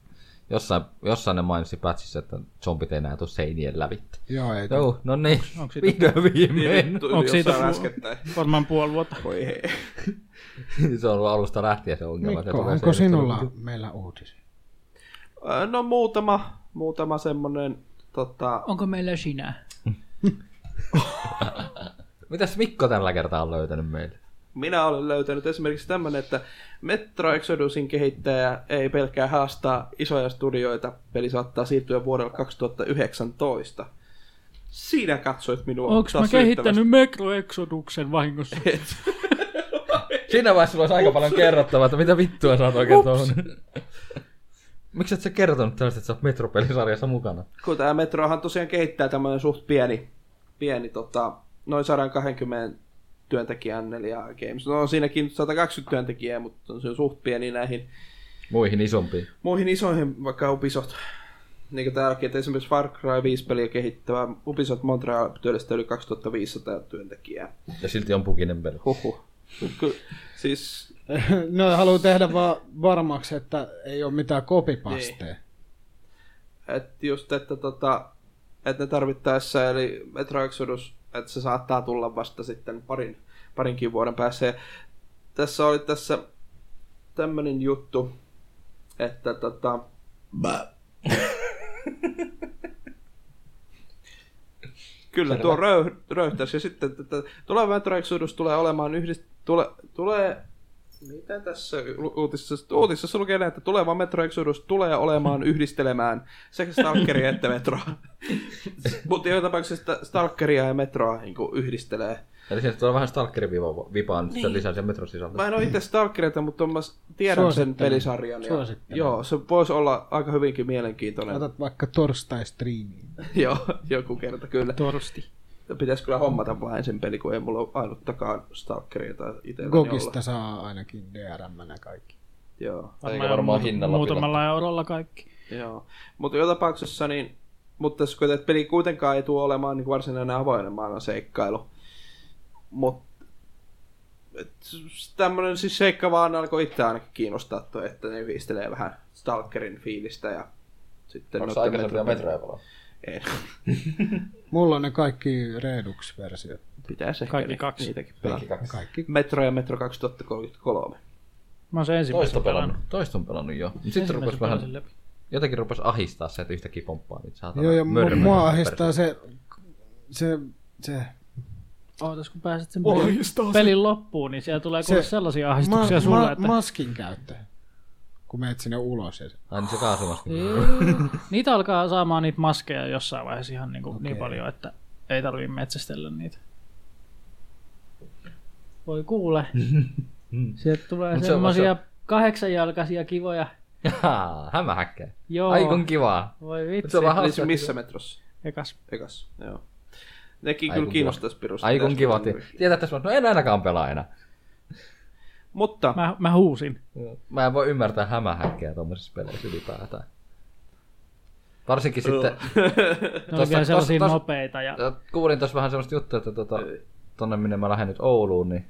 Jossain, jossain ne mainitsi pätsissä, että zombit ei enää tuu seinien lävitte. Joo, ei. Joo, no niin. Onko siitä- Vihdoin viimein. Tuli Onko siitä jossain pu- äskettäin. Varmaan puoli vuotta. Voi hei. Niin se on ollut alusta lähtien se ongelma. se Mikko, tulee onko seinistä sinulla läpi. meillä uutisia? Ö, No muutama, muutama semmonen, tota, Onko meillä sinä? Mitäs Mikko tällä kertaa on löytänyt meille? minä olen löytänyt esimerkiksi tämmönen, että Metro Exodusin kehittäjä ei pelkää haastaa isoja studioita. Peli saattaa siirtyä vuodelle 2019. Siinä katsoit minua. Onko mä taas kehittänyt Metroexoduksen vahingossa? Siinä vaiheessa sulla olisi aika paljon kerrottavaa, että mitä vittua sä oot oikein tuohon. Miksi et sä kertonut tällaista, että sä oot Metropelisarjassa mukana? kun tämä Metrohan tosiaan kehittää tämmöinen suht pieni, pieni tota, noin 120 työntekijän neljä games. No on siinäkin 120 työntekijää, mutta on se suht pieni näihin Muihin isompiin. muihin isoihin, vaikka Ubisoft. Niin kuin täälläkin, että esimerkiksi Far Cry 5 peliä kehittävä Ubisoft Montreal työllistää yli 2500 työntekijää. Ja silti on pukinen peli. Huhu. Ky- siis, no haluan tehdä vaan varmaksi, että ei ole mitään kopipasteja. että just, että tota, että ne tarvittaessa, eli Metro Exodus, että se saattaa tulla vasta sitten parin, parinkin vuoden päässä. Ja tässä oli tässä tämmönen juttu, että tota... Kyllä, tuo röy, röyhtäisi. Ja sitten tätä, tuleva Metro Exodus tulee olemaan yhdist... Tule, tulee mitä tässä lu- uutisessa, uutisessa lukee näin, että tuleva Metro Exodus tulee olemaan yhdistelemään sekä Stalkeria että Metroa. Mutta joka tapauksessa sitä Stalkeria ja Metroa niin yhdistelee. Eli sieltä tulee vähän Stalkerin vipa- vipaa nyt niin. lisää sen metron sisältä. Mä en ole itse Stalkereita, mutta mä s- tiedän sen Suosittelen. pelisarjan. Ja, Suosittelen. joo, se voisi olla aika hyvinkin mielenkiintoinen. Otat vaikka torstai-striimiin. joo, joku kerta kyllä. Torsti. Pitäisi kyllä hommata vain sen peli, kun ei mulla ole ainuttakaan Stalkeria tai itselläni Gogista Olla. saa ainakin DRM-nä kaikki. Joo, Eikä varmaan hinnalla Muutamalla eurolla kaikki. joo. Mutta joka tapauksessa niin, mutta jos kuitenkin peli kuitenkaan ei tule olemaan niin varsinainen avoinen maailman seikkailu. Mutta tämmöinen siis seikka vaan alkoi itse ainakin kiinnostaa toi, että ne yhdistelee vähän Stalkerin fiilistä ja sitten... Onko se noitten aikaisempia metropoli- metroja pelaa? Ei. Mulla on ne kaikki Redux-versiot. Pitäisi ehkä Kaikki ni- kaksi. niitäkin pelata. Kaikki kaksi. Kaikki. Metro ja Metro 2033. Mä oon se Toista ensimmäisen on pelannut. Toista on pelannut jo. Sitten rupesi vähän, jotenkin rupesi ahistaa se, että yhtäkkiä pomppaa niitä saatana. Joo, ja mua, mörmöjä mua sieltä ahdistaa se, se, se Ootas, kun pääset sen pelin, pelin loppuun, niin siellä tulee kuule Se- sellaisia ahdistuksia sulle, että... maskin käyttö, kun menet sinne ulos. Ja se. Ai niin se kaasumaski. Ei. niitä alkaa saamaan niitä maskeja jossain vaiheessa ihan niin, kuin niin paljon, että ei tarvii metsästellä niitä. Voi kuule. Sieltä tulee Mut se on semmosia kahdeksanjalkaisia kivoja. Jaa, hämähäkkä. Joo. Ai kun kivaa. Voi Mut vitsi. Se on vähän Eli se hauska. Siis missä metrossa? Ekas. Ekas, joo. Nekin Ai kyllä kun kiinnostaisi perusta. Ai kun kiva. Ti- Tietää tässä, no en ainakaan pelaa enää. Mutta Mä, mä huusin. Mä en voi ymmärtää hämähäkkää tuommoisissa peleissä ylipäätään. Varsinkin sitten, Ne oli Tosta- vielä sellaisia tosta- nopeita. Ja... Ö, kuulin tässä vähän semmoista juttua, että tota, tonne minne mä lähden nyt Ouluun, niin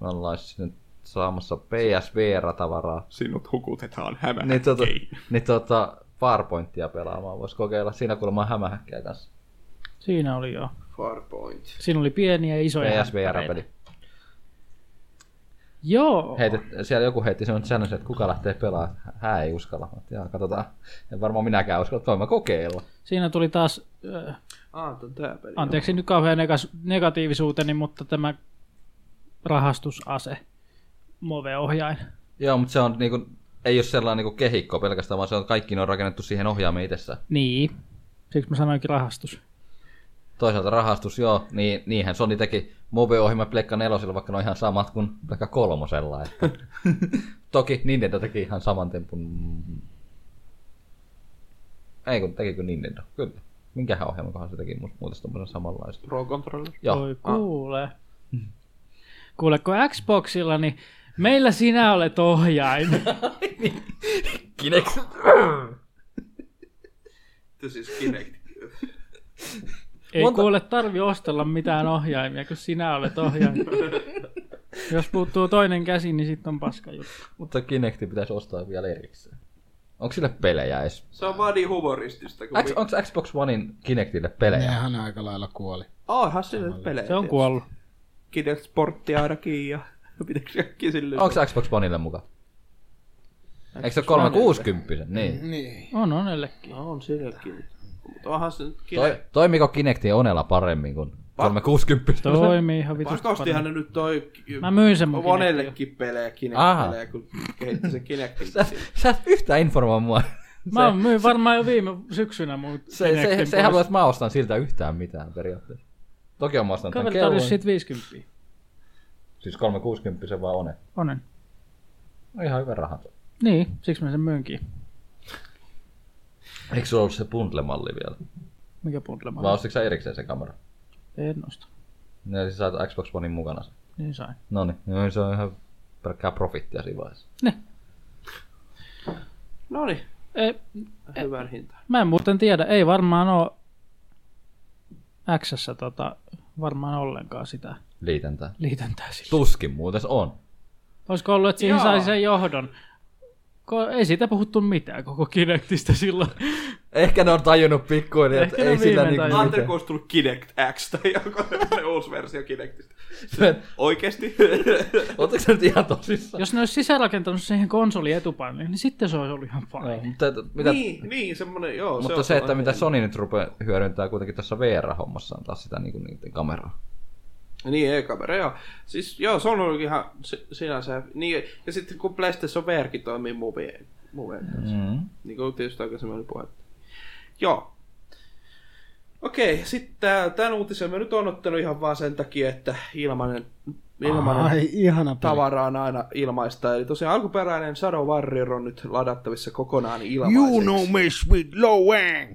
mä ollaan sinne saamassa PSVR-tavaraa. sinut hukutetaan hämä. Niin, tota, niin tota, Farpointia pelaamaan voisi kokeilla. Siinä kuulemma on hämähäkkää kanssa. Siinä oli jo. Farpoint. Siinä oli pieniä ja isoja. PSVR-peli. Joo. Heitet, siellä joku heitti sen challenge, että kuka lähtee pelaamaan. Hän ei uskalla. Mä, jaa, katsotaan. En varmaan minäkään uskalla, että voin mä kokeilla. Siinä tuli taas, äh, Ah, tää on tää peli. anteeksi nyt kauhean negas- negatiivisuuteni, mutta tämä rahastusase, Move-ohjain. Joo, mutta se on niinku, ei ole sellainen niinku kehikko pelkästään, vaan se on kaikki ne on rakennettu siihen ohjaameen itsessään. Niin, siksi mä sanoinkin rahastus. Toisaalta rahastus, joo, niin, niinhän Sony teki Move-ohjelma Pleikka nelosella, vaikka ne on ihan samat kuin Pleikka kolmosella. Että. Toki Nintendo teki ihan saman tempun. Ei kun, tekikö Nintendo? Kyllä. Minkähän ohjelman kohan se teki mu- muuten tommosen samanlaista? Pro Controller. Joo, Voi kuule. Kuule, kun Xboxilla, niin meillä sinä olet ohjain. Kinect. Tämä siis Kinect. Ei Monta- Monta... kuule tarvi ostella mitään ohjaimia, kun sinä olet ohjain. Jos puuttuu toinen käsi, niin sitten on paska juttu. Mutta Kinecti pitäisi ostaa vielä erikseen. Onko sille pelejä edes? Se on vaan niin humoristista. Kun X, onko Xbox Onein Kinectille pelejä? Nehän aika lailla kuoli. Onhan sillä nyt pelejä. Se on tietysti. kuollut. Kinect Sportti ainakin ja... Pitäks kaikki sille? Onko se Xbox Oneille mukaan? Eikö se ole 360? Niin. Niin. On onnellekin. No, on silläkin. Mutta onhan se nyt Toi, Kinect. toimiko Kinecti Onella paremmin kuin 360? Toimii ihan vitusti Vakastihan ne paremmin. nyt toi... Mä myin sen mun Kinectin Monellekin pelejä, Kinect-pelejä, Aha. kun kehitti sen Kinectin. Sä, sä et yhtään informoi mua. Mä myin varmaan jo viime syksynä mun Se, se, se, se ei halua, että mä ostan siltä yhtään mitään periaatteessa. Toki on mä ostan tämän Kaveri tarjosi kellon. siitä 50. Siis 360 vaan One. Onen. No ihan hyvä raha. Niin, siksi mä sen myynkin. Eikö sulla ollut se bundle-malli vielä? Mikä bundlema? Vai ostitko sä erikseen se kamera? En osta. No siis sä saat Xbox Onein mukana sen. Niin sain. Noniin, no se on ihan pelkkää profittia siinä vaiheessa. No niin, Ei, hyvän hintaan. mä en muuten tiedä. Ei varmaan oo x tota, varmaan ollenkaan sitä Liitäntää. liitäntää sille. Tuskin muuten se on. Olisiko ollut, että siihen Joo. sai sen johdon? Ko- ei siitä puhuttu mitään koko Kinectistä silloin. Ehkä ne on tajunnut pikkuinen, Ehkä ne on viimein tajunnut. niinku Ajattelin, kun olisi tullut Kinect X tai joku se uusi versio Kinectistä. mitään. Oikeesti? Oletko sä nyt ihan tosissaan? Jos ne olisi sisäänrakentanut siihen konsolin etupainoon, niin sitten se olisi ollut ihan fine. Joo, Mutta, mitä, niin, niin, semmonen, joo. mutta on se, että sellainen. niin. mitä Sony nyt rupeaa hyödyntää kuitenkin tässä VR-hommassaan taas sitä niin niiden kameraa. Niin, e-kamera, joo. Siis joo, se on ollut ihan si- sinänsä. Niin, ja sitten kun PlayStation VRkin toimii movien, movien kanssa. Mm. Niin kuin tietysti aikaisemmin oli puhetta. Joo. Okei, sitten tämän uutisen mä nyt on ottanut ihan vaan sen takia, että ilmanen, ilmanen Ai, ihana peli. tavara on aina ilmaista. Eli tosiaan alkuperäinen Shadow Warrior on nyt ladattavissa kokonaan ilmaiseksi. You know me with low wang.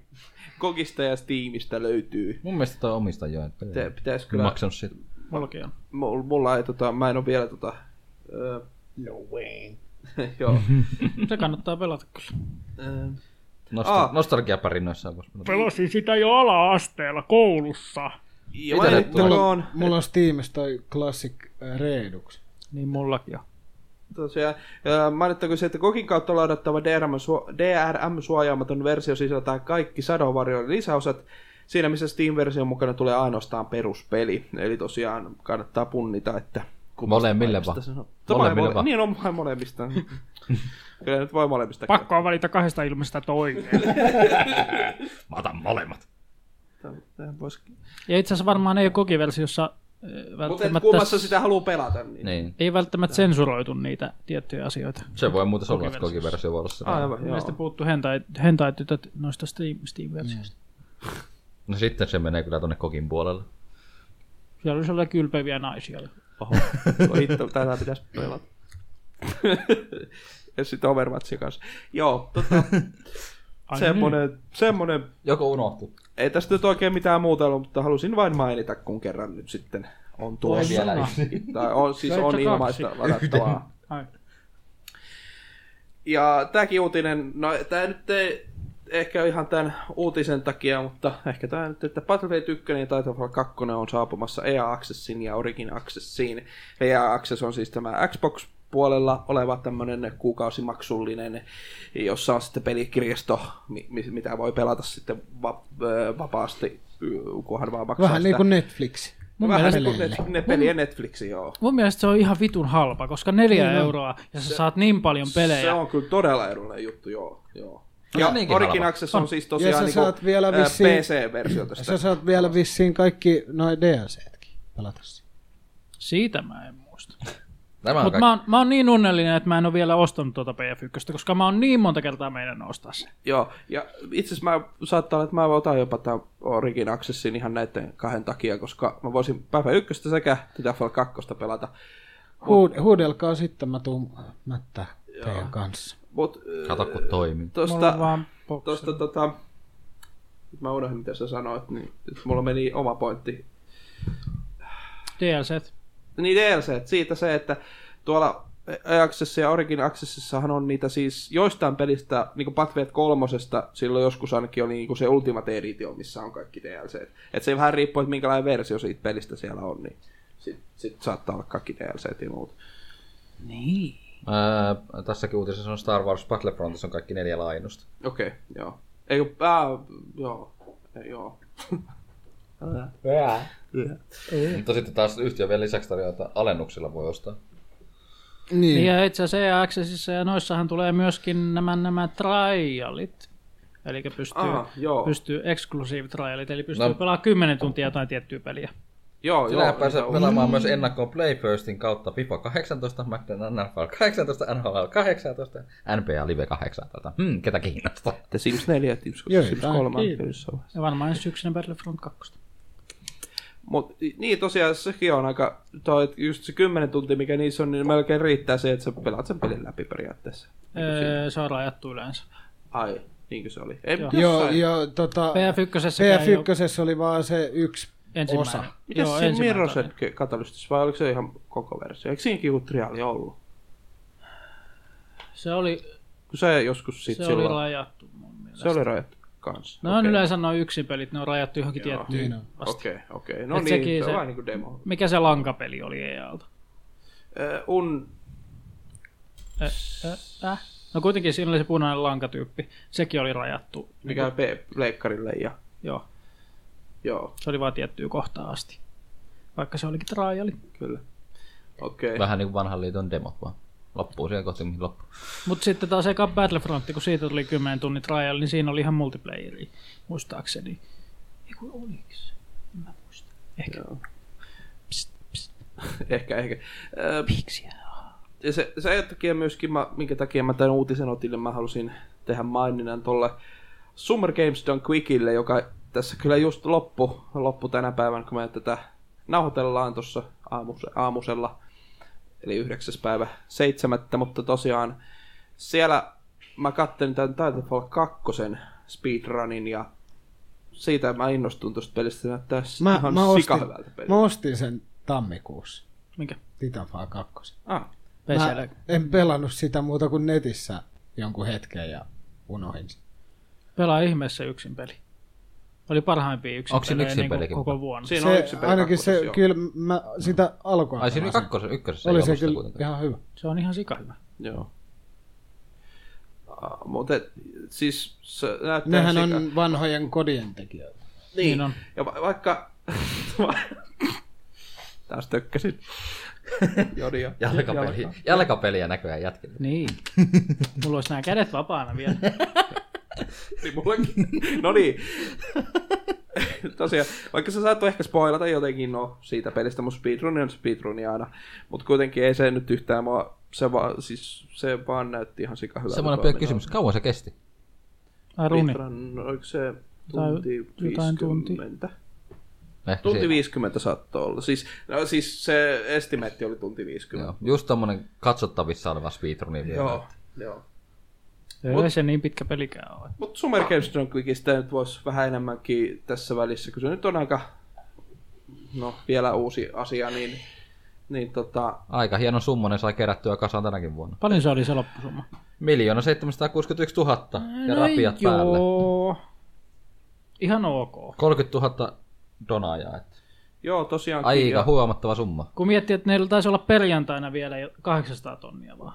Kokista ja Steamista löytyy. Mun mielestä toi omista jo. Että Te, pitäis en kyllä... maksanut sitä. Mullakin on. Mul- Mulla ei tota, mä en ole vielä tota... Öö, joo. Mhm. Se kannattaa pelata kyllä. Öö, Nostal- Aa. Nostalgiapärinnöissä on Pelasin sitä jo ala-asteella koulussa. ja Itelle Mulla, mainittakoon, on, mulla on Steamissa toi Classic äh, Redux. Niin mullakin on. tosiaan, öö, mainittakoon se, että kokin kautta ladattava DRM, suo- DRM-suojaamaton versio sisältää kaikki Shadow Warriorin lisäosat, siinä missä Steam-version mukana tulee ainoastaan peruspeli. Eli tosiaan kannattaa punnita, että Molemmille mistä vaan. se on. Molemmille Mole- vaan. Niin on vain molemmista. Kyllä nyt voi molemmista. Pakko on valita kahdesta ilmestä toinen. Mä otan molemmat. Tähän voisi- Ja itse asiassa varmaan ei ole kokiversiossa ö, Mutta et välttämättä, kummassa sitä haluaa pelata. Niin. Niin. ei välttämättä sensuroitu niitä tiettyjä asioita. Se voi muuten olla, että Kokiversio. kokiversio voi olla se. Aivan, joo. Näistä puuttuu hentai, hentai-tytöt noista Steam, Steam-versioista. No sitten se menee kyllä tonne kokin puolelle. Niin. Siellä oli sellaisia kylpeviä naisia. Oho, voi hitto, tätä pitäisi pelata. ja sitten Overwatchin kanssa. Joo, tota, semmonen, semmonen, Joko unohtu. ei tästä nyt oikein mitään muuta ollut, mutta halusin vain mainita, kun kerran nyt sitten on Tuo tuossa. vielä yksi. Tai on, siis Sait on sä ilmaista ladattavaa. Ai. Ja tämäkin uutinen, no tämä nyt ei ehkä ole ihan tämän uutisen takia, mutta ehkä tämä nyt, että Battlefield 1 ja Titanfall 2 on saapumassa EA Accessin ja Origin Accessiin. EA Access on siis tämä Xbox puolella oleva tämmöinen kuukausimaksullinen, jossa on sitten pelikirjasto, mi- mi- mitä voi pelata sitten va- ö, vapaasti, y- kunhan vaan maksaa Vähän sitä. niin kuin Netflix. Mun Vähän mielestä, niin kuin net- ne pelien Netflixi, joo. mun mielestä se on ihan vitun halpa, koska neljä euroa ja sä saat niin paljon Niin Se pelejä. on kyllä todella edullinen juttu, joo. joo. No On Ja se niinkin Origin halva. Access on siis Ja tosiaan sä niin saat vielä vissiin- PC-versio Ja tästä. sä saat vielä vissiin kaikki noin DLC-tkin pelata siinä. Siitä mä en muista. Tämä on Mutta kaikki. mä, oon- mä oon niin onnellinen, että mä en ole vielä ostanut tuota PF1, koska mä oon niin monta kertaa meidän ostaa se. Joo, ja itse asiassa mä saattaa olla, että mä otan jopa tämän Origin Accessin ihan näiden kahden takia, koska mä voisin päivä ykköstä sekä Titanfall 2 pelata. Huud, huudelkaa sitten, mä tuun mättää teidän kanssa. Mut Kato kun toimii. Mulla on tuosta, vaan boksi. tosta tota, nyt mä unohdin mitä sä sanoit, niin nyt mulla meni oma pointti. DLC. Niin DLC, että siitä se, että tuolla Access ja Origin Accessissahan on niitä siis joistain pelistä, niin kuin Pathfield kolmosesta, silloin joskus ainakin oli niin kuin se Ultimate Edition, missä on kaikki DLC. Että se vähän riippuu, että minkälainen versio siitä pelistä siellä on, niin sitten sit saattaa olla kaikki DLC ja muut. Niin. Öö, tässäkin uutisessa on Star Wars Battlefrontissa on kaikki neljä lainusta. Okei, okay, joo. Eikö, äh, joo, Ei, joo. Mutta sitten taas yhtiö vielä lisäksi tarjoaa, että alennuksilla voi ostaa. Niin. Niin. Ja itse asiassa E EA Accessissa ja noissahan tulee myöskin nämä, nämä trialit. Eli pystyy, Aha, joo. pystyy exclusive trialit, eli pystyy No. no. pelaamaan 10 tuntia jotain tiettyä peliä. Joo, Sinä joo. pääsee joo. pelaamaan myös ennakkoon Play Firstin kautta FIFA 18, McDonald's NFL 18, NHL 18, NBA Live 18. Hmm, ketä kiinnostaa? The Sims 4, Sims Joo, 2, Sims tää- 3 on kiitos. pelissä on. Ja varmaan ensi syksynä Battlefront 2. Niin Mut, niin tosiaan sekin on aika, toi, että just se 10 tuntia mikä niissä on, niin melkein riittää se, että sä pelaat sen pelin läpi periaatteessa. Niin Öö, se on rajattu yleensä. Ai, niinkö se oli? Ei, joo. Joo, joo, tota, PF1 PF1 oli vaan se yksi ensimmäinen. osa. Mitäs Joo, siinä ensimmäinen Mirrosen tarina. katalystis, vai oliko se ihan koko versio? Eikö siinäkin joku triaali ollut? Se oli, Kun se joskus sit se oli silloin... rajattu mun mielestä. se oli rajattu kanssa. No on yleensä noin yksin pelit, ne on rajattu johonkin tiettyyn. Niin on. asti. Okei, okei. No Et niin, sekin se on se- vähän niin kuin demo. Mikä se lankapeli oli E EALta? Äh, un... Äh, äh, äh. No kuitenkin siinä oli se punainen lankatyyppi. Sekin oli rajattu. Mikä on pe- leikkarille ja... Joo, Joo, se oli vaan tiettyyn kohtaan asti. Vaikka se olikin triali. kyllä. Okei. Vähän niin kuin vanhan liiton demot vaan. Loppuu siihen kohti, mihin loppuu. Mutta sitten taas eka Battlefront, kun siitä tuli 10 tunnin trial, niin siinä oli ihan multiplayeri, muistaakseni. Eiku oliks? se? En mä muista. Ehkä Joo. Ehkä, ehkä. Äh, piksiä. ja se, se takia myöskin, mä, minkä takia mä tämän uutisen otin, niin mä halusin tehdä maininnan tuolle Summer Games Done Quickille, joka tässä kyllä just loppu, loppu tänä päivänä, kun me tätä nauhoitellaan tuossa aamuse, aamusella, eli 9. päivä 7. Mutta tosiaan siellä mä kattelin tämän Titanfall 2 speedrunin ja siitä mä innostun tuosta pelistä, se näyttää mä, Mä, ihan mä, ostin, sikahyvältä peliltä. mä ostin sen tammikuussa, Minkä? Titanfall 2. Ah, Mä PCL. en pelannut sitä muuta kuin netissä jonkun hetken ja unohdin sen. Pelaa ihmeessä yksin peli. Oli parhaimpia yksin Onko siinä pelejä yksin niin kuin pelikin? koko vuonna. siinä on Se, yksi peli ainakin se, kakkosessa, joo. kyllä mä sitä alkua Ai siinä oli pelasin. kakkosen, ykkösessä Oli ei se ollut sitä kyllä kuitenkaan. ihan hyvä. Se on ihan sika hyvä. Joo. Uh, mutta siis se näyttää Nehän sika- on vanhojen kodien tekijöitä. Niin, Niin on. Ja va- vaikka... Taas tökkäsin. Jodia. Jalkapeli. Jalkapeliä näköjään jatkella. Niin. Mulla olisi nämä kädet vapaana vielä. Niin mullekin. No niin. Tosiaan, vaikka sä saattoi ehkä spoilata jotenkin no, siitä pelistä, mutta speedrun on speedrun aina. Mutta kuitenkin ei se nyt yhtään mua, se vaan, siis, se vaan näytti ihan sika hyvältä. Semmoinen pieni kysymys, kauan se kesti? Ai runi. Speedrun, oliko se Tai tunti jotain tuntia. 50? Ehkä Tunti siinä. 50 saattoi olla. Siis, no, siis se estimeetti oli tunti 50. Joo, just tommonen katsottavissa oleva speedruni vielä. Joo, joo. Ei se niin pitkä pelikään ole. Mutta Summer Games Dunkikista nyt voisi vähän enemmänkin tässä välissä, kun se nyt on aika no, vielä uusi asia, niin, niin tota, Aika hieno summonen sai kerättyä kasaan tänäkin vuonna. Paljon se oli se loppusumma? Miljoona 761 000 ja rapiat päälle. no joo. Ihan ok. 30 000 donaajaa. Että. joo tosiaankin. Aika ja, huomattava summa. Kun miettii, että neillä taisi olla perjantaina vielä jo 800 tonnia vaan.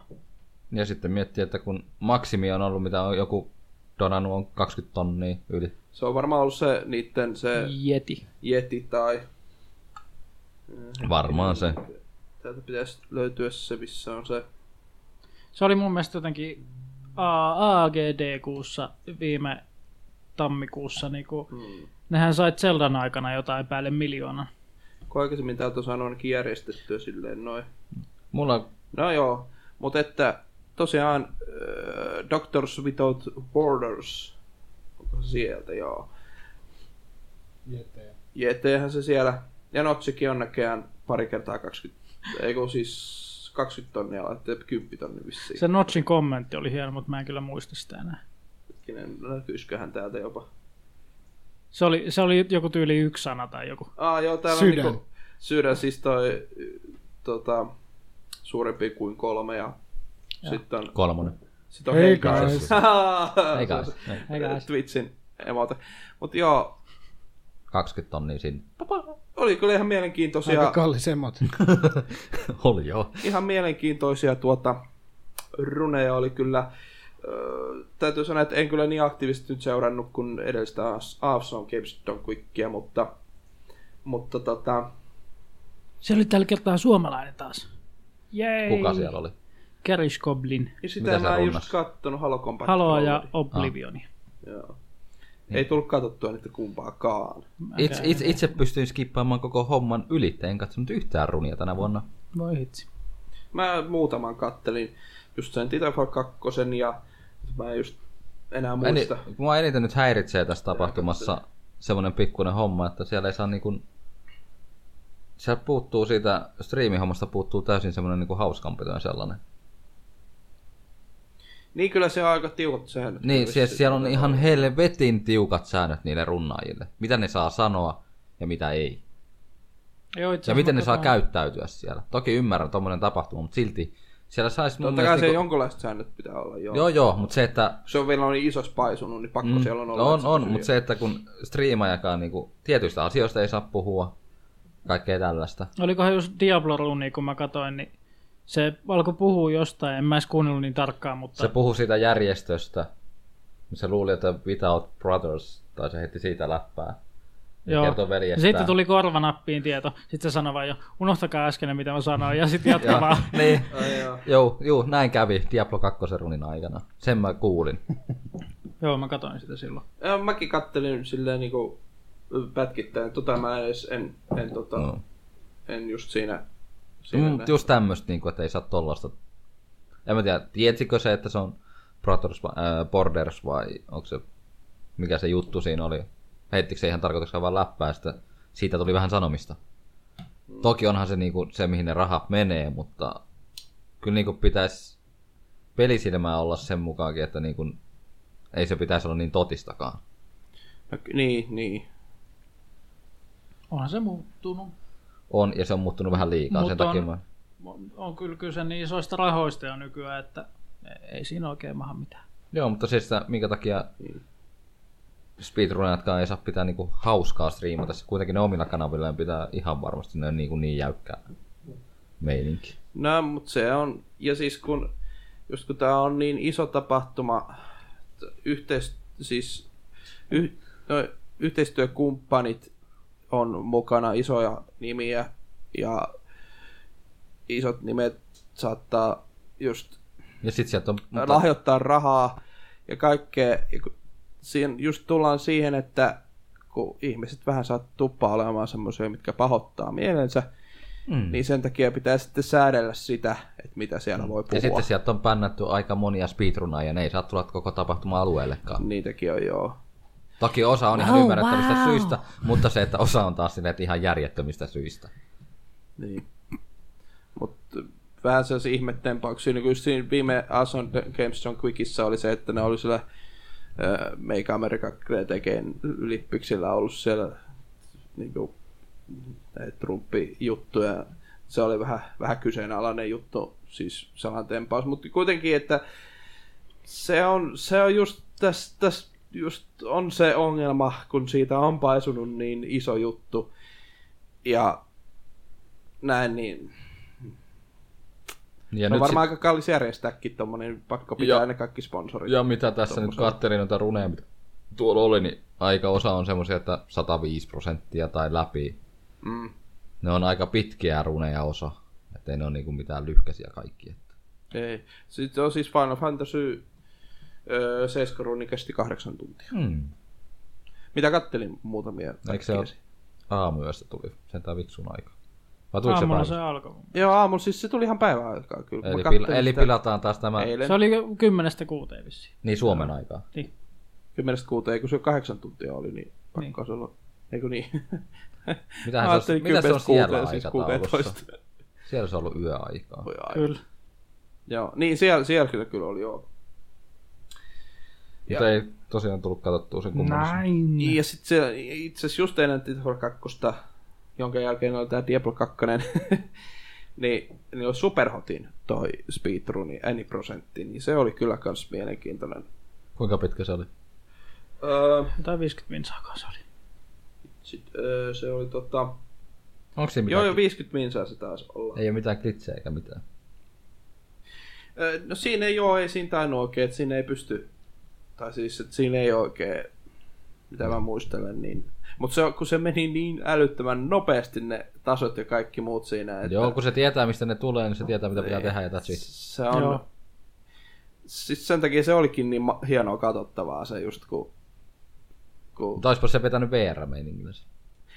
Ja sitten miettii, että kun maksimi on ollut, mitä on joku donannut, on 20 tonnia yli. se on varmaan ollut se niitten se Jeti. Yeti tai Varmaan se. täältä pitäisi löytyä se, missä on se. Se oli mun mielestä jotenkin A- AGD-kuussa viime tammikuussa. Niin kun, Mm. Nehän sait Zeldan aikana jotain päälle miljoona. Kun aikaisemmin täältä on saanut ainakin järjestettyä silleen noin. Mulla on No joo, mutta että tosiaan äh, Doctors Without Borders, onko se sieltä, joo. JThän se siellä, ja Notsikin on näköjään pari kertaa 20, eikö siis 20 tonnia laitte 10 tonni vissiin. Se Notchin kommentti oli hieno, mutta mä en kyllä muista sitä enää. Hetkinen, näkyisiköhän täältä jopa. Se oli, se oli joku tyyli yksi sana tai joku. Ah joo, täällä Sydän. on niinku, sydän siis toi y, tota, suurempi kuin kolme ja, sitten on, kolmonen. sit on Hei, hei guys. Ei guys. kai. ei. Eikä se. Twitchin emote. Mutta joo, 20 tonnia sinne. oli kyllä ihan mielenkiintoisia, Aika kallis emot. Oli joo. ihan mielenkiintoisia tuota, runeja oli kyllä. Öö, täytyy sanoa, että en kyllä niin aktiivisesti nyt seurannut kuin edellistä Aafson Games Don Quickia, mutta, mutta tota, se oli tällä kertaa suomalainen taas. Jei. Kuka siellä oli? Kerish Goblin. ja niin sitä Mitä Mitä sä mä en just runnassa? kattonut Halo Combat Haloa Gold. ja Oblivioni. Joo. Ei tullut katsottua niitä kumpaakaan. Itse, itse, itse pystyin skippaamaan koko homman yli. En katsonut yhtään runia tänä vuonna. Voi hitsi. Mä muutaman kattelin just sen Titanfall 2 ja mä en just enää Mä en- muista. Mua eniten nyt häiritsee tässä tapahtumassa semmoinen pikkuinen homma, että siellä ei saa niinku... Siellä puuttuu siitä, striimihommasta puuttuu täysin semmoinen niinku hauskanpitoinen sellainen. Niin kyllä se on aika tiukat säännöt. Niin, siis siellä on ihan helvetin tiukat säännöt niille runnaajille. Mitä ne saa sanoa ja mitä ei. Joo, itse Ja miten ne saa asiassa mä käyttäytyä siellä. Toki ymmärrän tommonen tapahtuma, mutta silti siellä saisi mun Totta kai se niinku- jonkunlaiset säännöt pitää olla, joo. Joo, joo, mutta se, että... Se on vielä niin isos paisunut, niin pakko mm. siellä on olla. No on, että se on pysyy. mutta se, että kun striimajakaan niinku, tietyistä asioista ei saa puhua, kaikkea tällaista. Olikohan just Diablo Runi, kun mä katsoin, niin se alkoi puhua jostain, en mä edes kuunnellut niin tarkkaan, mutta Se se... puhui siitä järjestöstä. Se luuli, että Without Brothers, tai se heitti siitä läppää. Ja Joo. kertoi veljestään. sitten tuli korvanappiin tieto. Sitten se sanoi vaan jo, unohtakaa äsken mitä mä sanoin, ja sitten jatka vaan. Niin. Ai joo. Joo, joo, näin kävi Diablo 2 runin aikana. Sen mä kuulin. Joo, mä katsoin sitä silloin. Ja mäkin kattelin silleen niinku pätkittäin. Tota mä en edes, en, en, tota, No. en just siinä, siinä Mm, näin. just tämmöistä, niin että ei saa tollasta. En mä tiedä, tiesikö se, että se on Brothers, vai- äh, Borders vai onko se, mikä se juttu siinä oli? heittikö se ihan tarkoituksella vaan läppää, sitä, siitä tuli vähän sanomista. Toki onhan se niinku se, mihin ne rahat menee, mutta kyllä niinku pitäisi pelisilmää olla sen mukaankin, että niinku, ei se pitäisi olla niin totistakaan. No, ky- niin, niin. Onhan se muuttunut. On, ja se on muuttunut vähän liikaa Mut sen takia. on- mä- On- On kyllä kyse niin isoista rahoista jo nykyään, että ei siinä oikein maha mitään. Joo, mutta siis sitä, minkä takia speedrunatkaan ei saa pitää niinku hauskaa striimata. Se kuitenkin ne omilla kanavillaan pitää ihan varmasti, ne on niinku niin jäykkää meininki. No, mutta se on, ja siis kun, just kun tämä on niin iso tapahtuma, t- yhteis, siis yh, no, yhteistyökumppanit on mukana, isoja nimiä, ja isot nimet saattaa just Ja sit sieltä on... mutta... lahjoittaa rahaa ja kaikkea. Ja kun siinä just tullaan siihen, että kun ihmiset vähän sattuu olemaan semmoisia, mitkä pahoittaa mielensä, mm. niin sen takia pitää sitten säädellä sitä, että mitä siellä mm. voi ja puhua. sitten sieltä on pännätty aika monia speedrunaa ja ne ei saa tulla koko tapahtuma-alueellekaan. Niitäkin on joo. Toki osa on ihan ymmärrettävistä syistä, mutta se, että osa on taas silleen, että ihan järjettömistä syistä. Niin. Mutta vähän sellaisia ihmettempauksia. Niin kuin just siinä viime Ason Games on Quickissa oli se, että ne oli siellä ö, Make America Great Again lippiksillä ollut siellä niin kuin, Trumpin juttuja. Se oli vähän, vähän kyseenalainen juttu, siis sellainen tempaus, mutta kuitenkin, että se on, se on just tässä, tässä just on se ongelma, kun siitä on paisunut niin iso juttu. Ja näin, niin Ja ja no nyt varmaan sit... aika kallis järjestääkin tommonen, niin pakko pitää Ja- ja, ne kaikki sponsorit. Ja mitä tässä nyt katselin noita runeja, mitä tuolla oli, niin aika osa on semmoisia, että 105 prosenttia tai läpi. Mm. Ne on aika pitkiä runeja osa, ettei ne ole niinku mitään lyhkäisiä kaikki. Että. Ei. Sitten on siis Final Fantasy öö, 7 ruuni kesti kahdeksan tuntia. Hmm. Mitä kattelin muutamia Eikö se pätkiä ole siitä. aamuyöstä tuli, sentään vitsun aika. Vai tuliko se Aamulla se päivä? alkoi. Joo, aamulla siis se tuli ihan päivän aikaa kyllä. Mä Eli, kattelin pila- eli sitä pilataan taas tämä, Eilen Se oli kymmenestä kuuteen vissiin. niin Suomen aikaa. Niin. 10.6, kun se kahdeksan tuntia oli, niin pakko se olla. Eikö niin? Mä Mitähän se on, ajattelin mitä se on 10.6, siellä siis aikataulussa? 16. Siellä se on ollut yöaikaa. Voi aivan. Kyllä. Joo, niin siellä, siellä kyllä, kyllä oli joo. Mutta ei tosiaan tullut katsottua sen kummallisen. Niin, ja sitten se itse asiassa just ennen Titanfall 2, jonka jälkeen oli tämä Diablo 2, niin, niin oli Superhotin toi speedruni, any prosentti, niin se oli kyllä kans mielenkiintoinen. Kuinka pitkä se oli? Öö, Jotain 50 minsaakaan se oli. sit, öö, se oli tota... Onko se Joo, mitään? jo 50 minsaa se taas olla. Ei ole mitään klitsejä eikä mitään. Öö, no siinä ei oo, ei siinä tainnut oikein, että siinä ei pysty... Tai siis, että siinä ei oikein, mitä mä muistelen, niin... Mutta se, kun se meni niin älyttömän nopeasti ne tasot ja kaikki muut siinä, että... Joo, kun se tietää, mistä ne tulee, niin se tietää, mitä pitää tehdä ja that's it. Se on... Joo. Joo. Siis sen takia se olikin niin ma- hienoa katsottavaa se just kun... kun... Mutta olisipa se vetänyt VR-meiningillä. se.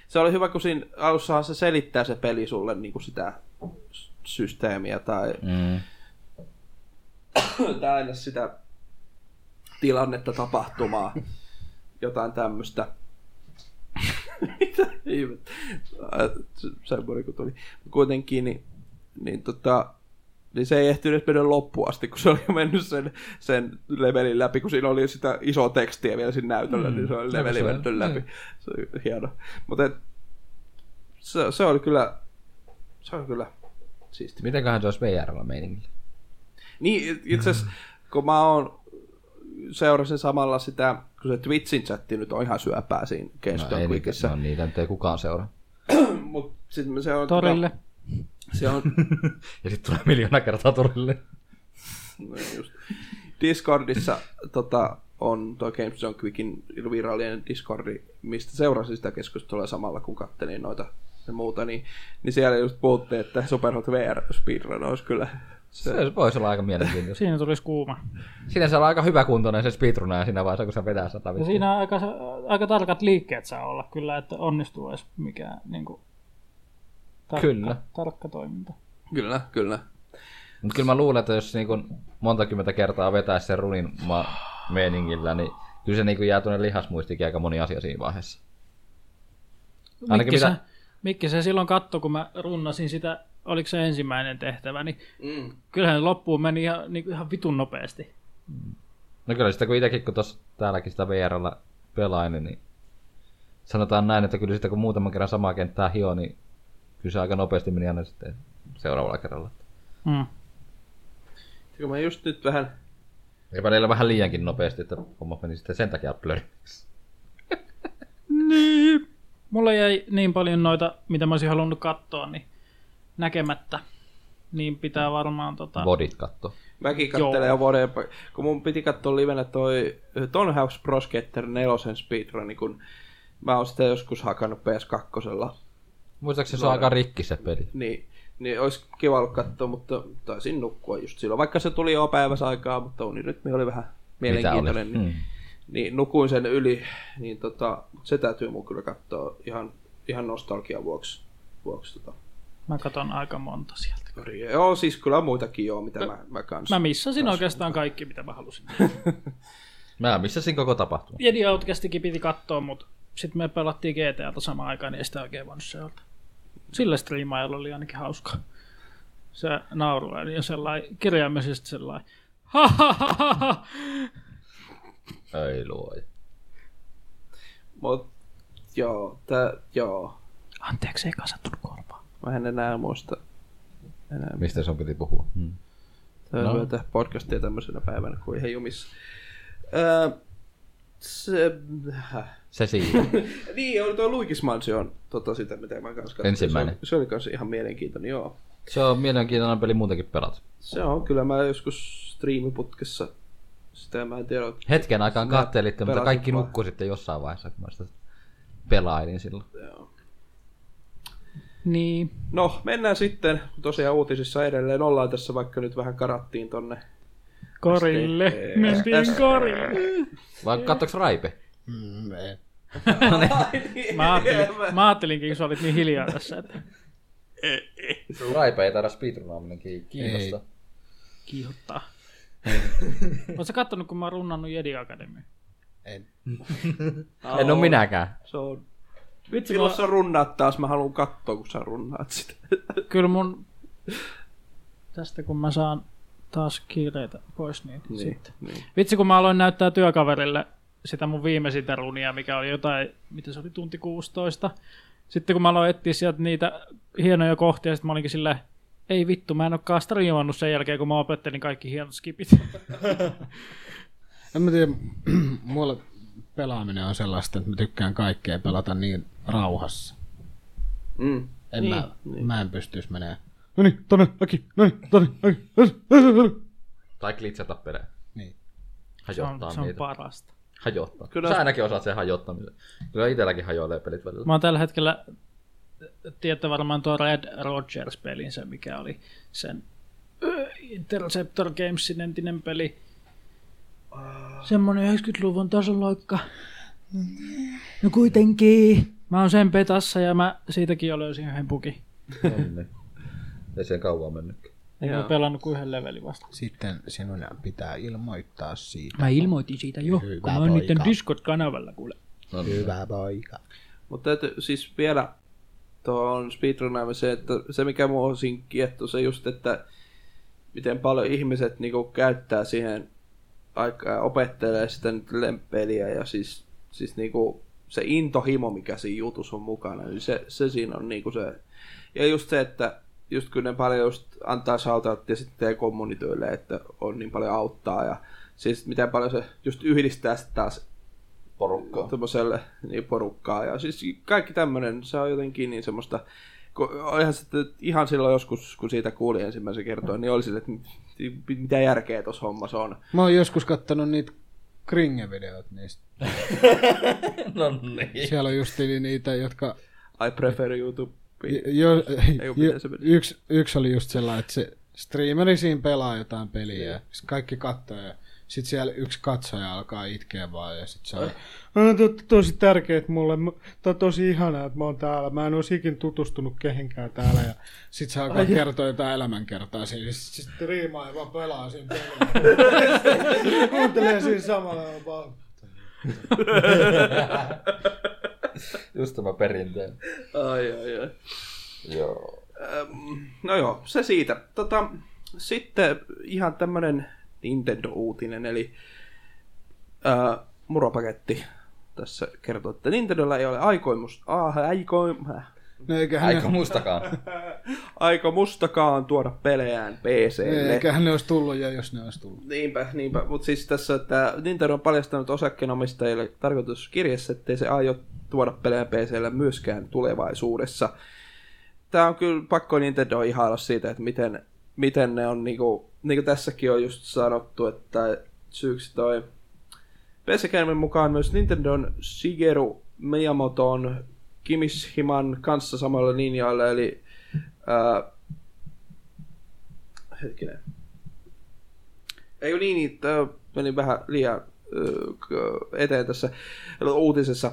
Se oli hyvä, kun siinä alussahan se selittää se peli sulle niin kuin sitä s- systeemiä tai Mm. tai aina sitä tilannetta, tapahtumaa, jotain tämmöistä. Mitä ihmettä? Ai, se- Semmoinen kun tuli. Kuitenkin, niin, niin, tota, niin se ei ehtinyt mennä loppuun asti, kun se oli jo mennyt sen, sen levelin läpi, kun siinä oli sitä isoa tekstiä vielä siinä näytöllä, mm. niin se oli leveli se on, Niin. mennyt läpi. Se oli hieno. Mutta se, se, oli kyllä, se oli kyllä siisti. Mitenköhän se olisi No VR-meiningillä? Niin, itse asiassa, kun mä oon seurasin samalla sitä, kun se Twitchin chatti nyt on ihan syöpää siinä No, Gamestone ei, no, niitä, Quickissa. no, niitä nyt ei kukaan seuraa. Mut sit se on... tota, Torille. Se on Ja sitten tulee miljoona kertaa torille. no just, Discordissa tota, on tuo GameZone Quickin virallinen Discordi, mistä seurasin sitä keskustelua samalla, kun kattelin noita ja muuta, niin, niin siellä just puhuttiin, että Superhot VR Speedrun olisi kyllä Se voisi olla aika mielenkiintoista. Siinä tulisi kuuma. Siinä saa olla aika hyväkuntoinen se speedruna ja siinä vaiheessa, kun se vetää sata Ja Niin siinä aika, aika tarkat liikkeet saa olla kyllä, että onnistuu edes mikään niin kuin, tarkka, Kyllä. tarkka toiminta. Kyllä, kyllä. niinku Mutta kyllä mä luulen, että jos niin monta kymmentä kertaa vetäisi sen runin ma- meiningillä, niin kyllä se niinku jää tuonne lihasmuistikin aika moni asia siinä vaiheessa. Ainakin Mikki, mitä- sä, Mikki se silloin katto, kun mä runnasin sitä, oliko se ensimmäinen tehtävä, niin Mm. kyllähän loppuun meni ihan, niin kuin ihan vitun nopeasti. No kyllä sitä kun itsekin, kun tuossa täälläkin sitä VRllä pelailin, niin sanotaan näin, että kyllä sitä kun muutaman kerran samaa kenttää hio, niin kyllä se aika nopeasti meni aina sitten seuraavalla kerralla. Mm. Kun mä just nyt vähän Ja välillä vähän liiankin nopeasti, että homma meni sitten sen takia blöri. Mulla jäi niin paljon noita, mitä mä olisin halunnut katsoa, niin näkemättä. Niin pitää varmaan Ah. tota... Bodit katto. Mäkin Joo. kattelen jo vuoden, kun mun piti katsoa livenä toi Tonhouse Pro Skater 4 speedrun, niin kun mä oon sitä joskus hakannut PS2, Muistaakseni No. se on aika rikki se peli. niin, niin olisi kiva ollut katsoa, mutta taisin nukkua just silloin, vaikka se tuli jo päivässä aikaa, mutta uni nyt oli vähän mielenkiintoinen, niin, Mm. niin, nukuin sen yli, niin tota, se täytyy mun kyllä katsoa ihan, ihan nostalgian vuoksi. vuoksi tota. Mä katon aika monta sieltä. Joo, siis kyllä on muitakin joo, mitä mä, mä kanssa. Mä missasin oikeastaan kaikki, mitä mä halusin. Mä missasin koko tapahtuma. Jedi Outcastikin piti katsoa, mutta sitten me pelattiin GTAta samaan aikaan, niin ei sitä oikein voinut seurata. Sillä striimailla oli ainakin hauskaa. Se nauruääni ja sellainen, kirjaimellisesti sellainen. Ha, ha, ha, ha, ha. Ei luoja. Mut, joo, tää, joo, Anteeksi, ei kasattunut korvaa. mä en enää muista enää Mistä sun piti puhua? Mm. Täällä no. tehdä podcastia tämmöisenä päivänä, kun ihan jumis. Öö, se, häh. Se siinä. niin, oli tuo Luigi's Mansion, tota sitä, mitä mä kanssa katsoin. Ensimmäinen. Se, oli- se oli kanssa ihan mielenkiintoinen, joo. se on mielenkiintoinen peli muutenkin pelata. Se on kyllä, mä joskus striimiputkessa, sitä mä en tiedä. Hetken aikaan Mä kattelitte, mutta pelasin kaikki vaan. nukkui sitten jossain vaiheessa, kun mä sitä pelailin silloin. Niin, No, mennään sitten, tosiaan uutisissa edelleen ollaan tässä, vaikka nyt vähän karattiin tonne. korille. Mentiin korille. Vai katsoks Raipe? Mm, ei. Mä ajattelin, mä ajattelinkin, kun sä olit niin hiljaa tässä, että Raipe ei taida speedrunaaminenkin kiinnosta. Ei. kiihottaa. Oletko sä kattonut, kun mä oon runnannut Jedi Academy? En. En oo minäkään. Se on... Vitsi, Milloin mä- sä runnaat taas? Mä haluan katsoa, kun sä runnaat sitä. kyllä mun tästä kun mä saan taas kiireitä pois, niin, niin. sitten. niin. Vitsi, kun mä aloin näyttää työkaverille sitä mun viimeisintä runia, mikä oli jotain, mitä se oli, tunti 16. Sitten kun mä aloin etsiä sieltä niitä hienoja kohtia, sitten mä olinkin silleen, ei vittu, mä en olekaan striimannut sen jälkeen, kun mä opettelin kaikki hienot skipit. En mä tiedä, mulle pelaaminen on sellaista, että mä tykkään kaikkea pelata niin rauhassa. Mm. En Niin, niin, mä, niin. niin. mä en pystyisi menemään. No niin, tonne, äkki, no niin, tonne, äkki. äs, äs, äs. Tai klitsata pelejä. Niin. se on, Hajottaa se on niitä. parasta. hajottaa. Kyllä- Kyllä. Sä ainakin osaat sen hajottamisen. Kyllä itelläkin hajoilee pelit välillä. Mä oon tällä hetkellä, tiedätte varmaan tuo Red Rogers-pelin, se mikä oli sen ö, Interceptor Gamesin entinen peli. Ah. Semmonen 90-luvun tasoloikka. No kuitenkin. Mä oon sen petassa ja mä siitäkin jo löysin yhden pukin. Mä... Ei sen kauan mennyt. Eikä mä pelannut kuin yhden levelin vasta. Sitten sinun pitää ilmoittaa siitä. Mä ilmoitin siitä jo, Hyvä kun mä oon niiden poika. Discord-kanavalla kuule. No, niin. Hyvä poika. Mutta täytyy siis vielä tuohon speedrunaamiseen, että se mikä mua osin kiehtoo, se just, että miten paljon ihmiset niinku käyttää siihen aikaa ja opettelee sitä nyt lempeliä ja siis, siis niinku se intohimo, mikä siinä jutussa on mukana, niin se, se siinä on niinku se. Ja just se, että just kun ne paljon just antaa shoutouttia sitten kommunityille, että on niin paljon auttaa ja siis miten paljon se just yhdistää sitten taas Porukkaa. tuommoiselle niin porukkaa. Ja siis kaikki tämmöinen, se on jotenkin niin semmoista, kun ihan, sitten, ihan silloin joskus, kun siitä kuuli ensimmäisen kertoa, niin oli sille, että mit- mitä järkeä tuossa hommassa on. Mä oon joskus kattonut niitä kringe-videot niistä. no niin. Siellä on just niitä, jotka... I prefer YouTube. Jo, kun jo, miten se meni? yksi, yksi oli just sellainen, että se streameri siinä pelaa jotain peliä. Ja sit kaikki katsoo ja sit siellä yksi katsoja alkaa itkeä vaan ja sit se on... On to, to, tosi tärkeet mulle. Mä- Tää on tosi ihanaa, että mä oon täällä. Mä en oo ikin tutustunut kehenkään täällä. Ja Sit se alkaa kertoa jotain elämänkertaa siinä. Sit se striimaa ja vaan pelaa siinä peliä. kuuntelee siinä samalla. ja Vaan... Just tämä perinteinen. Ai, ai, ai. Joo. Öm, No joo, se siitä. Tota, sitten ihan tämmönen Nintendo-uutinen, eli ää, muropaketti tässä kertoo, että Nintendolla ei ole aikoimus, ah, aiko, No eiköhän Aika ne, mustakaan. aikomustakaan tuoda pelejään PClle. eiköhän ne olisi tullut ja jos ne olisi tullut. Niinpä, niinpä. Mutta siis tässä, että Nintendo on paljastanut osakkeenomistajille tarkoituskirjassa, ettei se aio tuoda pelejä PClle myöskään tulevaisuudessa. Tämä on kyllä pakko Nintendo ihailla siitä, että miten, miten ne on, niinku, niinku tässäkin on just sanottu, että syyksi toi PC-käännön mukaan myös Nintendon Shigeru Miyamoto on Kimishiman kanssa samalla linjoilla, eli ää, hetkinen, ei ole niin, niin tämä meni vähän liian ö, k- eteen tässä uutisessa.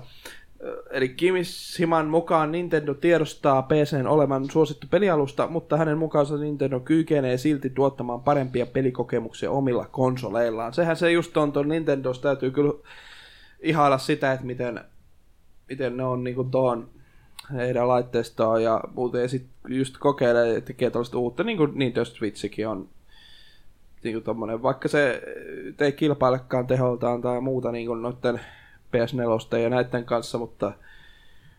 Ö, Eli Kimishiman mukaan Nintendo tiedostaa PCn olevan suosittu pelialusta, mutta hänen mukaansa Nintendo kykenee silti tuottamaan parempia pelikokemuksia omilla konsoleillaan. Sehän se just on tuon Nintendossa, täytyy kyllä ihailla sitä, että miten, miten ne on niinku tuon heidän laitteistaan ja muuten ja sit just kokeilee ja tekee tällaista uutta, niin kuin Nintendo Switchikin on niin kuin tommonen, vaikka se äh, ei kilpailekaan teholtaan tai muuta niin kuin noiden PS4 ja näiden kanssa, mutta,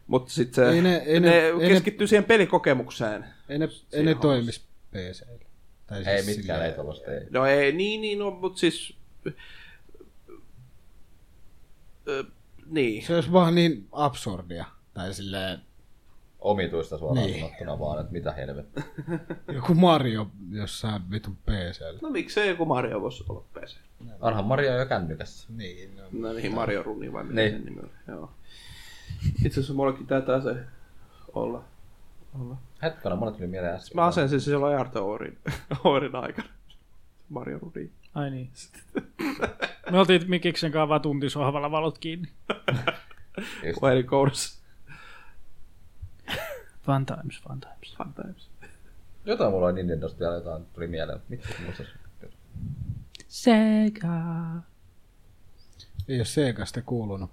mutta sitten se, Ei ne- ei ne, ne- ne ei ne- keskittyy siihen pelikokemukseen. Ei ne, ei ne toimisi PClle. Tai Ei siis mitkään silleen- ei tuollaista. Ei. No ei, niin, niin, no, mutta siis... Ö, niin. Se olisi vaan niin absurdia. Tai silleen Omituista suoraan Niin. sanottuna vaan, että mitä helvettiä. joku Mario jossain vitun PClle. No miksei joku Mario voisi olla PC? Onhan Maria jo kännykässä. Niin, no. No niin, Mario Runi vai mitä sen Niin. nimi on. Joo. Itse asiassa mullakin taitaa se olla. Hetkona, mulle tuli mieleen äsken. Mä asensin se silloin Art Ourin, Ourin aikana. Mario Runi. Ai niin. Me oltiin Mikiksen kanssa vaan tuntisohvalla valot kiinni. Just. Puhelin kourassa. Fun times, fun times. Sometimes. Jotain mulla oli Nintendosta vielä jotain tuli mieleen. Mitä se muistas? Sega. Ei ole Segasta kuulunut.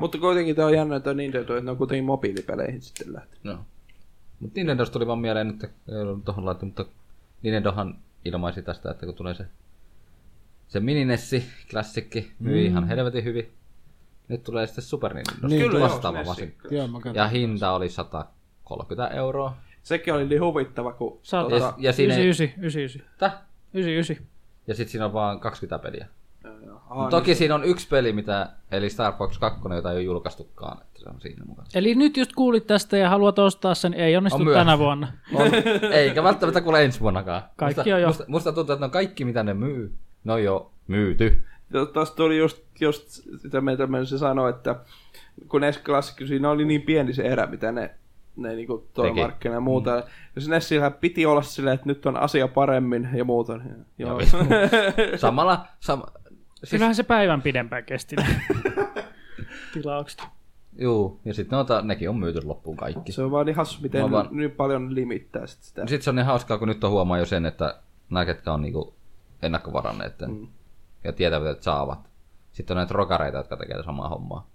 Mutta kuitenkin tää on jännä, että Nintendo, että ne on kuitenkin mobiilipeleihin sitten lähtenyt. No. Mut Nintendosta tuli vaan mieleen nyt, ei ollut tohon laittu, mutta Nintendohan ilmaisi tästä, että kun tulee se, se mininessi, klassikki, myi mm. ihan helvetin hyvin. Nyt tulee sitten Super Nintendo. Niin, Kyllä, joo, vastaava vasin. Joo, mä Ja katson. hinta oli 130 euroa. Sekin oli niin huvittava, kun... Sata. Ja, Tota, ja siinä, Siis 99, 99. Täh? 99. ja sit siinä on vaan 20 peliä. Aha, Toki siinä on yksi peli, mitä, eli Star Fox 2, jota ei ole julkaistukaan, että se on siinä mukana. Eli nyt just kuulit tästä ja haluat ostaa sen, ei onnistu On myöhäistä. tänä vuonna. On, eikä välttämättä kuule ensi vuonnakaan. Kaikki musta, on jo. Musta, musta tuntuu, että ne on kaikki, mitä ne myy, ne on jo myyty. Ja Tuossa tuli just, just sitä meitä myös se sanoi, että kun s klassikko siinä oli niin pieni se erä, mitä ne, ne niinku toi Teki. markkina ja muuta. Mm. Ja se Nessillähän piti olla silleen, että nyt on asia paremmin ja muuta. Joo. Samalla, sama, siis, Kyllähän se päivän pidempään kesti ne tilaukset. juu, ja sitten noita, nekin on myyty loppuun kaikki. se on vaan ihan hassu, miten Mä vaan- vaan... nyt paljon limittää sit sitä. Sitten se on niin hauskaa, kun nyt on huomaa jo sen, että nämä, ketkä on niinku ennakkovaranneet mm. ja tietävät, että saavat. Sitten on näitä rokareita, jotka tekee tätä samaa hommaa.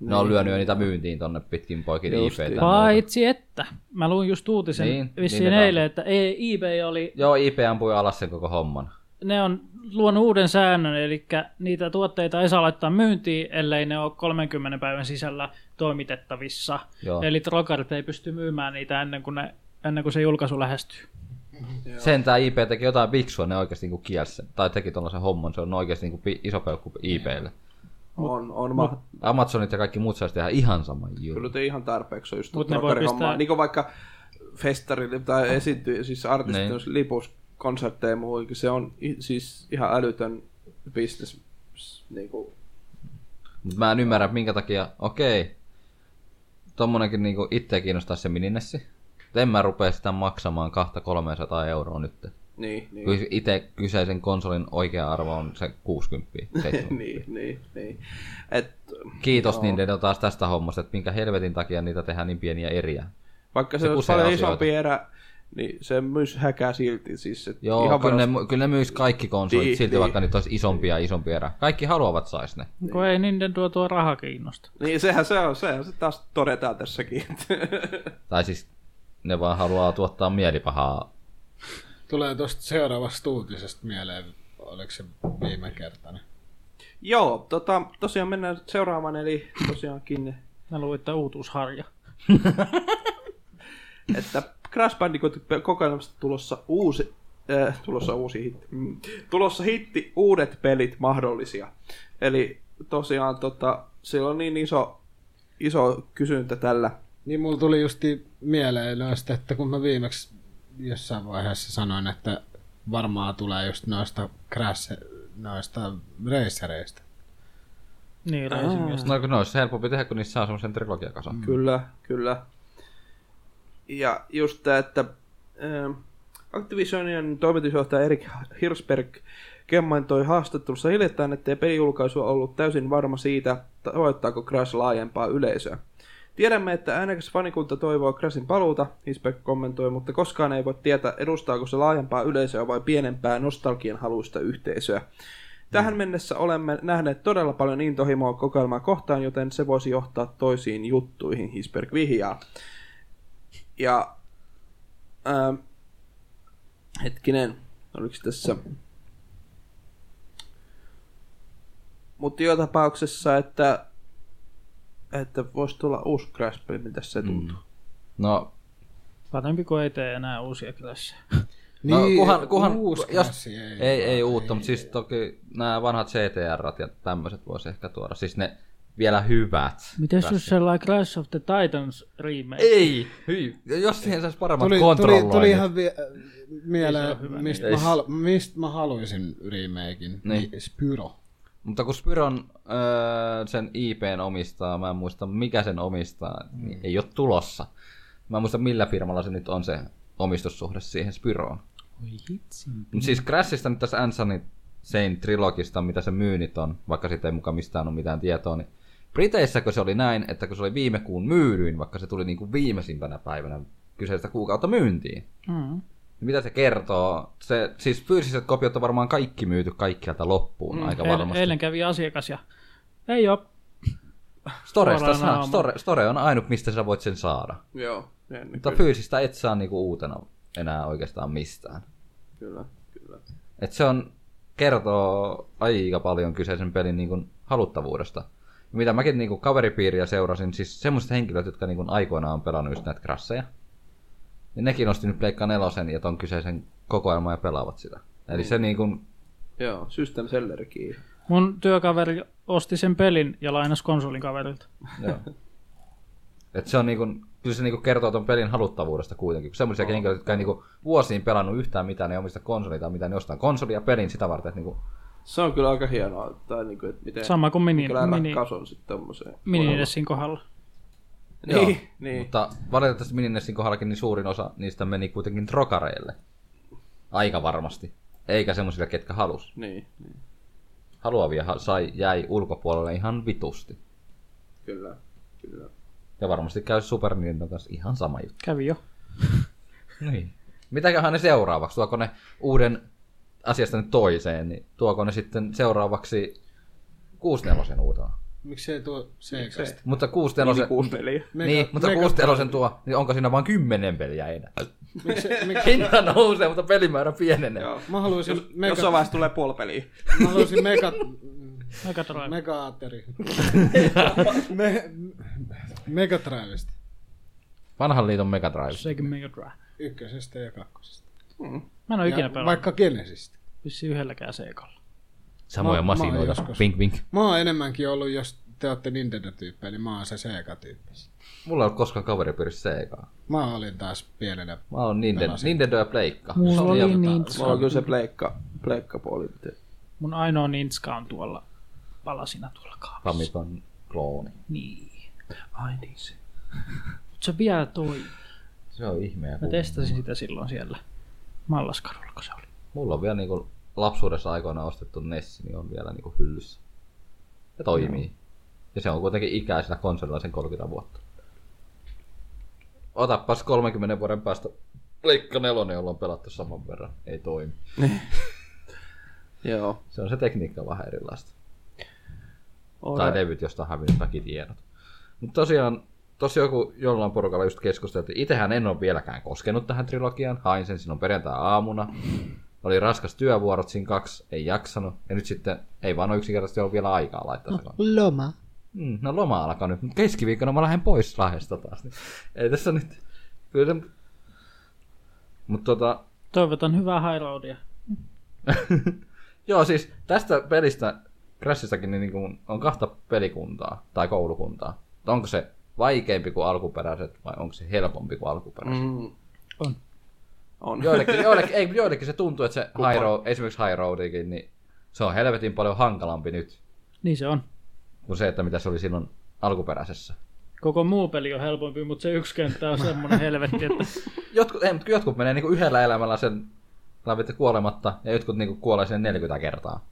Ne Niin. on lyönyt jo niitä myyntiin tonne pitkin poikin Justiin. IPtä. Paitsi että, mä luin just uutisen niin, Niin, vissiin niin niin ne eilen, että ei- eBay oli, Joo, IP ampui alas sen koko homman. ne on luonut uuden säännön, eli niitä tuotteita ei saa laittaa myyntiin, ellei ne ole 30 päivän sisällä toimitettavissa. Joo. Joo. Eli trokarit ei pysty myymään niitä ennen kuin, ne, ennen kuin se julkaisu lähestyy. Sen tää IP teki jotain fiksua, ne oikeasti niinku kielsi sen. Tai teki tuollaisen homman, se on oikeasti niinku pi- iso peukku Niin. IPlle. On, on ma- Amazonit ja kaikki muut saisi tehdä ihan saman Kyllä jutun. te ihan tarpeeksi on just Mut Mut ne voi pistää- Niin kuin vaikka festarille tai esity, siis artistin Niin. niin. lipus, konsertteja ja muu, kyllä se on i- siis ihan älytön bisnes. Niin kuin, Mutta mä en ymmärrä, minkä takia, okei, tommonenkin niinku itse kiinnostaa se mininessi. Mut En mä rupea sitä maksamaan 200-300 euroa nyt. niin, niin. Kun itse kyseisen konsolin oikea arvo on se 60. 70. niin, niin, niin. Et, Kiitos no. Nintendo taas tästä hommasta, että minkä helvetin takia niitä tehdään niin pieniä eriä. vaikka se, Se se olisi kusee paljon asioita. isompi erä, Niin se myös häkää silti. Siis se Joo, Ihan kyllä, varmasti- ne, kyllä ne myis kaikki konsolit, Niin, niin, niin. silti niin. vaikka niitä olisi isompia ja isompia erä. Kaikki haluavat sais ne. Kun ei Nintendo tuo raha kiinnosta. Niin sehän se on, sehän se taas todetaan tässäkin. Tai siis ne vaan haluaa tuottaa mielipahaa. Tulee tuosta seuraavasta uutisesta mieleen, oliko se viime kertana. Joo, tota, tosiaan mennään seuraamaan, eli tosiaankin, Mä luin, että uutuusharja. että Crash Bandicoot kokoelmasta tulossa uusi, äh, tulossa uusi hitti, mm, tulossa hitti uudet pelit mahdollisia. Eli tosiaan tota, sillä on niin iso, iso kysyntä tällä. Niin mulla tuli justi mieleen noista, että kun mä viimeksi jossain vaiheessa sanoin, että varmaan tulee just noista crash, noista racereista. Niin, Racing Games. No kun ne olisi helpompi tehdä, kun niissä saa semmoisen trilogiakasan. Mm. Kyllä, kyllä. Ja just tämä, että ähm, Activisionin toimitusjohtaja Erik Hirsberg kemmentoi haastattelussa hiljattain, ettei pelijulkaisu ollut täysin varma siitä, tavoittaako Crash laajempaa yleisöä. Tiedämme, että äänekäs fanikunta toivoo Crashin paluuta, Hirsberg kommentoi, mutta koskaan ei voi tietää, edustaako se laajempaa yleisöä vai pienempää nostalgian haluista yhteisöä. Tähän mennessä olemme nähneet todella paljon intohimoa kokoelmaa kohtaan, joten se voisi johtaa toisiin juttuihin, Hisberg vihjaa. Ja ähm, hetkinen, oliko tässä... Mutta jo tapauksessa, että, että voisi tulla uusi crash mitä se tuntuu. Mm. No, Parempi kuin ei tee enää uusia Crashia. No, Niin, kunhan- kunhan- uusi jos- Crash ei, ei, ei uutta, mutta siis toki nämä vanhat CTR ja tämmöiset voisi ehkä tuoda. Siis ne vielä hyvät. Mites jos sellainen Crash of the Titans remake? Ei! Hyi! Jos siihen saisi paremmat Tuli, tuli, kontrolloinnit. tuli ihan vie, mieleen, Ei se ole hyvä, mistä, niin. mä Ei se- halu, mistä mä haluaisin remakein. Niin. Niin. Spyro. Mutta kun Spyron öö, sen IPn omistaa, mä en muista mikä sen omistaa, niin ei ole tulossa. Mä en muista millä firmalla se nyt on se omistussuhde siihen Spyroon. Oi hitsin. Mut siis Crashista nyt tässä Ansonin Sein trilogista, mitä se myynnit on, vaikka siitä ei mukaan mistään ole mitään tietoa, niin Briteissäkö se oli näin, että kun se oli viime kuun myydyin, vaikka se tuli niin kuin viimeisimpänä päivänä kyseistä kuukautta myyntiin, Mm. niin mitä se kertoo? Se, siis fyysiset kopiot on varmaan kaikki myyty kaikkialta loppuun mm, aika Eilen, varmasti. eilen kävi asiakas ja ei oo. Storesta Suoraan saa, naamaan. store, store on ainut, mistä sä voit sen saada. Joo, en, Mutta fyysistä et saa niinku uutena enää oikeastaan mistään. kyllä, kyllä. Et se on, kertoo aika paljon kyseisen pelin niinku haluttavuudesta. Mitä mäkin niinku kaveripiiriä seurasin, siis semmoiset henkilöt, jotka niinku aikoinaan on pelannut just näitä krasseja. Ja nekin nosti nyt Pleikka nelosen ja ton kyseisen kokoelman ja pelaavat sitä. Eli se niinku, Joo, System Sellerkin. Mun työkaveri osti sen pelin ja lainasi konsolin kaverilta. et se on niinku, kyllä se niinku kertoo ton pelin haluttavuudesta kuitenkin. Semmoisia oh. henkilöitä, jotka ei niinku vuosiin pelannut yhtään mitään, ne ei omista konsolia tai mitään, ne ostaa konsolia ja pelin sitä varten, että niinku Se on kyllä aika hienoa, tai niinku, että miten... Sama kuin mini, Kyllä mini, rakkaus on sitten tommoseen. mini Nessin kohdalla. Joo, Niin, niin. Mutta valitettavasti Mininessin kohdallakin niin suurin osa niistä meni kuitenkin trokareille. Aika varmasti. Eikä semmoisille, ketkä halus. Niin, niin, Haluavia ha- sai, jäi ulkopuolelle ihan vitusti. kyllä, kyllä. Ja varmasti käy Super Nintendo kanssa ihan sama juttu. Kävi jo. Niin. Mitäköhän ne seuraavaksi? Tuoko ne uuden asiasta nyt toiseen, niin tuoko ne sitten seuraavaksi 64 uutena? Miksei tuo Seikasta? Mutta Mini 64... kuusi peliä. niin, Mega- Niin, mutta Mega- 64 tuo, niin onko siinä vain kymmenen peliä enää? Miksei, mik, Hinta nousee, mutta pelimäärä pienenee. Joo. mä haluaisin Jos, mega, jossain vaiheessa tulee puoli peliä. mä haluaisin mega, Aika drive. megaateri. me, megatraivista. Vanhan liiton Megadrive. Sekin Mega Drive. Ykkösestä ja kakkosesta. Mä en oo ikinä Ja pelannut. Vaikka... vaikka Genesistä. Vissiin yhdelläkään seikalla. Samoja Mä- no, mä oon masinoita. joskus. Pink, pink. Mä oon enemmänkin ollut, jos te ootte Nintendo-tyyppejä, niin mä oon se Sega-tyyppi. Mulla ei ollut koskaan kaveripiirissä Segaa. Mä olin taas pienenä. Mä oon Nintendo, Pelasin. Nintendo ja Pleikka. Mulla Se oli jotain. Nintsa. Mulla on kyllä se pleikka, pleikkapuoli. Mun ainoa Nintska on tuolla palasina tuolla kaapissa. Famicom klooni. Niin. Ai niin se. Mut se vielä toi. Se on ihmeä. Mä kun- testasin sitä silloin siellä Mallaskadulla, kun se oli. Mulla on vielä niinku lapsuudessa aikoina ostettu Nessi, niin on vielä niinku hyllyssä. Ja toimii. Ja se on kuitenkin ikää sillä konsolilla sen 30 vuotta. Otappas 30 vuoden päästä Pleikka nelonen, jolla on pelattu saman verran. Ei toimi. Joo. Se on se tekniikka vähän erilaista. Alright. Tai levyt, josta on hävinnyt kaikki tiedot. Mutta tosiaan, tosi joku jollain porukalla just keskusteltiin. Itehän en ole vieläkään koskenut tähän trilogiaan. Hain sen silloin perjantai-aamuna. Oli raskas työvuorot siinä kaksi, ei jaksanut. Ja nyt sitten ei vaan ole yksinkertaisesti ollut vielä aikaa laittaa sitä. Loma. Mm, no loma alkaa nyt, mutta keskiviikkona mä lähden pois Lahdesta taas. niin Ei tässä nyt... Kyllä se... Mutta tota, Toivotan hyvää highroadia. Joo, siis tästä pelistä, Crashistakin, niin kuin on kahta pelikuntaa tai koulukuntaa. Mutta Onko se vaikeampi kuin alkuperäiset vai onko se helpompi kuin alkuperäiset? Mm. Mm. On. Mm. On. Joillekin, joillekin, ei, joillekin se tuntuu, että se high road, esimerkiksi High Roadikin, niin se on helvetin paljon hankalampi nyt Niin se on. kuin se, että mitä se oli silloin alkuperäisessä. Koko muu peli on helpompi, mutta se yksi kenttä on semmoinen helvetti, että Jotkut, ei, mutta jotkut menee niin kuin yhdellä elämällä sen läpi kuolematta ja jotkut niin kuin kuolee sen 40 kertaa.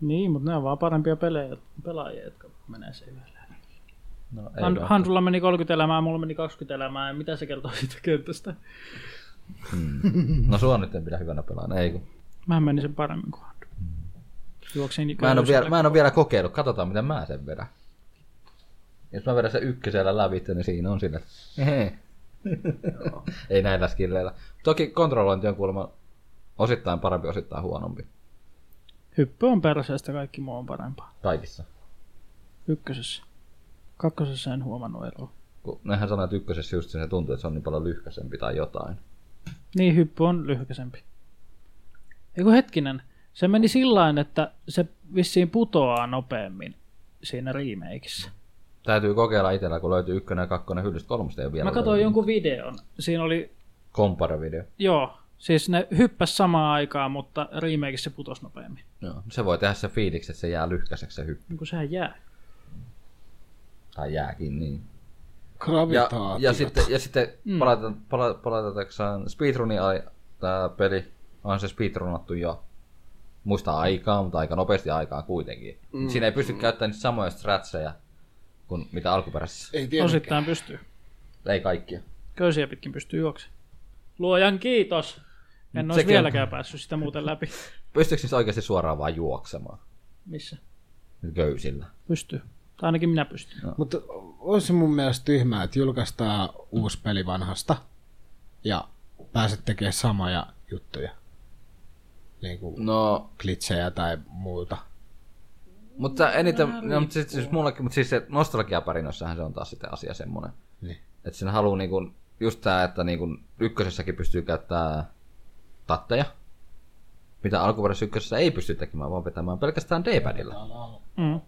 Niin, mutta ne on vaan parempia pelejä, pelaajia, jotka menee se yhdellä. No, ei Han, välttämättä. Hansulla meni 30 elämää, mulla meni 20 elämää, ja mitä se kertoo siitä kentästä? no sua nyt en pidä hyvänä pelaajana, ei kun. Mä menin sen paremmin kuin Handu. Juoksin Mä en, ole vielä, mä en ole vielä kokeillut, katsotaan miten mä sen vedän. Jos mä vedän sen ykkösellä läpi, niin siinä on sille. Ehe. Ei näillä skilleillä. Toki kontrollointi on kuulemma osittain parempi, osittain huonompi. Hyppy on perseestä, kaikki muu on parempaa. Kaikissa. Ykkösessä. Kakkosessa en huomannut eroa. Kun nehän sanoo, että ykkösessä just se tuntuu, että se on niin paljon lyhkäsempi tai jotain. Niin, hyppy on lyhkäsempi. Eiku hetkinen, se meni sillain, että se vissiin putoaa nopeammin siinä remakeissa. Täytyy kokeilla itellä, kun löytyy ykkönen ja kakkonen hyllystä kolmosta ei ole vielä. Mä katsoin jonkun videon. Siinä oli Komparavideo. Joo, siis ne hyppäs samaan aikaan, mutta remakeissa se putosi nopeammin. Joo. Se voi tehdä se fiiliksi, että se jää lyhkäiseksi se hyppy. Niin kuin sehän jää. Tai jääkin, niin. Ja, Gravitaatio. ja sitten, ja sitten mm. palata, pala, palatetaksaan speedrunin tämä peli, on se speedrunattu jo muista aikaa, mutta aika nopeasti aikaa kuitenkin. Mm. Siinä ei pysty mm. käyttämään niitä samoja stratseja kuin mitä alkuperäisessä. Ei tiedä. Osittain pystyy. Ei kaikkia. Köysiä pitkin pystyy juoksemaan. Luojan kiitos! En olisi Mm, Sekin on- vieläkään päässyt sitä muuten läpi. Pystyykö siis oikeasti suoraan vaan juoksemaan Missä? nyt köysillä? Pystyy. Tai ainakin minä pystyn. Mutta olisi mun mielestä tyhmää, että julkaistaan uusi peli vanhasta ja pääset tekemään samoja juttuja. Niin kuin No, klitsejä tai muuta. mutta eniten, no, mutta siis, siis mullekin, mutta siis se nostalgiapärinössähän se on taas sitten asia semmoinen. Niin. Että sen haluaa niinku, just tää, että niinku ykkösessäkin pystyy käyttämään tatteja, mitä alkuperäisessä ykkösessä ei pysty tekemään, vaan vetämään pelkästään D-padilla. Mm.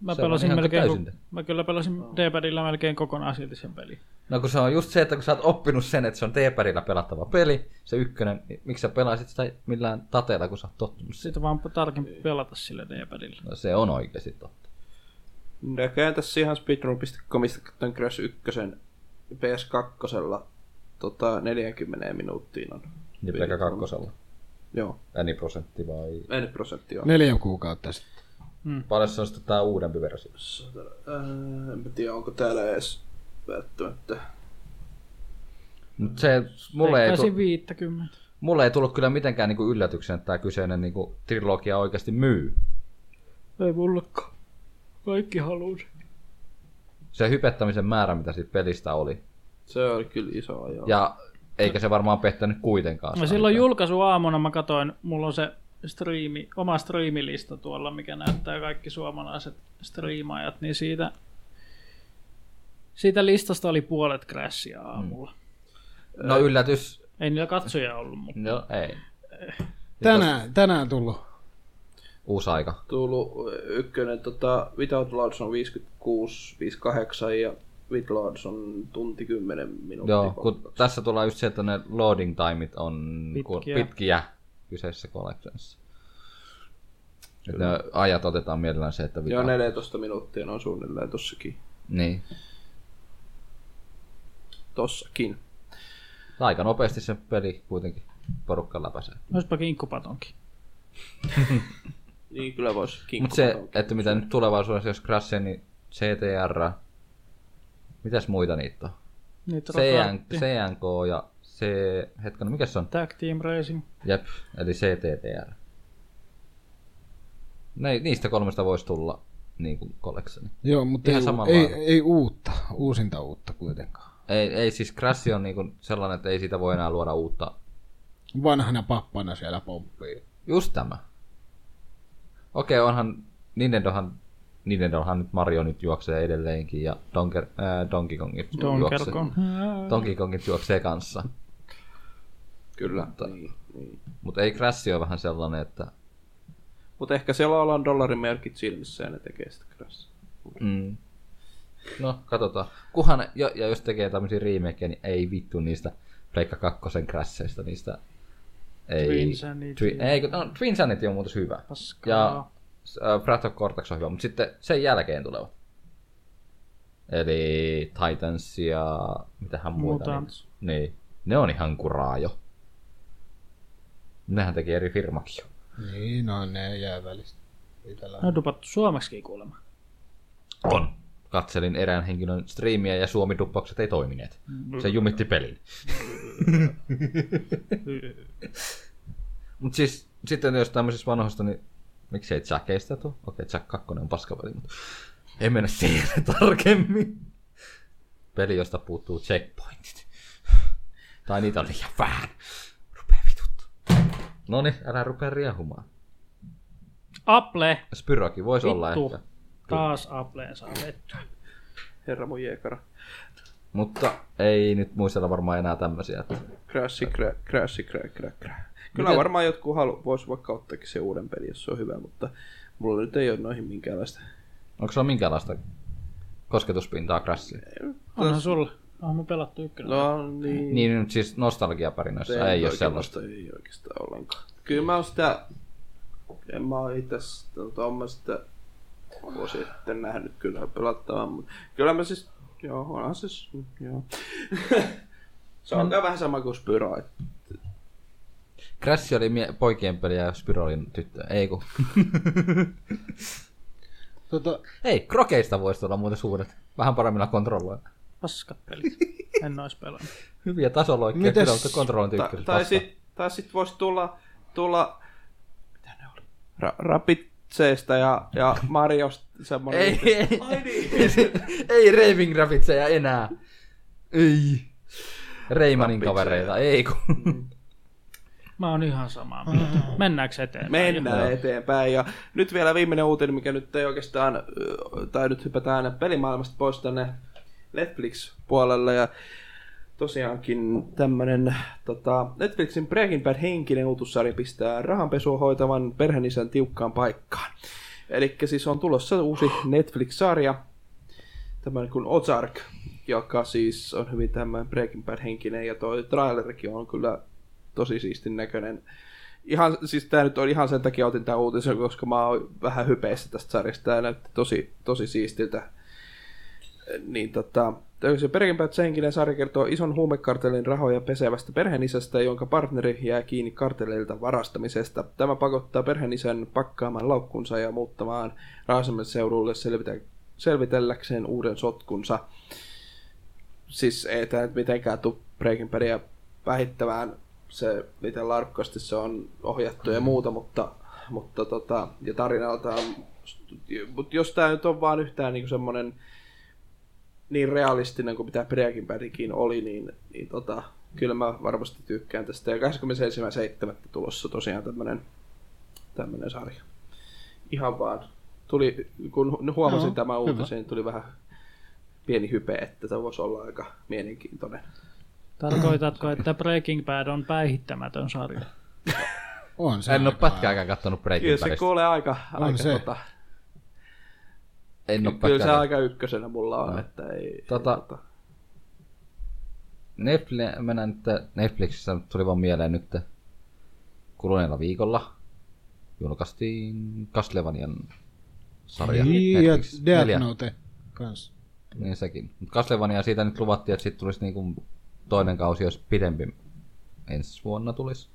Mä, Se on ihan pelasin melkein, täysin ko- te- mä kyllä pelasin D-padilla melkein kokonaan silti sen pelin. No kun se on just se, että kun sä oot oppinut sen, että se on D-padilla pelattava peli, se ykkönen, niin miksi sä pelaisit sitä millään tateella, kun sä oot tottunut siihen? Siitä vaan tarkempi pelata sillä D-padilla. No, se on oikeasti totta. Näköjään tässä ihan speedrun.comista katsoin Crash 1 PS2 tota, 40 minuuttiin on. Niin pelkä kakkosella. Joo, Ääni prosentti vai? en nyt prosenttia on. Neljä kuukautta sitten. Paljon se on sitten tää uudempi versio. Öö, en mä tiedä, onko täällä edes välttämättä. Mut se, mulle ei, Veikkaisin tu- 50. mulle ei tullut kyllä mitenkään niinku yllätyksen, että tämä kyseinen niinku trilogia oikeasti myy. Ei mullakaan. Kaikki haluu sen. se hypettämisen määrä, mitä siitä pelistä oli. Se oli kyllä iso ajo. Ja eikä se varmaan pettänyt kuitenkaan. No sitä silloin mitään. julkaisuaamuna mä katoin, mulla on se striimi, oma striimilista tuolla, mikä näyttää kaikki suomalaiset striimaajat, niin siitä, siitä listasta oli puolet crashia aamulla. Mm. No yllätys. Ei niillä katsoja ollut, mutta No ei. Tänään, tänään tullut. Uusi aika. Tullut ykkönen, tota, Without Lords on 56, 58 ja With Lords on tunti 10 minuuttia. Joo, kun tässä tulee just se, että ne loading timeit on ku- Pitkiä. pitkiä kyseisessä collectionissa. Että ne ajat otetaan mielellään se, että Joo, vika. 14 minuuttia on suunnilleen tossakin. Niin. Tossakin. Aika nopeasti se peli kuitenkin porukka läpäisee. olisipa kinkkupatonkin. Niin kyllä voisi Mutta kinkku. se, että mitä nyt tulevaisuudessa, jos Crash, niin CTR, mitäs muita niitä on? Niitä CN, Tota, rakartti. CNK ja se, hetken, mikä se on? Tag Team Racing. Jep, eli CTTR. Ne, niistä kolmesta voisi tulla niin kuin collection. Joo, mutta Ihan ei, u- samanlainen. ei, ei, uutta, uusinta uutta kuitenkaan. Ei, ei siis Crash on niin kuin sellainen, että ei siitä voi enää luoda uutta. Vanhana pappana siellä pomppii. Just tämä. Okei, onhan Nintendohan, Nintendohan nyt Mario nyt juoksee edelleenkin ja Donker, ää, Donkey Kongit juoksee. Donkerkon. Donkey Kongit juoksee kanssa. Kyllä. Mutta- Niin, niin. Mutta ei Crash ole vähän sellainen, että Mutta ehkä siellä ollaan dollarimerkit silmissä ja ne tekee sitä krassia. Mm. No, katsotaan. Kuhan, ja, ja jos tekee tämmöisiä remakeja, niin ei vittu niistä Pleikka kakkosen crasheista, niistä... Ei, Twin Sanity. Twi, ei, kun- no, Twin Sanity on muuten hyvä. Paskaa. Ja äh, Breath of Cortex on hyvä, mutta sitten sen jälkeen tulevat. Eli Titans ja mitähän muita. Mutants. Niin, niin, ne on ihan kuraa jo. Nehän teki eri firmakin jo. Niin, no ne jää välistä. Itellä. Ne on dupattu suomeksikin kuulemma. On. Katselin erään henkilön striimiä ja suomiduppaukset ei toimineet. Se jumitti pelin. Mut siis sitten jos tämmöisistä vanhoista, niin miksei Jackeista tuu? Okei, Jack 2 on paskapeli, mutta ei mennä siihen tarkemmin. Peli, josta puuttuu checkpointit. Tai niitä on liian vähän. Rupee vituttaa. Noni, älä rupea riehumaan. Apple. Spyrokin voisi olla Vittu. ehkä. Taas Appleen saa vettä. Herra mun jeekara. Mutta ei nyt muistella varmaan enää tämmöisiä. Että... Crashi, krä, crashi, krä, krä, krä. Kyllä Miten- varmaan jotkut halu, vois vaikka ottaakin se uuden pelin, jos se on hyvä, mutta mulla nyt ei ole noihin minkäänlaista. Onko se on minkäänlaista kosketuspintaa Crashiin? Onhan sulla. Onhan mun pelattu ykkönen. No niin. Niin nyt siis nostalgiapärinöissä ei, nyt ei ole oikein sellaista. muista, Ei oikeastaan ollenkaan. Kyllä mä oon sitä, en mä oon itse sitä, tota, oon mä sitä vuosi sitten nähnyt kyllä pelattavan, mutta kyllä mä siis, joo, onhan siis, joo. se on kai vähän sama kuin Spyro, et Crash oli mie- poikien peli ja Spyro oli tyttö. Ei kun. Tota, Hei, krokeista voisi tulla muuten suuret. Vähän paremmilla kontrolloilla. Paskat pelit. En ois pelannut. Hyviä tasoloikkeja, Mites- Mites... kontrollin Ta- ykkös tai, vasta. sit, tai sit voisi tulla, tulla mitä ne oli? Ra- Rapitseesta ja, ja Mariosta semmonen. Ei, ei, niin. ei Raving Rabbitseja enää. Ei. Reimanin Rabbitseja. kavereita, ei kun. Mä oon ihan samaa mieltä. Mennäänkö eteenpäin? Mennään eteenpäin. Ja nyt vielä viimeinen uutinen, mikä nyt ei oikeastaan, ö, tai nyt hypätään pelimaailmasta pois tänne Netflix-puolelle. Ja tosiaankin tämmönen tota, Netflixin Breaking Bad henkinen utussarja pistää rahanpesua hoitavan perheenisän tiukkaan paikkaan. Eli siis on tulossa uusi Netflix-sarja, tämmöinen kuin Ozark, joka siis on hyvin tämmöinen Breaking Bad henkinen ja toi trailerikin on kyllä tosi siistin näköinen. Ihan, siis tää nyt on ihan sen takia otin tämän uutisen, koska mä oon vähän hypeissä tästä sarjasta. Tää näytti tosi, tosi siistiltä. Niin tota, se Perkinpäät henkinen sarja kertoo ison huumekartelin rahoja pesevästä perheenisästä, jonka partneri jää kiinni kartelilta varastamisesta. Tämä pakottaa perheenisän pakkaamaan laukkunsa ja muuttamaan Raasemen seudulle selvitä, selvitelläkseen uuden sotkunsa siis ei tämä nyt mitenkään tuu Breaking Badia vähittämään se, miten larkkasti se on ohjattu ja muuta, mutta, mutta tota, ja tarinaltaan, mutta jos tämä nyt on vaan yhtään niinku semmoinen niin realistinen kuin mitä Breaking Badikin oli, niin, niin tota, kyllä mä varmasti tykkään tästä. Ja 27.7. tulossa tosiaan tämmönen, tämmönen sarja. Ihan vaan. Tuli, kun huomasin Joo, no, tämän hyvä. uutisen, niin tuli vähän pieni hype, että se voisi olla aika mielenkiintoinen. Tarkoitatko, että Breaking Bad on päihittämätön sarja? on se En ole aika pätkääkään kattonut Breaking Kyllä se Badista. kuulee aika, On aika se. tota, En ole kyllä se pätkääkään. aika ykkösenä mulla on, että ei, Tota- ei, tota Netflix, mennään nyt Netflixissä, tuli vaan mieleen nyt kuluneella viikolla julkaistiin Castlevanian sarja Niin, ja Netflixissä. Death Neljä. Note kanssa. Niin sekin. Mut Castlevania siitä nyt luvattiin, että siitä tulisi niinku toinen kausi, jos pidempi ensi vuonna tulisi.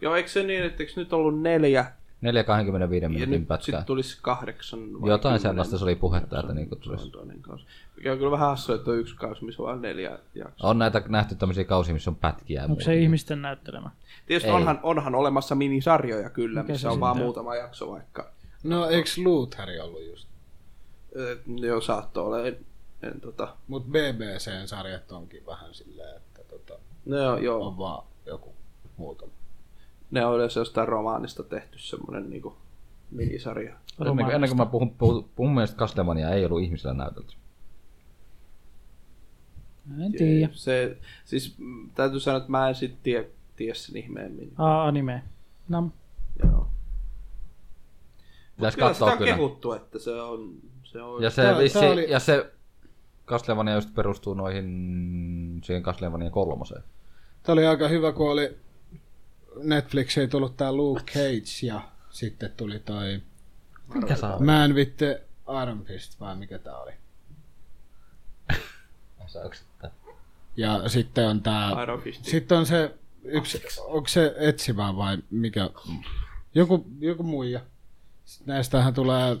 Joo, eikö se niin, että eikö nyt ollut neljä 4 25 Ja minuutin nyt sitten pätkää. tulisi kahdeksan vai Jotain kymmenen. sellaista se oli puhetta, että niinku Se on tulisi. toinen kausi. Mikä on kyllä vähän hassu, että on yksi kausi, missä on vain neljä jaksoa. On näitä nähty tämmöisiä kausia, missä on pätkiä. ja Onko se muuta. ihmisten näyttelemä? Tietysti Oh, Ei. onhan, onhan olemassa minisarjoja kyllä, Mikä missä se on vaan sitten on? muutama jakso vaikka. No, eiks Lutheri ollut just? Ö, Joo, saattoi olla. En, en, tota, Mut BBCn sarjat onkin vähän silleen, että tota, ne on, no joo, Oh. on vaan joku muutama. ne on yleensä jostain romaanista tehty semmoinen niinku minisarja. Ennen kuin, ennen kuin mä puhun, puhun, mun mielestä Castlevania ei ollut ihmisillä näytelty. En tiedä. Se, siis mm, täytyy sanoa, että mä en sit tie, tie sen ihmeemmin. Aa, anime. No, Joo. Pitäisi Kyllä sitä katsoa on kyllä. kehuttu, että se on... Se on Ja se, Tää- tää, tää vissi, tää oli- ja se Castlevania just perustuu noihin, siihen Castlevania kolmoseen. Tämä oli aika hyvä, kun oli Netflix ei tullut tää Luke Cage ja sitten tuli toi Mikä saa? Man with the Iron Fist, vai mikä tää oli. Ja sitten on tää... Iron Fist. Sitten on se yksi, onko se etsivä vai mikä? Joku, joku muija. Sitten Näistähän tulee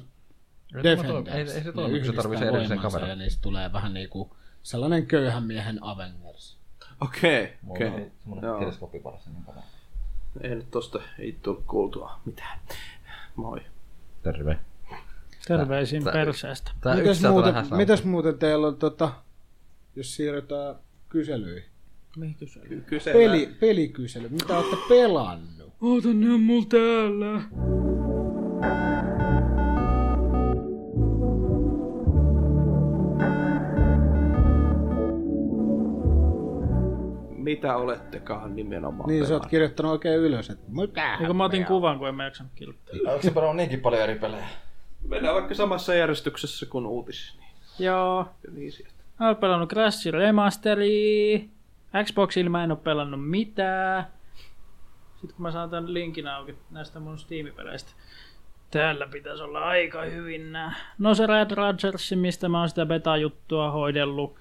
Defenders. Ei, ei se Ne toimi, kun se yhdistää tarvii sen edellisen voimansa kameran. Ja niistä tulee vähän niinku sellainen köyhän miehen Avengers. Okei, okei. Semmoinen Joo. teleskooppiparassa. Ei nyt tosta ei tullut kuultua mitään. Moi. Terve. terveisiin Tää- perseestä. Tää yksi mitäs, sieltä muuten, lähes mitäs muuten teillä on, tota, jos siirrytään kyselyihin? Ky- Kysellään. Peli, pelikysely, mitä olette pelannut? Oota, ne on mulla täällä. Mitä olettekaan nimenomaan Niin, sä oot pelannut? kirjoittanut oikein ylös, että mitä? Eikö mä otin kuvan, kun en mä jaksanut kirjoittaa. Onko se pelannut niinkin paljon eri pelejä? Mennään vaikka samassa järjestyksessä kuin uutis. Joo. Niin, niin sieltä. Mä oon pelannut Crash Remasteri. Xboxilla mä en oo pelannut mitään. Sitten kun mä saan tän linkin auki näistä mun Steam-peleistä. Täällä pitäisi olla aika hyvin nää. No se Red Rodgers, mistä mä oon sitä beta-juttua hoidellut.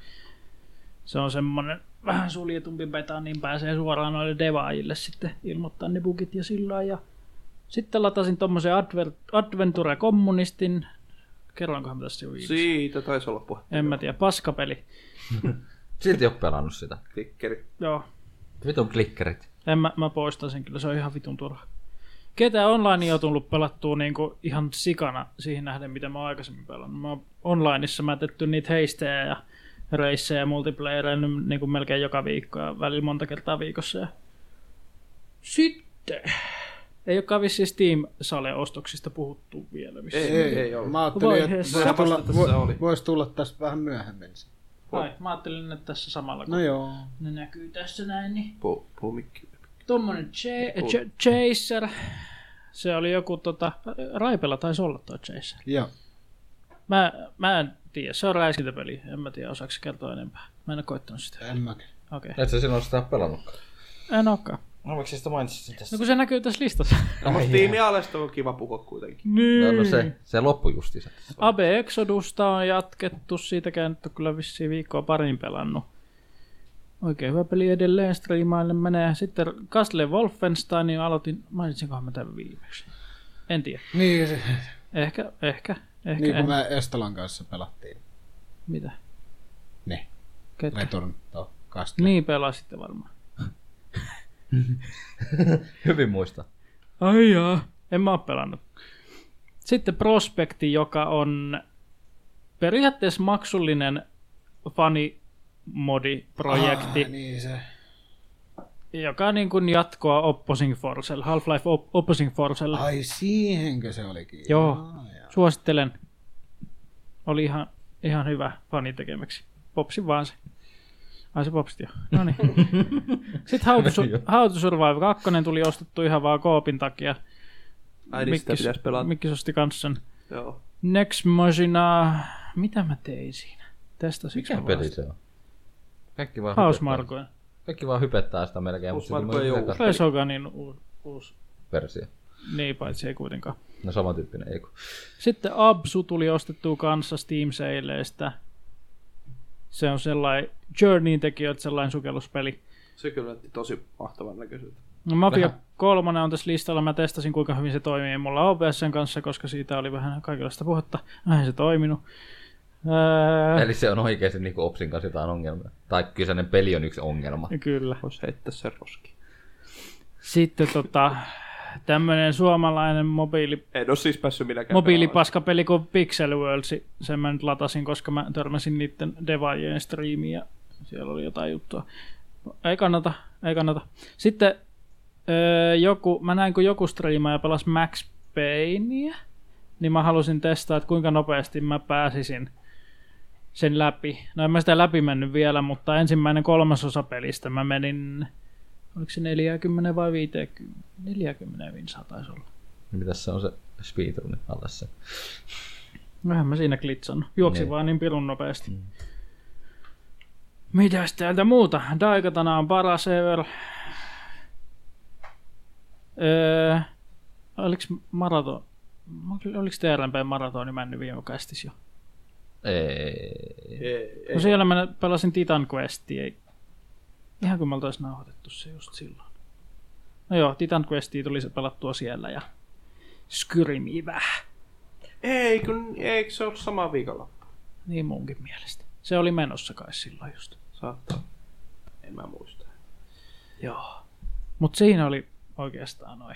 Se on semmonen vähän suljetumpi beta, niin pääsee suoraan noille devaajille sitten ilmoittaa ne bugit ja sillä lailla. ja sitten latasin tommosen Adver- Adventure Kommunistin. Kerroinkohan mä tässä jo viimeksi? Siitä taisi olla puhe. En mä tiedä, paskapeli. Silti ei ole pelannut sitä. Tikkeri. Joo, Vitun klikkerit. en mä, mä poistan sen kyllä, se on ihan vitun turha. Ketä online on tullut pelattua niinku ihan sikana siihen nähden, mitä mä oon aikaisemmin pelannut. Mä oon onlineissa mä tetty niitä heistejä ja reissejä ja multiplayereja nyt niinku melkein joka viikko ja välillä monta kertaa viikossa. Ja... Sitten. Ei olekaan vissiin Steam-sale-ostoksista puhuttu vielä. Missä. Ei, ei, ei ollut. Mä ajattelin, että Vaiheessa. voisi tulla, Samasta tässä oli. vo, vois tulla tässä vähän myöhemmin. se. Ai, mä ajattelin, että tässä samalla kun No no. joo. ne näkyy tässä näin, niin Pu- puumikki. Tuommoinen Niin Ch- Ch- Chaser. Se oli joku tota, Raipella taisi olla toi Chaser. Joo. Mä, mä en tiedä, se on räiskintäpeli. En mä tiedä, osaako se kertoa enempää. Mä en ole koittanut sitä. En mäkään. Okei. Et sä silloin sitä ole pelannut. En olekaan. No miksi sitä mainitsit sen tässä? No kun se näkyy tässä listassa. No, mutta tiimi alesta on kiva puhua kuitenkin. No, niin. no se, se loppu justiinsa. Abe Exodusta on jatkettu. Siitäkään nyt on kyllä vissiin viikkoa parin pelannut. Oikein hyvä peli edelleen striimaille menee. Sitten Castle Wolfenstein niin aloitin. Mainitsinkohan mä tämän viimeksi? En tiedä. Niin, se- Ehkä, ehkä, ehkä niin en. kuin me Estolan kanssa pelattiin. Mitä? Ne. no, Ketä? Return to Castle. Niin pelasitte varmaan. Hyvin muista. Ai jaa. En mä oo pelannut. Sitten Prospekti, joka on periaatteessa maksullinen fanimodiprojekti, Ah, niin se. joka niin kuin jatkoa Opposing Forcelle, Half-Life Op- Opposing Forcelle. Ai siihenkö se olikin? Joo. Jaa, jaa. Suosittelen. Oli ihan, ihan hyvä fani tekemäksi. Popsin vaan se. Ai se popsit jo. No niin. Sitten How to, Sur- How to Survive 2 tuli ostettu ihan vaan koopin takia. Ai niin sitä pitäisi pelata. Mik... Mikkis osti kans sen. Joo. Next Machina... Mitä mä tein siinä? Testasinko Mikä mä peli vasta? se on? Kaikki vaan, hypettää, Hausmarkoin. kaikki vaan hypettää sitä melkein, mutta Hausmarko sitten ei on oo yhden Space Hoganin u- niin uusi. versio. Niin, paitsi ei kuitenkaan. No samantyyppinen, ei kun. Sitten Absu tuli ostettua kanssa Steam Saleista. Se on sellainen Journeyin tekijöitä sellainen sukelluspeli. Se kyllä näytti tosi mahtavan näköiseltä. No Mafia kolmonen on tässä listalla. Mä testasin, kuinka hyvin se toimii mulla OBSn kanssa, koska siitä oli vähän kaikenlaista puhetta. Eihän se toiminut. Öö, Eli se on oikeasti niin Opsin kanssa jotain ongelmaa. Tai kyseinen peli on yksi ongelma. Kyllä. Voisi heittää sen roski. Sitten tota, tämmöinen suomalainen mobiili, En ole siis päässyt minäkään. mobiilipaskapeli kuin Pixel Worlds. Sen mä nyt latasin, koska mä törmäsin niiden devaajien striimiin ja siellä oli jotain juttua. Ei kannata, ei kannata. Sitten öö, joku, mä näin kun joku striimaaja pelasi Max Payneä, niin mä halusin testaa, että kuinka nopeasti mä pääsisin sen läpi. No en mä sitä läpi mennyt vielä, mutta ensimmäinen kolmasosa pelistä mä menin, oliko se 40 vai 50? 40 vinsaa taisi olla. Mitäs se on se speedrun alle se? Vähän No mä siinä klitsan. Juoksi Niin. vaan niin pirun nopeasti. Mm. Mitäs täältä muuta? Daikatana on paras ever. Öö, oliks maraton... Oliks TRMP maratoni mennyt viime kästis jo? Ei. Ei, ei. No siellä mä pelasin Titan Questia. ei- Ihan kun me oltais nauhoitettu se just silloin. No joo, Titan Questia tuli se pelattua siellä ja Skyrimiä vähän. ei kun eikö se ole sama viikonloppu? Niin munkin mielestä. Se oli menossa kai silloin just. Saattaa. En mä muista. Joo. Mut siinä oli oikeastaan noi,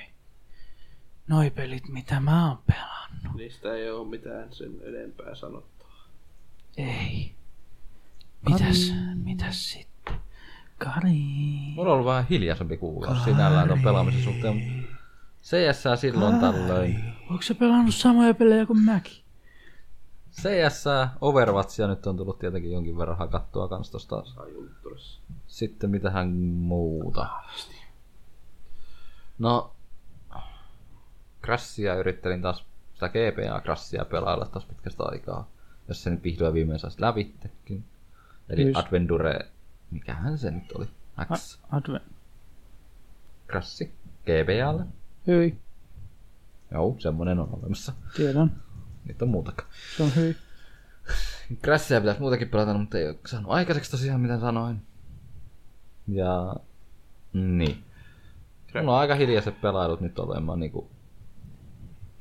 noi pelit, mitä mä oon pelannut. Niistä ei ole mitään sen enempää sanottavaa. Ei. Mitäs, mitäs sitten? Kari. Mulla on ollut vähän hiljaisempi kuukausi sinällään ton pelaamisen suhteen. mut CS silloin tällöin. Onko se pelannut samoja pelejä kuin mäkin? CS, Overwatchia nyt on tullut tietenkin jonkin verran hakattua kans tosta. Sitten mitähän muuta. No, Crashia yrittelin taas, sitä GPA Crashia pelailla taas pitkästä aikaa. Jos se nyt vihdoin viimein saisi lävittekin. Eli Kyllä. Adventure, mikähän se nyt oli? X, Advent. Crash, GPAlle. Hyi, Joo, semmonen on olemassa. tiedän. Niitä on muutakaan. Se on hyi. Crashia pitäisi muutakin pelata, mutta ei ole saanut aikaiseksi tosiaan, mitä sanoin. Ja... Niin. Mulla on aika hiljaiset pelailut nyt olemaan niinku...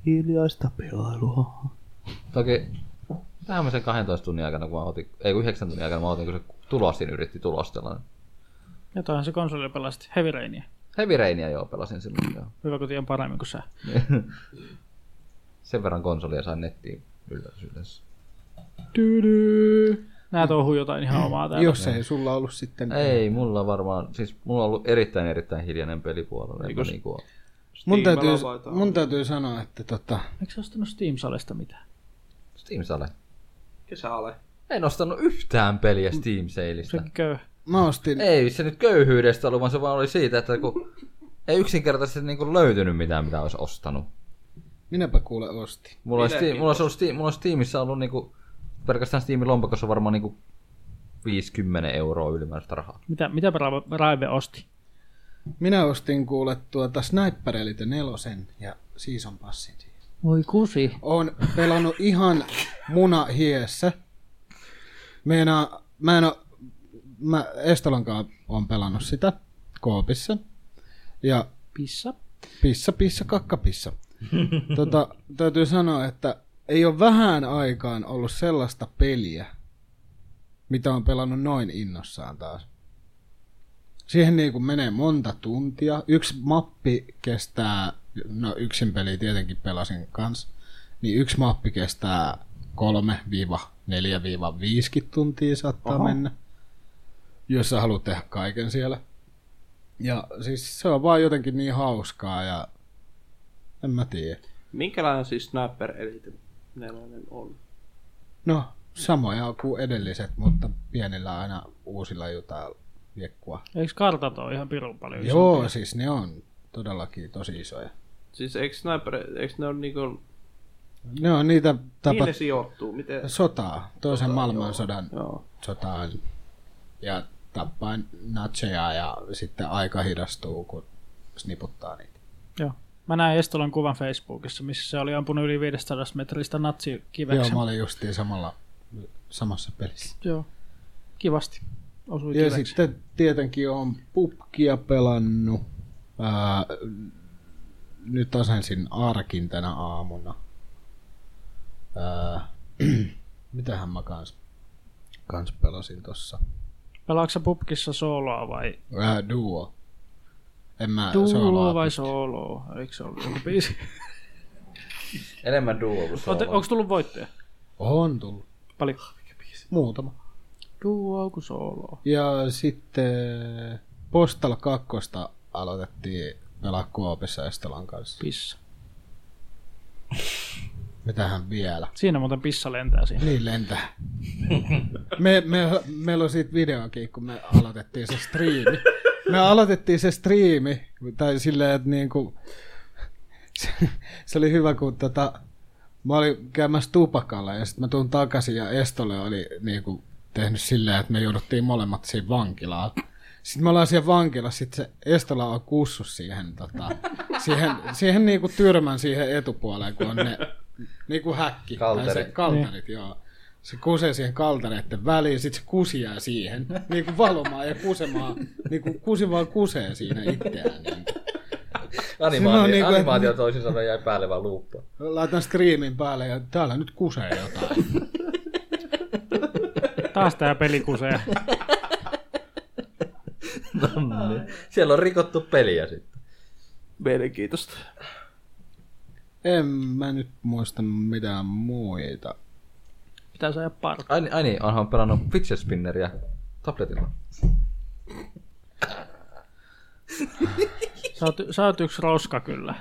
Hiljaista pelailua. Toki... Tähän mä sen 12 tunnin aikana, kun mä otin... Ei kun 9 tunnin aikana mä otin, kun se tulostin yritti tulostella. niin Jotain se konsoli pelasti. Heavy Rainia. Heavy Rainia joo pelasin silloin joo. Hyvä, kun tiedän paremmin kuin sä. Sen verran konsolia sain nettiin yllätys yllätys. Tydy. Nää touhuu jotain ihan omaa täällä. Jos ei sulla ollut sitten... Ei, mulla varmaan... Siis mulla on ollut erittäin erittäin hiljainen pelipuolella. Eikus... Niinku... Mun täytyy, Steamilla taitaa mun täytyy sanoa, että tota, Eikö sä ostanut Steam-salesta mitään? Steam Sale. Kesäale. En ostanut yhtään peliä Steam Saleista. Sekin käy. mä ostin, Ei se nyt köyhyydestä ollut, vaan se vaan oli siitä, että kun ei yksinkertaisesti niin kuin löytynyt mitään, mitä olisi ostanut. minäpä kuule ostin. Mulla, olisi, Minäkin Steam, mulla, olisi ollut Steam, mulla olisi Steamissa ollut niin kuin, pelkästään Steamin lompakossa varmaan niin kuin 50 euroa ylimääräistä rahaa. Mitä, mitä Ra- Raive osti? Minä ostin kuule tuota Sniper Elite nelosen ja Season Passin siihen. Voi kusi. Oon pelannut ihan muna hiessä. Meinaa, mä en oo, mä Estolankaan oon pelannut sitä koopissa. Ja Pissa. pissa, pissa, kakkapissa. tota, täytyy sanoa, että ei ole vähän aikaan ollut sellaista peliä, mitä on pelannut noin innossaan taas. Siihen niin kuin menee monta tuntia. Yksi mappi kestää, no yksin peli tietenkin pelasin kanssa, niin yksi mappi kestää 3-4-5 tuntia saattaa Oho. mennä, jos sä haluat tehdä kaiken siellä. Ja siis se on vaan jotenkin niin hauskaa ja en mä tiedä. Minkälainen siis Sniper Elite nelonen on? No, samoja kuin edelliset, mutta pienillä aina uusilla jotain viekkua. Eikö kartat ole ihan pirun paljon? Joo, siis ne on todellakin tosi isoja. Siis eikö Sniper, eikö ne ole niinku, Ne on niitä tapa mihin ne sijoittuu? Miten? sotaa, toisen maailmansodan Joo. sotaan ja tappaa natseja ja sitten aika hidastuu, kun sniputtaa niitä. Joo. Mä näin Estolan kuvan Facebookissa, missä se oli ampunut yli 500 metristä Joo, natsikiveksen. mä olin justiin samalla, samassa pelissä. Joo. Kivasti. Osui Ja kiveksen. sitten tietenkin on pupkia pelannut Ää, nyt asensin arkin tänä aamuna. Ää, mitähän mä kans, kans pelasin tossa? Pelaatko sä pubkissa sooloa vai Ää, duo. En mä duoloa soolaa vai pysty. sooloa? Eikö se ollut joku biisi? Enemmän duo kuin Oot- solo. Onko tullut voittoja? On tullut. Paljon. Muutama. Duo kuin sooloa. Ja sitten Postal 2 aloitettiin pelaa Koopissa Estolan kanssa. Pissa. Mitähän vielä? Siinä muuten pissa lentää siinä. Niin lentää. Me, me, meillä on siitä videokin, kun me aloitettiin se striimi. Me aloitettiin se striimi, tai silleen, että niinku, se, se oli hyvä, kun tota, mä olin käymässä tupakalla ja sitten mä tuun takaisin ja Estolle oli niinku tehnyt silleen, että me jouduttiin molemmat siihen vankilaan. Sitten me ollaan siellä vankilassa, sitten se Estola on kussut siihen, tota, siihen, siihen niinku tyrmän siihen etupuoleen, kun on ne niinku häkki. tai Se, Kalterit. kalterit, joo. Se kusee siihen kaltareiden väliin, sitten se kusijaa siihen, niin kuin valomaan ja kusemaan, niin kuin kusi vaan kusee siinä itseään. Niin. Animaatio, on niinku, niin kuin, että- animaatio toisin sanoen jäi päälle vaan luuppa. Laitan screamin päälle ja täällä nyt kusee jotain. Taas tää peli kusee. No niin. Siellä on rikottu peliä sitten. Mielenkiintoista. En mä nyt muista mitään muita. Pitää saada parta. Ai, niin- ai niin, onhan pelannut fidget spinneria tabletilla. Sä oot, sä oot yksi roska kyllä.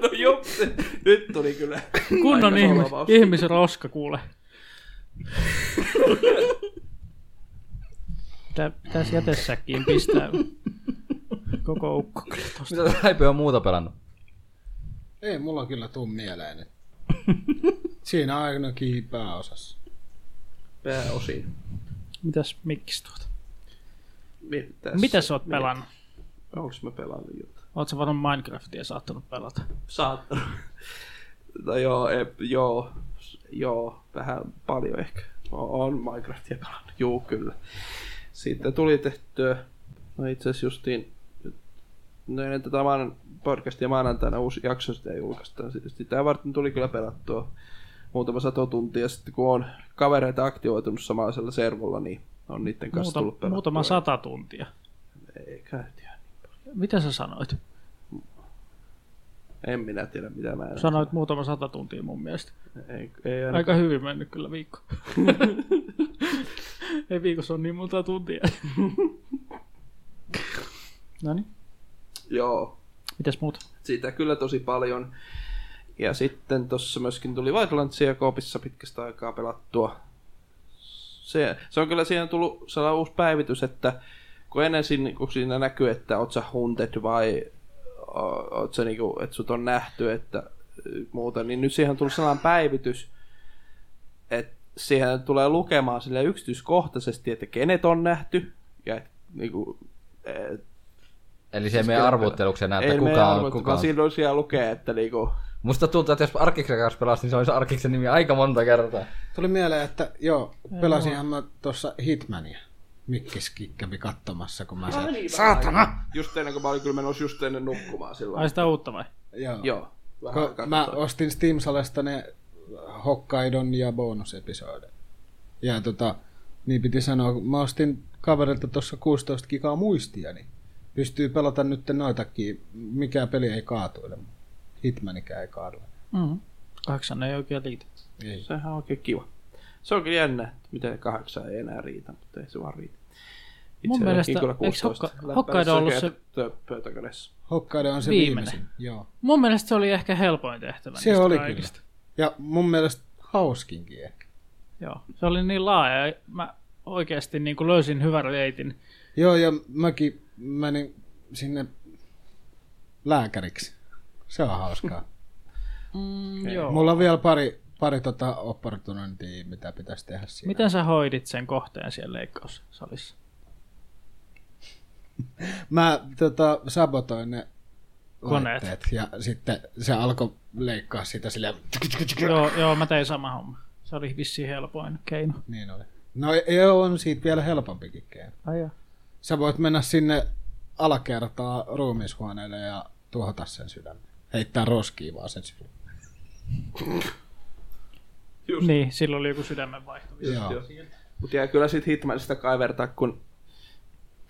No jupsi, nyt tuli kyllä. Kunnon Aika ihmis, solvaus. ihmisroska kuule. Pitä, pitäis jätesäkkiin pistää koko ukko kyllä tosta. Mitä Häipy on muuta pelannut? Ei mulla kyllä tuu mieleen nyt. Siinä ainakin pääosassa. Pääosin. Mitäs mikkis tuota? Mitäs, Mitä sä oot pelannut? Onks mä pelannut jotain? Oot sä varmaan Minecraftia saattanut pelata? Saattanut. No joo, e, joo, s- joo, vähän paljon ehkä. O- On Minecraftia pelannut, juu kyllä. Sitten tuli tehtyä, no itse asiassa justiin, no ennen tätä maan, podcastia maanantaina uusi jakso sitä julkaistaan. Sit- Sitä varten tuli kyllä pelattua muutama sato tuntia sitten, kun on kavereita aktivoitunut samaisella servolla, niin on niiden kanssa tullut Muuta, pelattua. muutama sata tuntia. Eikä tiedä. Mitä sä sanoit? En minä tiedä, mitä mä en... Sanoit muutama sata tuntia mun mielestä. Ei, ei aina... Aika hyvin mennyt kyllä viikko. Ei viikossa on niin monta tuntia. no niin, Joo, mitäs muuta? sitä kyllä tosi paljon. Ja sitten tuossa myöskin tuli Wildlandsia koopissa pitkästä aikaa pelattua. Se, se on kyllä siihen tullut sellainen uusi päivitys, että kun ennen siinä, kun siinä näkyy, että oot sä hunted vai o- oot sä niinku, että sut on nähty, että muuta, niin nyt siihen on tullut sellainen päivitys, että siihen tulee lukemaan sille yksityiskohtaisesti, että kenet on nähty ja et, niinku, et, Eli se Siis ei mene arvotteluksena, että kuka on, kuka on. No Siinä on siellä lukee, että niinku, Musta tuntuu, että jos Arkiksen kanssa pelasit, niin se olisi Arkiksen nimi aika monta kertaa. Tuli mieleen, että joo, pelasinhan mä tuossa Hitmania. Mikkiskin kävi katsomassa, kun mä sen... Saatana! Just ennen kuin mä olin kyllä menossa just ennen nukkumaan silloin. Ai sitä uutta vai? Joo. Joo. Vähän Ko, aikaa mä katsoin. ostin Steam-salesta ne Hokkaidon ja bonusepisodit. Ja tota, niin piti sanoa, kun mä ostin kaverilta tuossa 16 gigaa muistia, niin pystyy pelata nyt noitakin. Mikään peli ei kaatuile. Hitmanikään ei kaadu. Mm-hmm. Kahdeksan ei oikein liity. Ei. Sehän on oikein kiva. Se on kyllä jännä, että miten kahdeksan ei enää riitä, mutta ei se vaan riitä. Itse Mun ainakin mielestä- kyllä eikö Hokka- 16 läppärissä Hokkaido ollut käy se- tö- pöytäkädessä. Hokkaido on se Viimeinen. viimeinen. Joo. Mun mielestä se oli ehkä helpoin tehtävä. Se niistä oli kaikista. kyllä. Ja mun mielestä hauskinkin ehkä. Joo, se oli niin laaja. ja Mä oikeasti niin kuin löysin hyvän reitin. Joo, ja mäkin menin sinne lääkäriksi. Se on hauskaa. Mm, joo. Mulla on vielä pari, pari tota opportunitia, mitä pitäisi tehdä siinä. Miten sä hoidit sen kohteen siellä leikkaussalissa? Mä tota, sabotoin ne Koneet. Koneet. laitteet ja sitten se alkoi leikkaa sitä silleen. joo, joo, mä tein sama homma. Se oli vissiin helpoin keino. Niin oli. No joo, on siitä vielä helpompikin keino. Ai joo. Sä voit mennä sinne alakertaa ruumishuoneelle ja tuhota sen sydämen. Heittää roskiin vaan sen sydämen. Just. Niin, silloin oli joku sydämen vaihtumis. Joo. Mutta jää kyllä sit Hitmanista kaivertaa, kun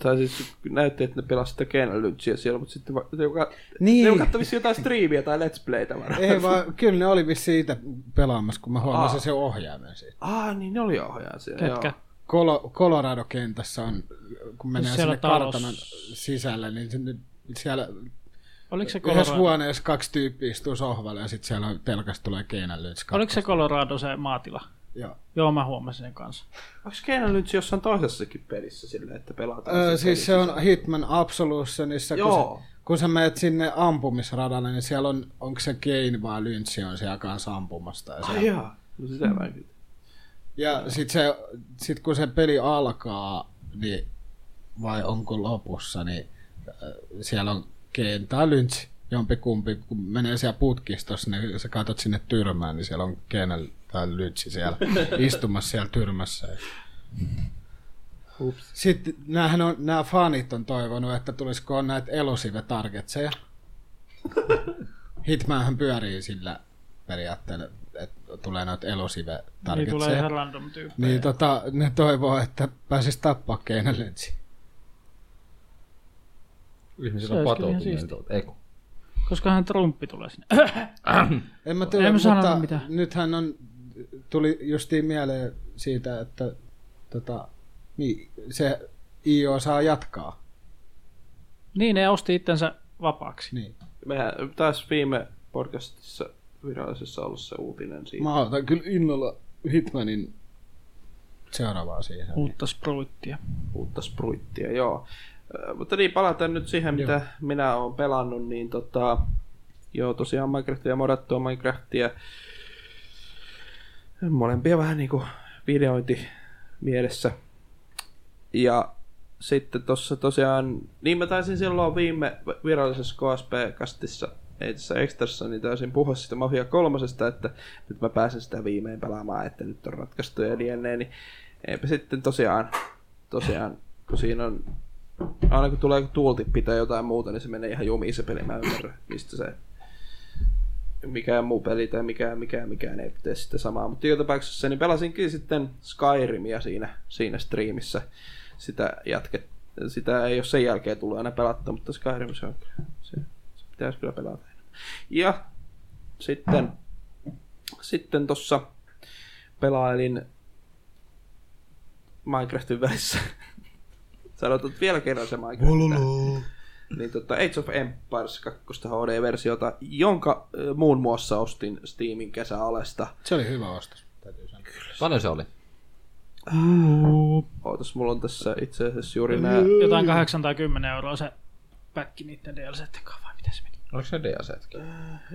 tai siis näytti, että ne pelasivat sitä Ken Lynchia siellä, mutta sitten va- joka, Niin. ne katsoi vissiin jotain striimiä tai let's playtä varmaan. Eh- Ei vaan, kyllä ne oli vissiin siitä pelaamassa, kun mä huomasin Aa. sen ohjaimen siitä. Ah, niin ne oli ohjaaja siellä. Ketkä? Joo. Colo- Colorado-kentässä on, kun menee Siis Siellä sinne talossa. kartanon sisälle, niin sinne, siellä Oliko se yhdessä Colorado, huoneessa kaksi tyyppiä istuu sohvalle ja sitten siellä on- telkasta tulee Keenan Lynch. oliko se, Colorado se maatila? Joo. Joo, mä huomasin sen kanssa. Niin Onko Ken Lynch jossain toisessakin pelissä silleen, että pelataan? Öö, sen siis se pelin on Hitman Absolutionissa, kun, Joo. sä, kun sä menet sinne ampumisradalle, niin siellä on, onko se Kane vai Lynch on siellä kanssa ampumasta. Ja, se, sisällä? Ai jaa. No sitä mä en kyllä. ja sit, se, sit kun se peli alkaa, niin, vai onko lopussa, niin öö, siellä on Kane tai Lynch, jompikumpi, kun menee siellä putkistossa, niin sä katsot sinne tyrmään, niin siellä on Kane tai Lynch siellä istumassa siellä tyrmässä. Ja... Ups. Sitten näähän on, nämä fanit on toivonut, että tulisiko näitä elosive-targetseja. Hitmanhan pyörii sillä periaatteella, että tulee noita Niin tulee elosive-targetseja. ihan Niin, random tyyppi. niin tota, ne toivoo, että pääsis tappaa Keina Lynchia. Se Ihmisillä olisi on kyllä ihan patoutuminen. Ei kun. Koskahan Trumpi tulee sinne. En mä tiedä, En mä mutta sanonut mitään. nythän on, tuli justiin mieleen siitä, että tota, niin, se IO saa jatkaa. Niin, ne osti itsensä vapaaksi. Niin. Mehän taas viime podcastissa virallisessa ollut se uutinen siitä. Mä otan kyllä innolla Hitmanin seuraavaa siihen. Uutta spruittia. uutta spruittia, joo. Ö, Mutta niin, palataan nyt siihen, mitä minä olen pelannut, niin tota, joo, tosiaan Minecraftia, modattua Minecraftia, molempia vähän niinku videointi mielessä. Ja sitten tuossa tosiaan, niin mä taisin silloin viime virallisessa KSP-kastissa, ei tässä ekstrassa, niin taisin puhua sitä Mafia kolmosesta, että nyt mä pääsen sitä viimein pelaamaan, että nyt on ratkaistu ja niin edelleen, niin eipä sitten tosiaan, tosiaan, kun siinä on, aina kun tulee tuultippi tai jotain muuta, niin se menee ihan jumiin se peli, mä en ymmärrä, mistä se mikään muu peli tai mikään, mikään, mikään ei tee sitä samaa. Mutta joka tapauksessa niin pelasinkin sitten Skyrimia siinä, siinä striimissä. Sitä, jatke, sitä ei ole sen jälkeen tullut aina pelattua, mutta Skyrim se on kyllä. Se, se pitäisi kyllä pelata. Ja sitten, sitten tossa pelailin Minecraftin välissä. Sanotaan että vielä kerran se Minecraft niin tota Age of Empires 2 HD-versiota, jonka ö, muun muassa ostin Steamin kesäalesta. Se oli hyvä ostos, täytyy sanoa. Paljon se oli? Ootas, mulla on tässä itse asiassa juuri nää... Jotain 810 euroa se päkki niiden DLC-tten kanssa, vai mitä se meni? Oliko se DLC-tkin?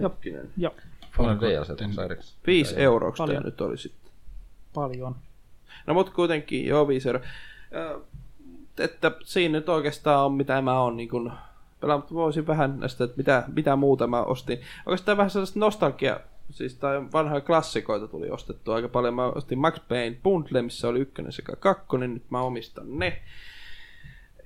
Hetkinen. Joo, Paljon DLC on erikseen. 5 euroksi tää Paljon. nyt oli sitten. paljon. No mut kuitenkin, joo 5 euroa. Ö, Että siinä nyt oikeastaan on mitä mä oon niin kun pelaa, mutta voisin vähän näistä, että mitä, mitä muuta mä ostin. Oikeastaan vähän sellaista nostalgia, siis tai vanhoja klassikoita tuli ostettua aika paljon. Mä ostin Max Payne Bundle, missä oli ykkönen sekä kakkonen, niin nyt mä omistan ne.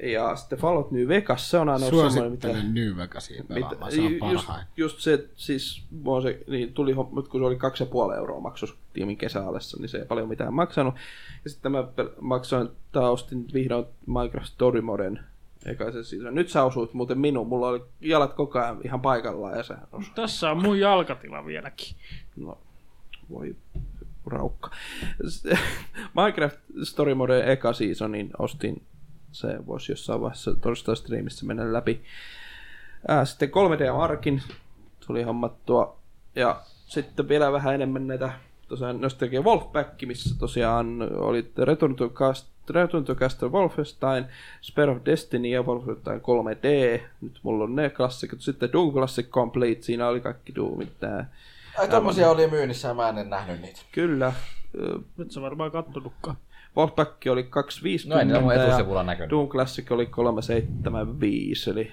Ja sitten Fallout New Vegas, se on aina ollut semmoinen, mitä... No, Suosittelen New Vegasia pelaamaan, Mitä- se on ju- just, parhain. just se, että siis mua se, niin tuli, homm- mut kun se oli 2,5 euroa maksus tiimin kesäalessa, niin se ei paljon mitään maksanut. Ja sitten mä pel- maksoin, tai ostin vihdoin Minecraft Story Moden. Eikä se siis, nyt sä osuit muuten minun, mulla oli jalat koko ajan ihan paikallaan ja sä osuit. Tässä on mun jalkatila vieläkin. No, voi raukka. S- Minecraft Story Mode eka seasonin ostin. Se voisi jossain vaiheessa torstai-striimissä mennä läpi. Ää, sitten 3D-arkin tuli hommattua. Ja sitten vielä vähän enemmän näitä tosiaan nostalgia Wolfpack, missä tosiaan oli Return to, Cast, Return to Castle Wolfenstein, Spare of Destiny ja Wolfenstein 3D. Nyt mulla on ne klassikot. Sitten Doom Classic Complete, siinä oli kaikki Doomit nää. Ai tommosia oli myynnissä ja mä en nähnyt niitä. Kyllä. Ö, Nyt se varmaan kattonutkaan. Wolfpack oli No ei 250 niillä mun ja etusivulla näkynyt. Doom Classic oli 375, eli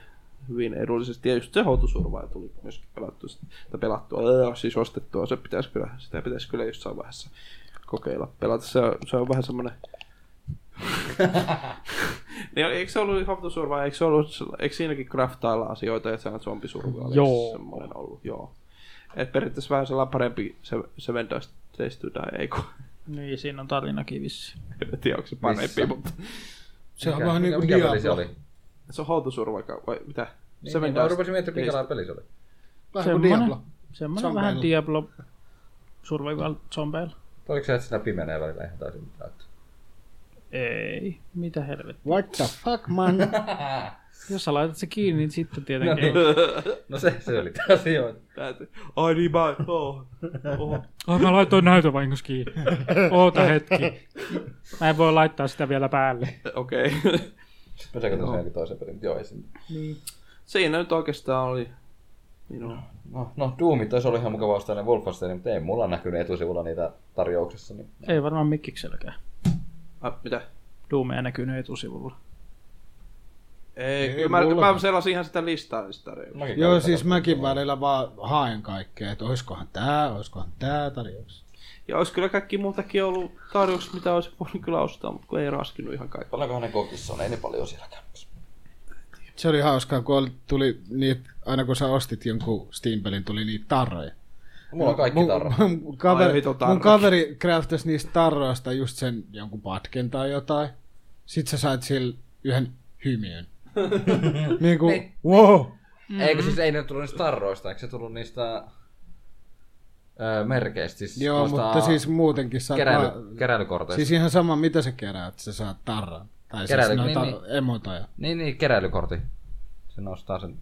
hyvin edullisesti. Ja just se Hotusurvaa tuli myöskin pelattua, sit- tai pelattua, öö, siis ostettua. Se pitäisi kyllä, sitä pitäisi kyllä jossain vaiheessa kokeilla pelata. Se on, se on vähän semmoinen Niin eikö se ollut haftusurva, eikö, se ollut, eikö siinäkin craftailla asioita, että sanat zombisurva oli Joo. semmoinen ollut, joo. Et periaatteessa vähän sellainen parempi se, Seven Dust Days to Die, ei kun, Niin, siinä on tarinakin vissi. en tiedä onko se parempi, Missä? mutta Se on Mikä- vähän niin mikä- kuin Mikä peli se Diablo. oli? se on hautusurva, kai- vai mitä? Niin, Seven niin, mä rupesin miettimään, minkälainen peli se oli. Vähän kuin Diablo. semmoinen Zombeilla. vähän Diablo survival zombeilla. Oliko se, että siinä pimenee välillä ihan täysin mitään? Ei, mitä helvettiä. What the fuck, man? Jos sä laitat se kiinni, niin sitten No, tietenkin. niin. no se, se oli taas joo. Ai niin mä, oh, oh. Ai mä laitoin näytön vahingossa kiinni. Oota hetki. Mä en voi laittaa sitä vielä päälle. okei. Mä sä katsoin sen jonkin toisen pelin, mutta joo ei siinä. Siinä nyt oikeastaan oli minun No, no Doomit olisi ollut ihan mukava ostaa ne Wolfenstein, mutta ei mulla näkynyt etusivulla niitä tarjouksessa. Niin. Ei varmaan mikkikselläkään. Ai, mitä? Doomia näkyy etusivulla. Ei, Ei, kyllä mä, mullakaan. mä selasin ihan sitä listaa. Sitä reilua. Mäkin Joo, kävin siis katsomassa. mäkin välillä vaan haen kaikkea, että oiskohan tää, oiskohan tää tarjous. ja olisi kyllä kaikki muutakin ollut tarjous, mitä olisi voinut kyllä ostaa, mutta kun ei raskinut ihan kaikki. Paljonkohan ne kokissa on, ei ne paljon siellä kämpässä. Se oli hauskaa, kun oli, tuli niitä, aina kun sä ostit jonkun Steam-pelin, tuli niitä tarroja. Mulla on kaikki tarra. Mun, mun, kaveri, Ai vitu, mun tarrat. kaveri craftasi niistä tarroista just sen jonkun patken tai jotain. Sitten sä sait sillä yhden hymiön. niin kuin, wow! Eikö siis ei ne tullut niistä tarroista, eikö se tullut niistä öö, merkeistä? Siis Joo, noista mutta siis muutenkin sä... keräily, keräilykorteista. Siis ihan sama, mitä sä keräät, sä saat tarran. Tai siis Keräily- noita niin, emotoja. Niin, niin, keräilykortti. Se nostaa sen.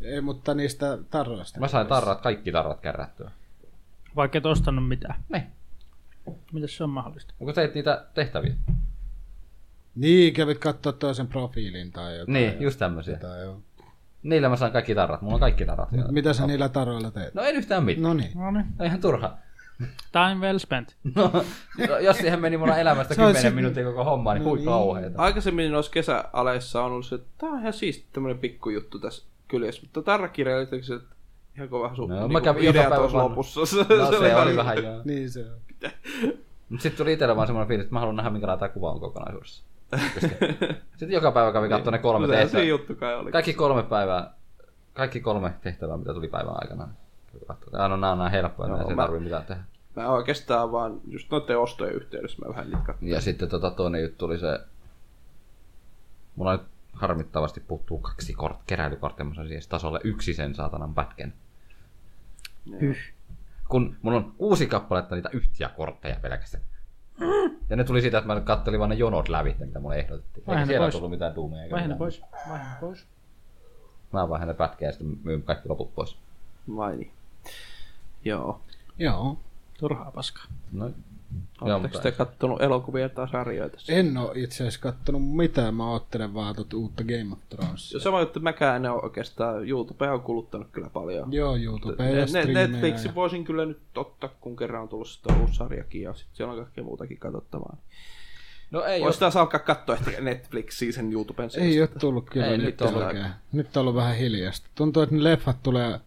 Ei, mutta niistä tarroista. Mä sain tarrat, kaikki tarrat kerättyä. Vaikka et ostanut mitään. Niin. Miten se on mahdollista? Onko teit niitä tehtäviä? Niin, kävit katsoa toisen profiilin tai jotain. Niin, just tämmöisiä. Tai joo. Niillä mä sain kaikki tarrat, mulla on kaikki tarrat vielä. Mitä sä niillä tarroilla teet? No en yhtään mitään. No niin. No niin. No ihan turha. Time well spent. No, no, jos siihen meni mulla elämästä Se No on 10 se- minuuttia koko homma, niin hui kauheeta. Aikaisemmin noissa kesäaleissa on ollut se, että tää on ihan siisti tämmönen pikkujuttu tässä kyljessä, mutta tarrakirjailijoitakin se, että ihan kova sun No, mä kävin joka idea päivä tuossa vaan- lopussa. No se oli vähän joo. Niin se on. Mut sit tuli itellä vaan semmoinen fiilis, että mä haluan nähdä minkälainen tää kuva on kokonaisuudessa. Sitten joka päivä kävi katsoa ne kolme No, se tehtävää. juttu kai oli. Kaikki kolme päivää, kaikki kolme tehtävää, mitä tuli päivän aikana. Kävi kattoo. Aina nää on nää helppoja, no, Joo, ei mä- mä... tarvii mitään tehdä. Mä oikeastaan vaan just noiden ostojen yhteydessä mä vähän niitä katsoin. Ja sitten tota, toinen juttu oli se... Mulla nyt harmittavasti puuttuu kaksi kort, keräilykorttia, mä sain siis tasolle yksi sen saatanan pätken. Hyh. Kun mulla on kuusi kappaletta niitä yhtiä kortteja pelkästään. Ja ne tuli siitä, että mä nyt kattelin vaan ne jonot läpi, mitä mulle ehdotettiin. Eikä Vaihda siellä pois. tullut mitään duumeja. eikä Vähennä mitään. pois. Vähennä pois. Mä vaihan ne pätkiä ja sitten myyn kaikki loput pois. Vai niin. Joo. Joo. Turhaa paskaa. No, joo, Oletteko mutta te kattonut elokuvia tai sarjoja tässä? En oo itse asiassa kattonut mitään, mä oottelen vaan tuota uutta Game of Thronesia. Sama juttu, mäkään en ole oikeastaan, YouTubea on kuluttanut kyllä paljon. Joo, YouTube ja Ne- streameja. Netflixin Netflixin voi... voisin kyllä nyt ottaa, kun kerran on tullut sitä uusi sarjakin ja sitten siellä on kaikkea muutakin katsottavaa. no ei Voisi jos... taas alkaa katsoa ehkä Netflixiä sen YouTuben sijasta. Ei oo tullut kyllä Ei ei, nyt nyt ole. oikein. Nyt on ollut vähän hiljasta. Tuntuu, että ne leffat tulee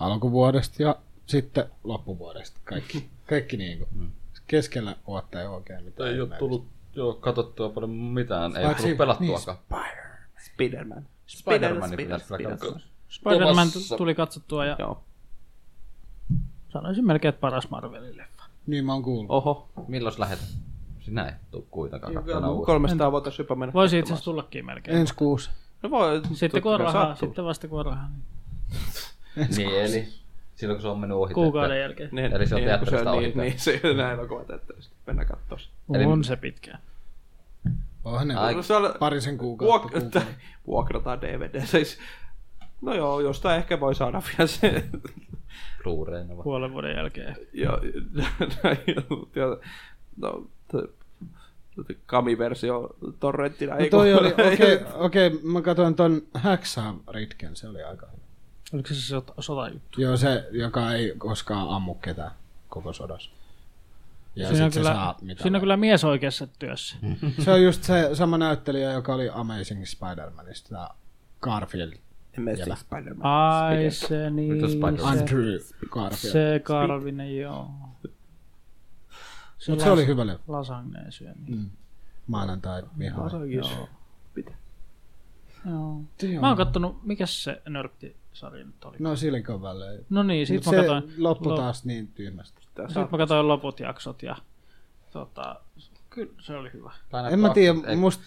alkuvuodesta ja sitten loppuvuodesta. Kaikki, kaikki niinku. Mm. Keskellä vuotta ei oikein mitään. Ei ole ilmeisesti. tullut joo, katsottua paljon mitään, ei Vaikka tullut si- Niin, pelattuakaan. Spider-Man. Spider-Manin pitäisi kyllä Spider-Man. katsoa. Spider-Man Omassa- tuli katsottua ja Joo. sanoisin melkein, että paras Marvelin leffa. Niin mä oon kuullut. Oho. Milloin lähetät? Sinä et tuu kuitenkaan katsona uudestaan. 300 vuotta sypä mennä Voisi itse asiassa katsomaan. tullakin melkein. Ensi kuussa. No voi, totta Sitten kun on kai rahaa, sattuu. sitten vasta kun on rahaa. Niin Niin, eli silloin kun se on mennyt ohi. kuukauden tehtävä. jälkeen. Niin, Eli se on niin, kun teatterista niin, ohi. niin, se on näin elokuva teatterista. Mennään katsoa se. Eli- On se pitkään. Onhan ne Ai- No se on- parisen kuukautta. Vuok- kuukautta. tai vuokrataan DVD. Siis, no joo, jostain ehkä voi saada vielä se. Blu-rayna vaan. Puolen vuoden jälkeen. ja, näin, mutta joo, no, t- t- kamiversio torrenttina. No ei toi kun- oli, okei, okay, okay, mä katsoin ton Häksaan Ritken, se oli aika hyvä. Oliko se se sota- sotajuttu? Joo, se, joka ei koskaan ammu ketään koko sodassa. Ja Siinä, on sit se kyllä, saa mitä Hmm. siinä on kyllä mies oikeassa työssä. Se on just se sama näyttelijä, joka oli Amazing Spider-Manista, tää Garfield. Amazing siis Spider-Man. Ah, Ai se niin, Mitä Spider-Man? se, Andrew Garfield. Se, se Karvinen, joo. Mut se oli hyvä leffa. Lasagneen syöminen. Maanantai vihaa. Joo. Joo. Joo. Mä oon kattonut, mikä se nörtti-sarja nyt oli? No Silicon Valley. No niin, sit Mut mä se katsoin. loppu lo- taas niin tyhmästi. Tässä Sitten mä katsoin loput jaksot ja tota, kyllä se oli hyvä. En mä tiedä, musta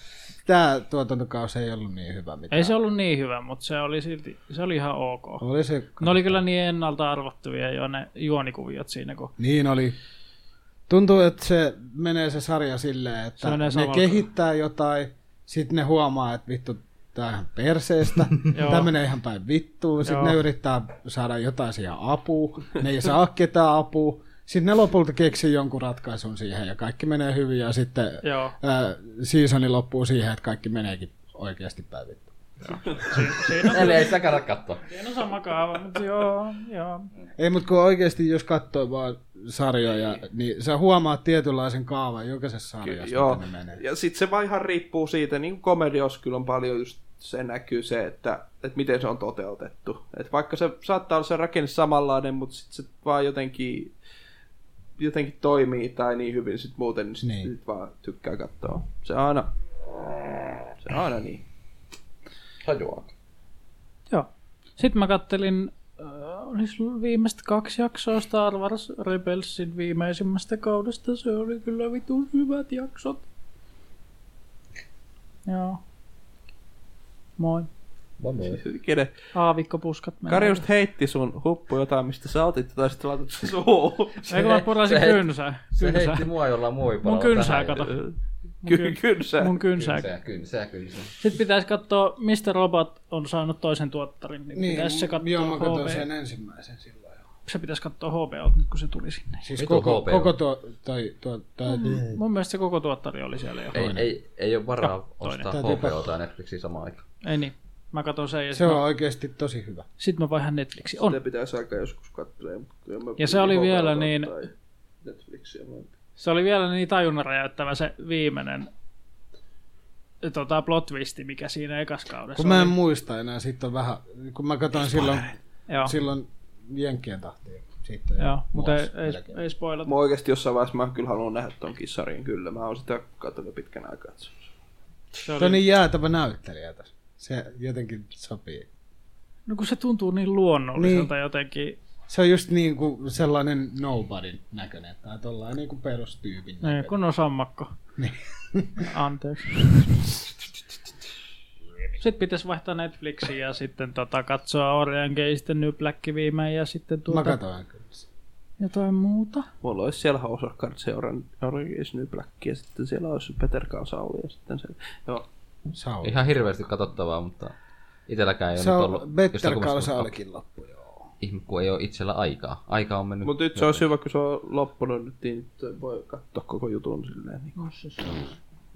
tää tuotantokausi ei ollut niin hyvä mitään. Ei se ollut niin hyvä, mutta se oli silti, se oli ihan ok. Oli se... Ne oli kyllä niin ennalta arvattavia jo ne juonikuviot siinä, kun Niin oli. Tuntuu, että se menee se sarja silleen, Se että menee ne samalla- kehittää jotain, sitten ne huomaa, että vittu, tää on ihan perseestä, Joo. tämä menee ihan päin vittuun, sitten Joo. ne yrittää saada jotain siihen apua, ne ei saa ketään apua, sitten ne lopulta keksii jonkun ratkaisun siihen ja kaikki menee hyvin ja sitten Joo. ää, seasoni loppuu siihen, että kaikki meneekin oikeasti päin vittuun. Eli ei sitä kannata katsoa. en osaa makaava, mutta joo, joo. Ei, mutta kun oikeasti jos katsoo vaan sarjoja, niin sä huomaat tietynlaisen kaavan jokaisessa sarjassa, Joo, miten ne menee. ja sitten se vaan ihan riippuu siitä, niin kuin komedios kyllä on paljon just se näkyy se, että, että miten se on toteutettu. Että vaikka se saattaa olla se rakenne samanlainen, mutta sitten se vaan jotenkin, jotenkin toimii tai niin hyvin sitten muuten, niin, sit, Niin. niin. Sit vaan tykkää katsoa. Se on aina, se on aina niin. Hajuaako? joo. Sitten mä kattelin äh, oli sulla viimeistä kaksi jaksoa Star Wars Rebelsin viimeisimmästä kaudesta. Se oli kyllä vitun hyvät jaksot. Joo. Moi. Moi moi. Kene? Aavikkopuskat menee. Kari just heitti sun huppu jotain, mistä sä otit, tai sitten laitat sen suuhun. Eikö mä puraisin Se- kynsää? Se Kynsää. heitti mua jollain muovipalolla Mun kynsää, tähän. kato. Ky- kyllä se. Mun kynsää. Kynsää, kynsää, kynsää. Sitten pitäisi katsoa, mistä Robot on saanut toisen tuottarin. Niin, niin pitäisi se katsoa Joo, mä HB. katsoin sen ensimmäisen silloin. jo. Se pitäisi katsoa HBOt nyt, kun se tuli sinne. Siis Vitu koko, HP. koko tuo, toi, tuo, toi, mm. Mun mielestä se koko tuottari oli siellä jo. Ei, ei, ei ole varaa toinen. ostaa Täytyy HBO tai Netflixiä samaan aikaan. Ei niin. Mä katson sen ja Se sitten on mä, oikeasti tosi hyvä. sit mä vaihan Netflixi. Sitä On. pitäisi aika joskus katsoa. mutta kyllä mä- Ja se oli vielä tai niin- Netflixiä mä- Se oli vielä niin tajunnan räjäyttävä se viimeinen tota, plot twisti, mikä siinä ekas kaudessa Kun mä en oli. muista enää, siitä on vähän, kun mä katsoin silloin, Joo, silloin Jenkkien tahtiin. Siitä on joo jo mutta ei, vuosi ei, melkein. ei spoilata. Mä oikeesti jossain vaiheessa mä kyllä haluan nähdä ton kissarin, kyllä. Mä oon sitä katsonut pitkän aikaa. että se- Se Se on oli, niin jäätävä näyttelijä tässä. Se jotenkin sopii. no kun se tuntuu niin luonnolliselta niin. jotenkin. Se on just niin kuin sellainen nobody näköinen, tai tollainen niin kuin perustyypin Niin, näköinen. kun on sammakko. Niin. Anteeksi. Sitten pitäisi vaihtaa Netflixiin ja sitten tota, katsoa Orange ja sitten New Black viimein ja sitten Mä tuota katsoin kyllä. sen. jotain muuta. Mulla olisi siellä Housakard seuran Origins New Black, ja sitten siellä olisi Peter Kausauli, ja sitten se... Joo. Sauli. Ihan hirveästi katsottavaa, mutta itselläkään ei Se ole nyt on, ollut... Better jostain Call kummasta- Saulikin loppu, joo. Ihme, kun ei ole itsellä aikaa. Aika on mennyt... Mut nyt se olisi hyvä, kun se on loppunut nyt, niin nyt voi katsoa koko jutun silleen. Niin kuin.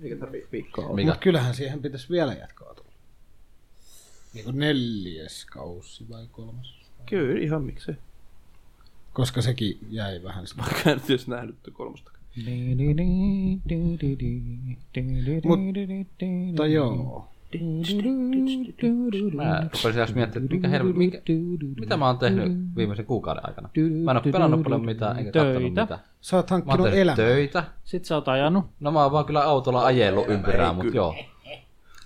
Eikä tarvii viikkoa olla. Mikä? Mutta kyllähän siihen pitäisi vielä jatkoa tulla. Niin kuin neljäs kausi vai kolmas. Kyllä, ihan miksei. Koska sekin jäi vähän sitä. Vaikka en nyt edes nähnyt kolmosta. Mutta joo. Mä rupesin jos miettimään, että mikä helvetti... Mikä... Mitä mä oon tehnyt viimeisen kuukauden aikana? Mä en oo pelannut paljon mitään, enkä kattonut Töitä. mitään. Sä oot Mä oon hankkinut tehnyt elämää. töitä. Sitten sä oot ajanut. No mä oon vaan kyllä autolla ajellut ympyrää, mut joo.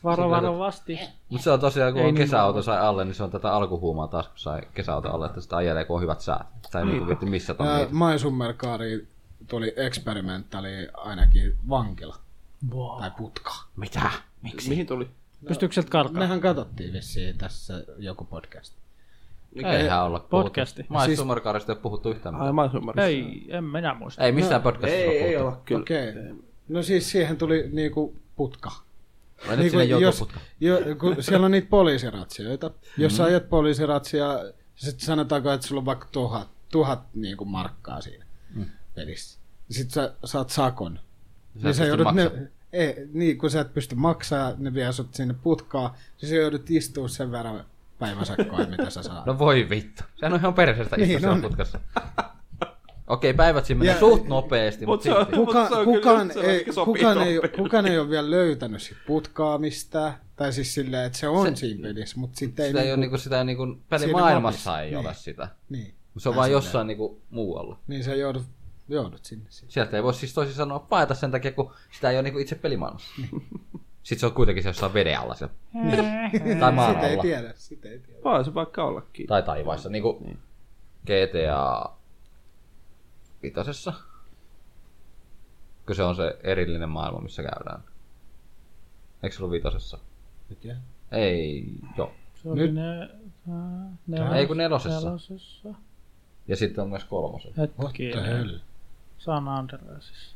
Varo varovasti. Mut se on tosiaan, kun Ei on niin kesäauto sai alle, niin se on tätä alkuhuumaa taas, kun sai kesäauto alle, että sitä ajelee, kun on hyvät säät. Sitä ei Niin. niinku viitti missä on Ää, niitä. Maisummerkaari tuli eksperimentali ainakin vankila. Wow. Tai putka. Mitä? Mihin tuli? no. Pystyykö sieltä karkaa? Mehän katsottiin vissiin tässä joku podcast. Eihän olla puhuttu. podcasti. Mä en Summerkaarista ole puhuttu yhtään mitään. Ai, mä oon ymmärtänyt. Ei, en minä muista. Ei missään podcastissa Ei, ei ole olla kyllä. Okei. Okay. No siis siihen tuli niinku putka. puhuttu. Vai No nyt sinne Niinku joutuu putka. jo, kun siellä on niitä poliisiratsioita. Mm-hmm. Jos sä ajat poliisiratsia, sitten sanotaanko, että sulla on vaikka tuhat, tuhat niin kuin markkaa siinä mm. pelissä. Sitten sä saat sakon. Niin Sä et pysty maksaa. ne, ei, niin, kun sä et pysty maksaa, ne vie sut sinne putkaa, niin sä joudut istua sen verran päiväsakkoa, mitä sä saat. No voi vittu. Sehän on ihan perseestä Niin istua siellä on. putkassa. Okei, päivät siinä menee Ja- suht nopeasti, Mut mutta se on- silti. Kuka, se on kyllä kukaan, just sellainen, ei, mikä sopii kukaan, tuohon ei, ole- peliin. kukaan ei ole vielä löytänyt sit putkaa mistään, tai siis silleen, että se on se, siinä pelissä, mutta sitten ei... Sitä ei ole niinku- niinku sitä niinku, mapissa. pelimaailmassa ei ole Niin. sitä. niin, Mut Se on vaan jossain niinku muualla. niin sä joudut, joudut sinne. sit. Niin. Sieltä ei voi siis toisin sanoa paeta sen takia, kun sitä ei ole niinku itse pelimaailmassa. Sitten se on kuitenkin se jossain veden alla siellä. Eh, tai maan Sitä ei alla. tiedä, sitä ei tiedä. Voi se vaikka ollakin. Tai taivaissa. Niin kuin GTA vitosessa. Kun se on se erillinen maailma, missä käydään. Eikö se ollut vitosessa? Ei, joo. Se oli Nyt- ne... ne Ei kun nelosessa. Nelosessa. Ja sitten on myös kolmosessa. What the Hetkinen. hell? San Andreasissa.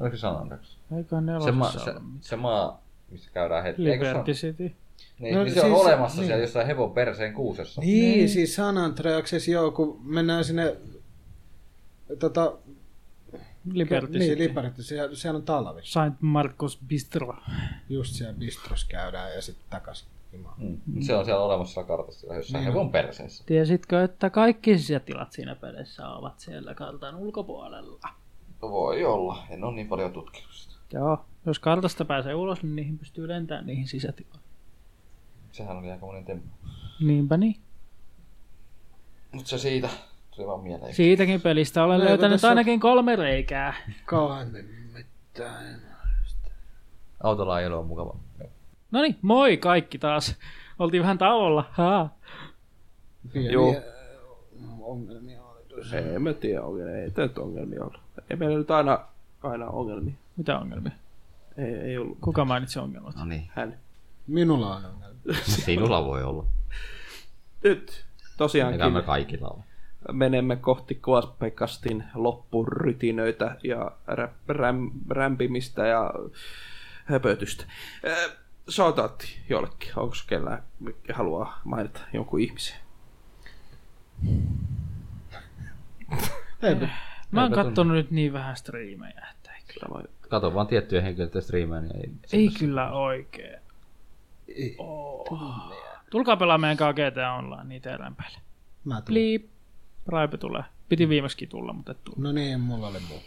Oliko se San Andreas? Eikä Se, ma- nelosessa se, se, se maa, missä käydään heti. Eikö se, Liberty ole- City. niin, No niin, se on siis- olemassa niin. siellä jossain hevon perseen kuusessa. Niin, siis San Andreaksessa joo, kun mennään sinne tota, Liberty niin, City. Liberty, siellä, siellä on talvi. Saint Marcos Bistro. Just siellä bistros käydään ja sitten takaisin. himaan. Mm. Se on siellä olemassa siellä kartassa siellä jossain Niin. hevon perseessä. Tiesitkö, että kaikki sisätilat siinä pelissä ovat siellä kartan ulkopuolella? No Voi olla, en ole niin paljon tutkinut sitä. Joo. Jos kartasta pääsee ulos, niin niihin pystyy lentämään niihin sisätiloihin. Sehän oli aika monen temppu. Niinpä niin. Mutta se siitä tuli vaan mieleen. Siitäkin pelistä olen No, löytänyt tässä on- ainakin kolme reikää. Kauan mitään. Autolla ajelu on mukava. No niin, moi kaikki taas. Oltiin vähän tauolla. Haa. Joo. Pieniä ongelmia oli tuossa. Ei mä tiedä ongelmia, ei tätä nyt ongelmia ollut. Ei meillä nyt aina, aina ongelmia. Mitä ongelmia? Ei, ei ollut. Kuka mainitsi ongelmat? No niin, Hän. Minulla on ongelmia. sinulla voi olla. Nyt Eikä tosiaankin me kaikilla ole. menemme kohti Quaspecastin loppurytinöitä ja rä, räm, rämpimistä ja höpötystä. Äh, Shoutoutti jollekin, onko kellään haluaa mainita jonkun ihmisen. Eipä Mä oon Eipä tunnu. kattonut nyt niin vähän striimejä, että ei kyllä, Tämä- Kato vaan tiettyjä henkilöitä striimejä, niin ei... ei kyllä oikein. Oh. Tulkaa pelaamaan meidän kanssa GTA Online niitä eläinpäille. Mä tulin. Bliip. Raipe tulee. Piti viimeksi tulla, mutta et tullut. No niin, mulla oli muuta.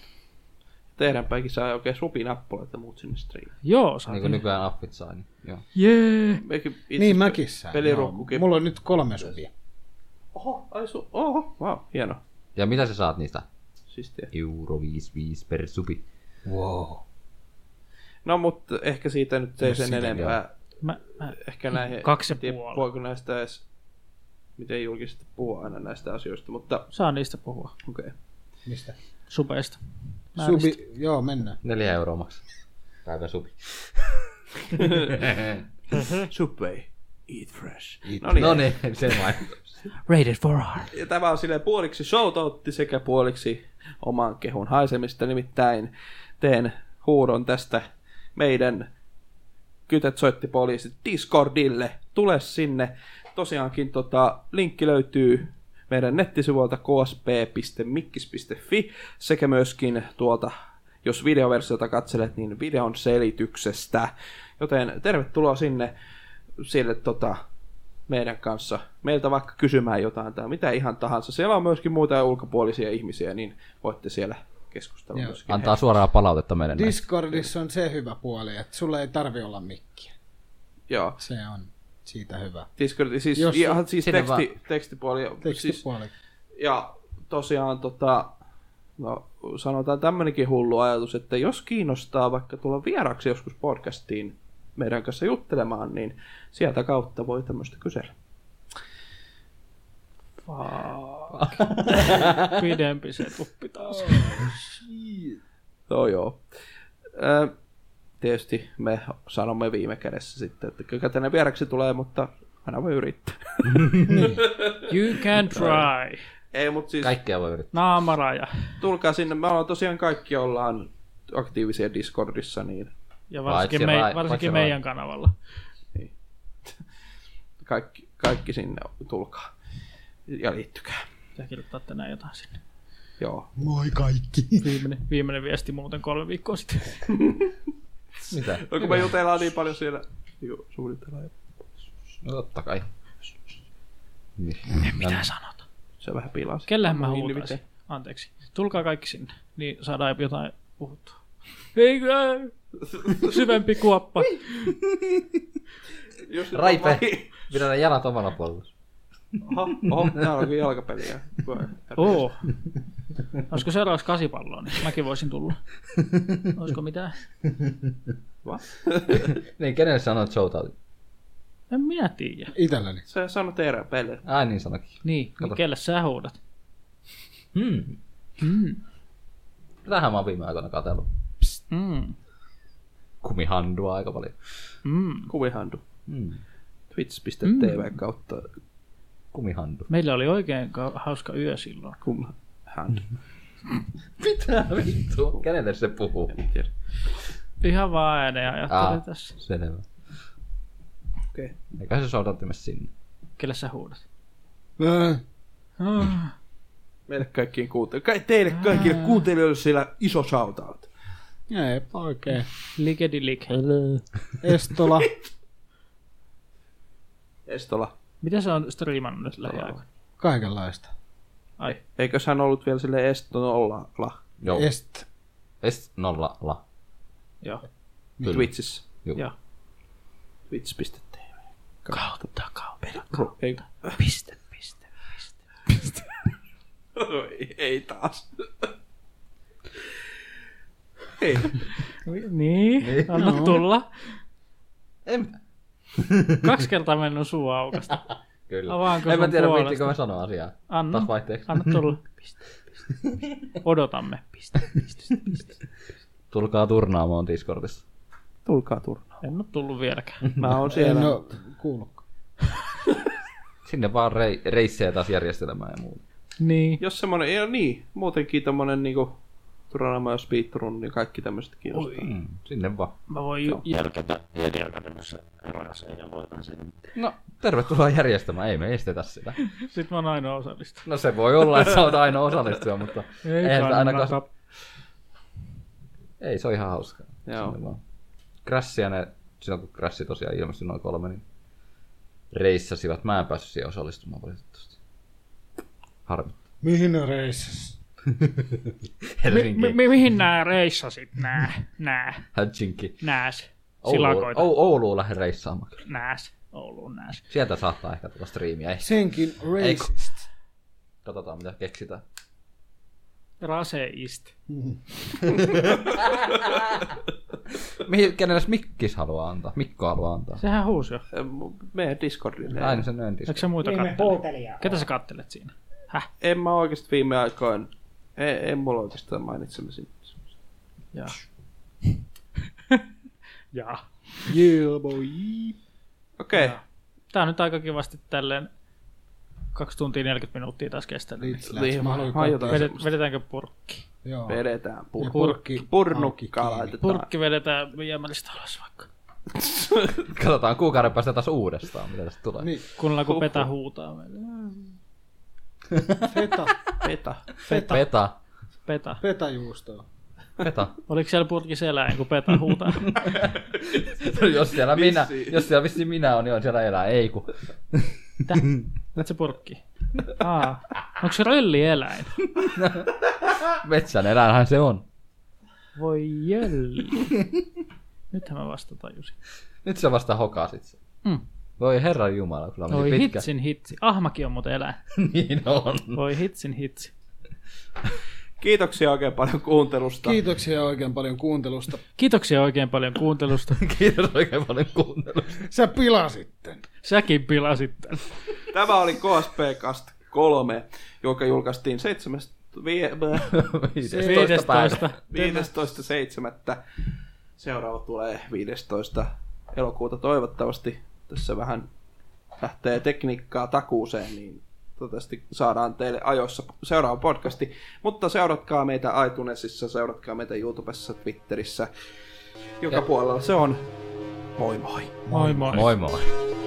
Teidän päikin saa oikein supinappula, että muut sinne striimiin. Joo, saatiin. Niin kuin nykyään appit saa, niin joo. Jee. Mekin itse- Niin mäkin sain. Peliruukkukin. joo. Mulla on nyt kolme suvia. Oho, ai su... Oho, wow, hieno. Ja mitä sä saat niistä? Siistiä. Euro 55 per supi. Wow. No mutta ehkä siitä nyt ei Jos sen siitä, enempää. Mä, mä, Ehkä näihin... Mm, Kaksi ja en tiedä, puoli. Voiko näistä edes... Miten julkisesti puhua aina näistä asioista, mutta saa niistä puhua. okei. Okay. Mistä? Supeista. Määristä. Subi, joo, mennään. Neljä euroa maksaa. Päivä supi. Mm-hmm. Subway. Eat fresh. No No niin. niin, se vain. Rated for R. Ja tämä on silleen puoliksi shoutoutti sekä puoliksi oman kehon haisemista. Nimittäin teen huudon tästä meidän kytet soitti poliisit Discordille. Tule sinne. Tosiaankin tota, linkki löytyy meidän nettisivuilta ksp.mikkis.fi sekä myöskin tuolta, jos videoversiota katselet, niin videon selityksestä. Joten tervetuloa sinne sille tota, meidän kanssa, meiltä vaikka kysymään jotain tai mitä ihan tahansa. Siellä on myöskin muita ulkopuolisia ihmisiä, niin voitte siellä keskustella Joo. myöskin. Antaa suoraa palautetta meidän näin. Discordissa on se hyvä puoli, että sulla ei tarvi olla mikkiä. Joo. Se on siitä hyvä. Discord, siis, Jos- ihan, siis sinne teksti, tekstipuoli. Siis, Tekstipuoli. Ja tosiaan tota, no, sanotaan tämmöinenkin hullu ajatus, että jos kiinnostaa vaikka tulla vieraksi joskus podcastiin meidän kanssa juttelemaan, niin sieltä kautta voi tämmöistä kysellä. Pidempi se tuppi taas. No joo. Ö, tietysti me sanomme viime kädessä sitten, että kyllä tänne vieraksi tulee, mutta aina voi yrittää. You can try. Ei, mutta siis Kaikkea voi yrittää. Naamaraja. tulkaa sinne. Me ollaan tosiaan kaikki ollaan aktiivisia Discordissa, niin Ja Paitsi varsinkin, me, vai- paitsi varsinkin meidän kanavalla. kaikki, kaikki sinne tulkaa ja liittykää. Pitää kirjoittaa tänään jotain sinne. Joo. Moi kaikki. Viimeinen, viimeinen viesti muuten kolme viikkoa sitten. Mitä? No kun me jutellaan niin paljon siellä niinku suunnitellaan. No totta kai. Niin. Mitä sanot? Se vähän pilaa. sitä. Kellähän mä No niin, huutaisin? miten? Anteeksi. Tulkaa kaikki sinne, niin saadaan jotain puhuttua. Ei, äh, syvempi kuoppa. Jos nyt on Raipe, vain- pidä ne jalat omalla puolella. Aha, oho, tää onkin niinku jalkapeliä. Oo. Olisiko seuraavaksi kasipalloa, niin mäkin voisin tulla. Olisiko mitään? Va? Niin, kenelle sanoit showtautin? En minä tiedä. Itselläni. Sä sanot erään pelle. Ai niin sanokin. Niin, Kato. niin kelle sä huudat? Hmm. Tähän mä oon viime aikoina katsellut Mm. kumihandua aika paljon. Mm. Kuvihandu. Hmm. Twitch.tv kautta Kumihandu. Meillä oli oikein ka- hauska yö silloin. kumhandu. Mm. Mitä vittua? Kenelle se puhuu? En tiedä. Ihan vaan ääneen ajattelin Ah, ah. tässä. selvä. Okei. Okay. Eikä se showtautimessa sinne. Kelle sä huudat? Öö, Ah. Meille kaikkiin kuuntelijoille. Ka- teille kaikille kuuntelijoille siellä iso shoutout. ei oikein. Ligedi lig. Hello. Estola. Estola. Mitä se on striimannut nyt lähiaikoina? Kaikenlaista. Ai. Eikös hän ollut vielä sille Estola la, Joo. Es, Est. es nolla la. Joo. Kyllä. Twitchissä? Joo. Joo. Twitch.tv. Kautta takaa. Ru- Ei, Piste, piste. Oi, ei taas. Ei. Niin, anna tulla. En, Kaksi kertaa mennyt suu aukasta. kyllä. Avaanko en mä sun tiedä, puolesta? viittikö mä sanoa asiaa. Anna. Taas vaihteeksi. Anna tulla. Piste, piste, piste. Odotamme. Piste, piste, piste. Tulkaa turnaamaan Discordissa. Tulkaa turnaan. En ole tullut vieläkään. Mä oon En siellä. No. oo kuullutkaan. Sinne vaan rei, reissejä taas järjestelemään ja muuta. Niin. Jos semmonen, ei oo niin, muutenkin tommonen niinku Turanama ja Speedrun, niin kaikki tämmöset kiinnostaa. Mm. Sinne vaan. Mä voin ju- järkätä Ediakademissa erääseen ja voitan sen. No, tervetuloa järjestämään. Ei me estetä sitä. Sitten mä oon ainoa osallista. No se voi olla, että sä oot aina osallistuja, mutta eihän sitä ainakaan... Ei, se on ihan hauskaa. Joo. Sinne vaan. Crashia ne, silloin kun Crash tosiaan ilmestyi noin kolme, niin reissasivat. Mä en päässyt siihen osallistumaan valitettavasti. Harmi. Mihin ne reissas? Helsinki. Mi- mi- mihin nää reissasit nää? Nää. Helsinki. Nääs. Ouluun, Silakoita. Ou- Ouluun lähden reissaamaan. kyllä. Nääs. Ouluun nääs. Sieltä saattaa ehkä tulla striimiä. Ei. Senkin racist. Katsotaan mitä keksitään. Raseist. Mihin, kenelle Mikkis haluaa antaa? Mikko haluaa antaa. Sehän huusi jo. Meidän Discordille. Aina sen nöntis. Eikö sä muita kattele? Ketä sä kattelet siinä? Häh? En mä oikeesti viime aikoin, en, en mulla oikeastaan mainitsemisen. Jaa. Jaa. Yeah, boy. Okei, okay. Tää on nyt aika kivasti tälleen 2 tuntia 40 minuuttia taas kestänyt. Litz lähti. Mä haluin hajotaan. kotiin. Vedet, vedetäänkö purkki? Joo. vedetään Ja purkki. purkki. Purnukkaa auki laitetaan. Purkki vedetään viemäristä alas vaikka. Katsotaan kuukauden päästä taas uudestaan, mitä tästä tulee. Niin. Kuunnellaan kun Peta huutaa meille. Feta. Peta. Peta. Peta. Peta. Fetajuustoa. Peta. Oliko siellä purkissa eläin, kun Peta huutaa? jos siellä minä, Vissiin. jos siellä vissiin minä on, niin on siellä elää. Ei kun. Mitä? Näet se purkki? Aa. Onko se röllieläin? Metsän eläinhän se on. Voi jölli. Nythän mä vasta tajusin. Nyt sä vasta hokasit sen. Mm. Voi herra jumala, kyllä meni Voi pitkä. hitsin hitsi. Ahmakin on muuten eläin. niin on. Voi hitsin hitsi. Kiitoksia oikein paljon kuuntelusta. Kiitoksia oikein paljon kuuntelusta. Kiitoksia oikein paljon kuuntelusta. Kiitos oikein paljon kuuntelusta. Sä pilasit tän. Säkin pilasit tän. Tämä oli KSP Cast 3, joka julkaistiin 7. vie- bä- 15 päivä. 15. 15.7. Seuraava tulee 15. elokuuta toivottavasti. Tässä vähän lähtee tekniikkaa takuuseen, niin toivottavasti saadaan teille ajoissa seuraava podcasti. Mutta seuratkaa meitä iTunesissa, seuratkaa meitä YouTubessa, Twitterissä, joka puolella se on. Moi moi! Moi moi. Moi moi.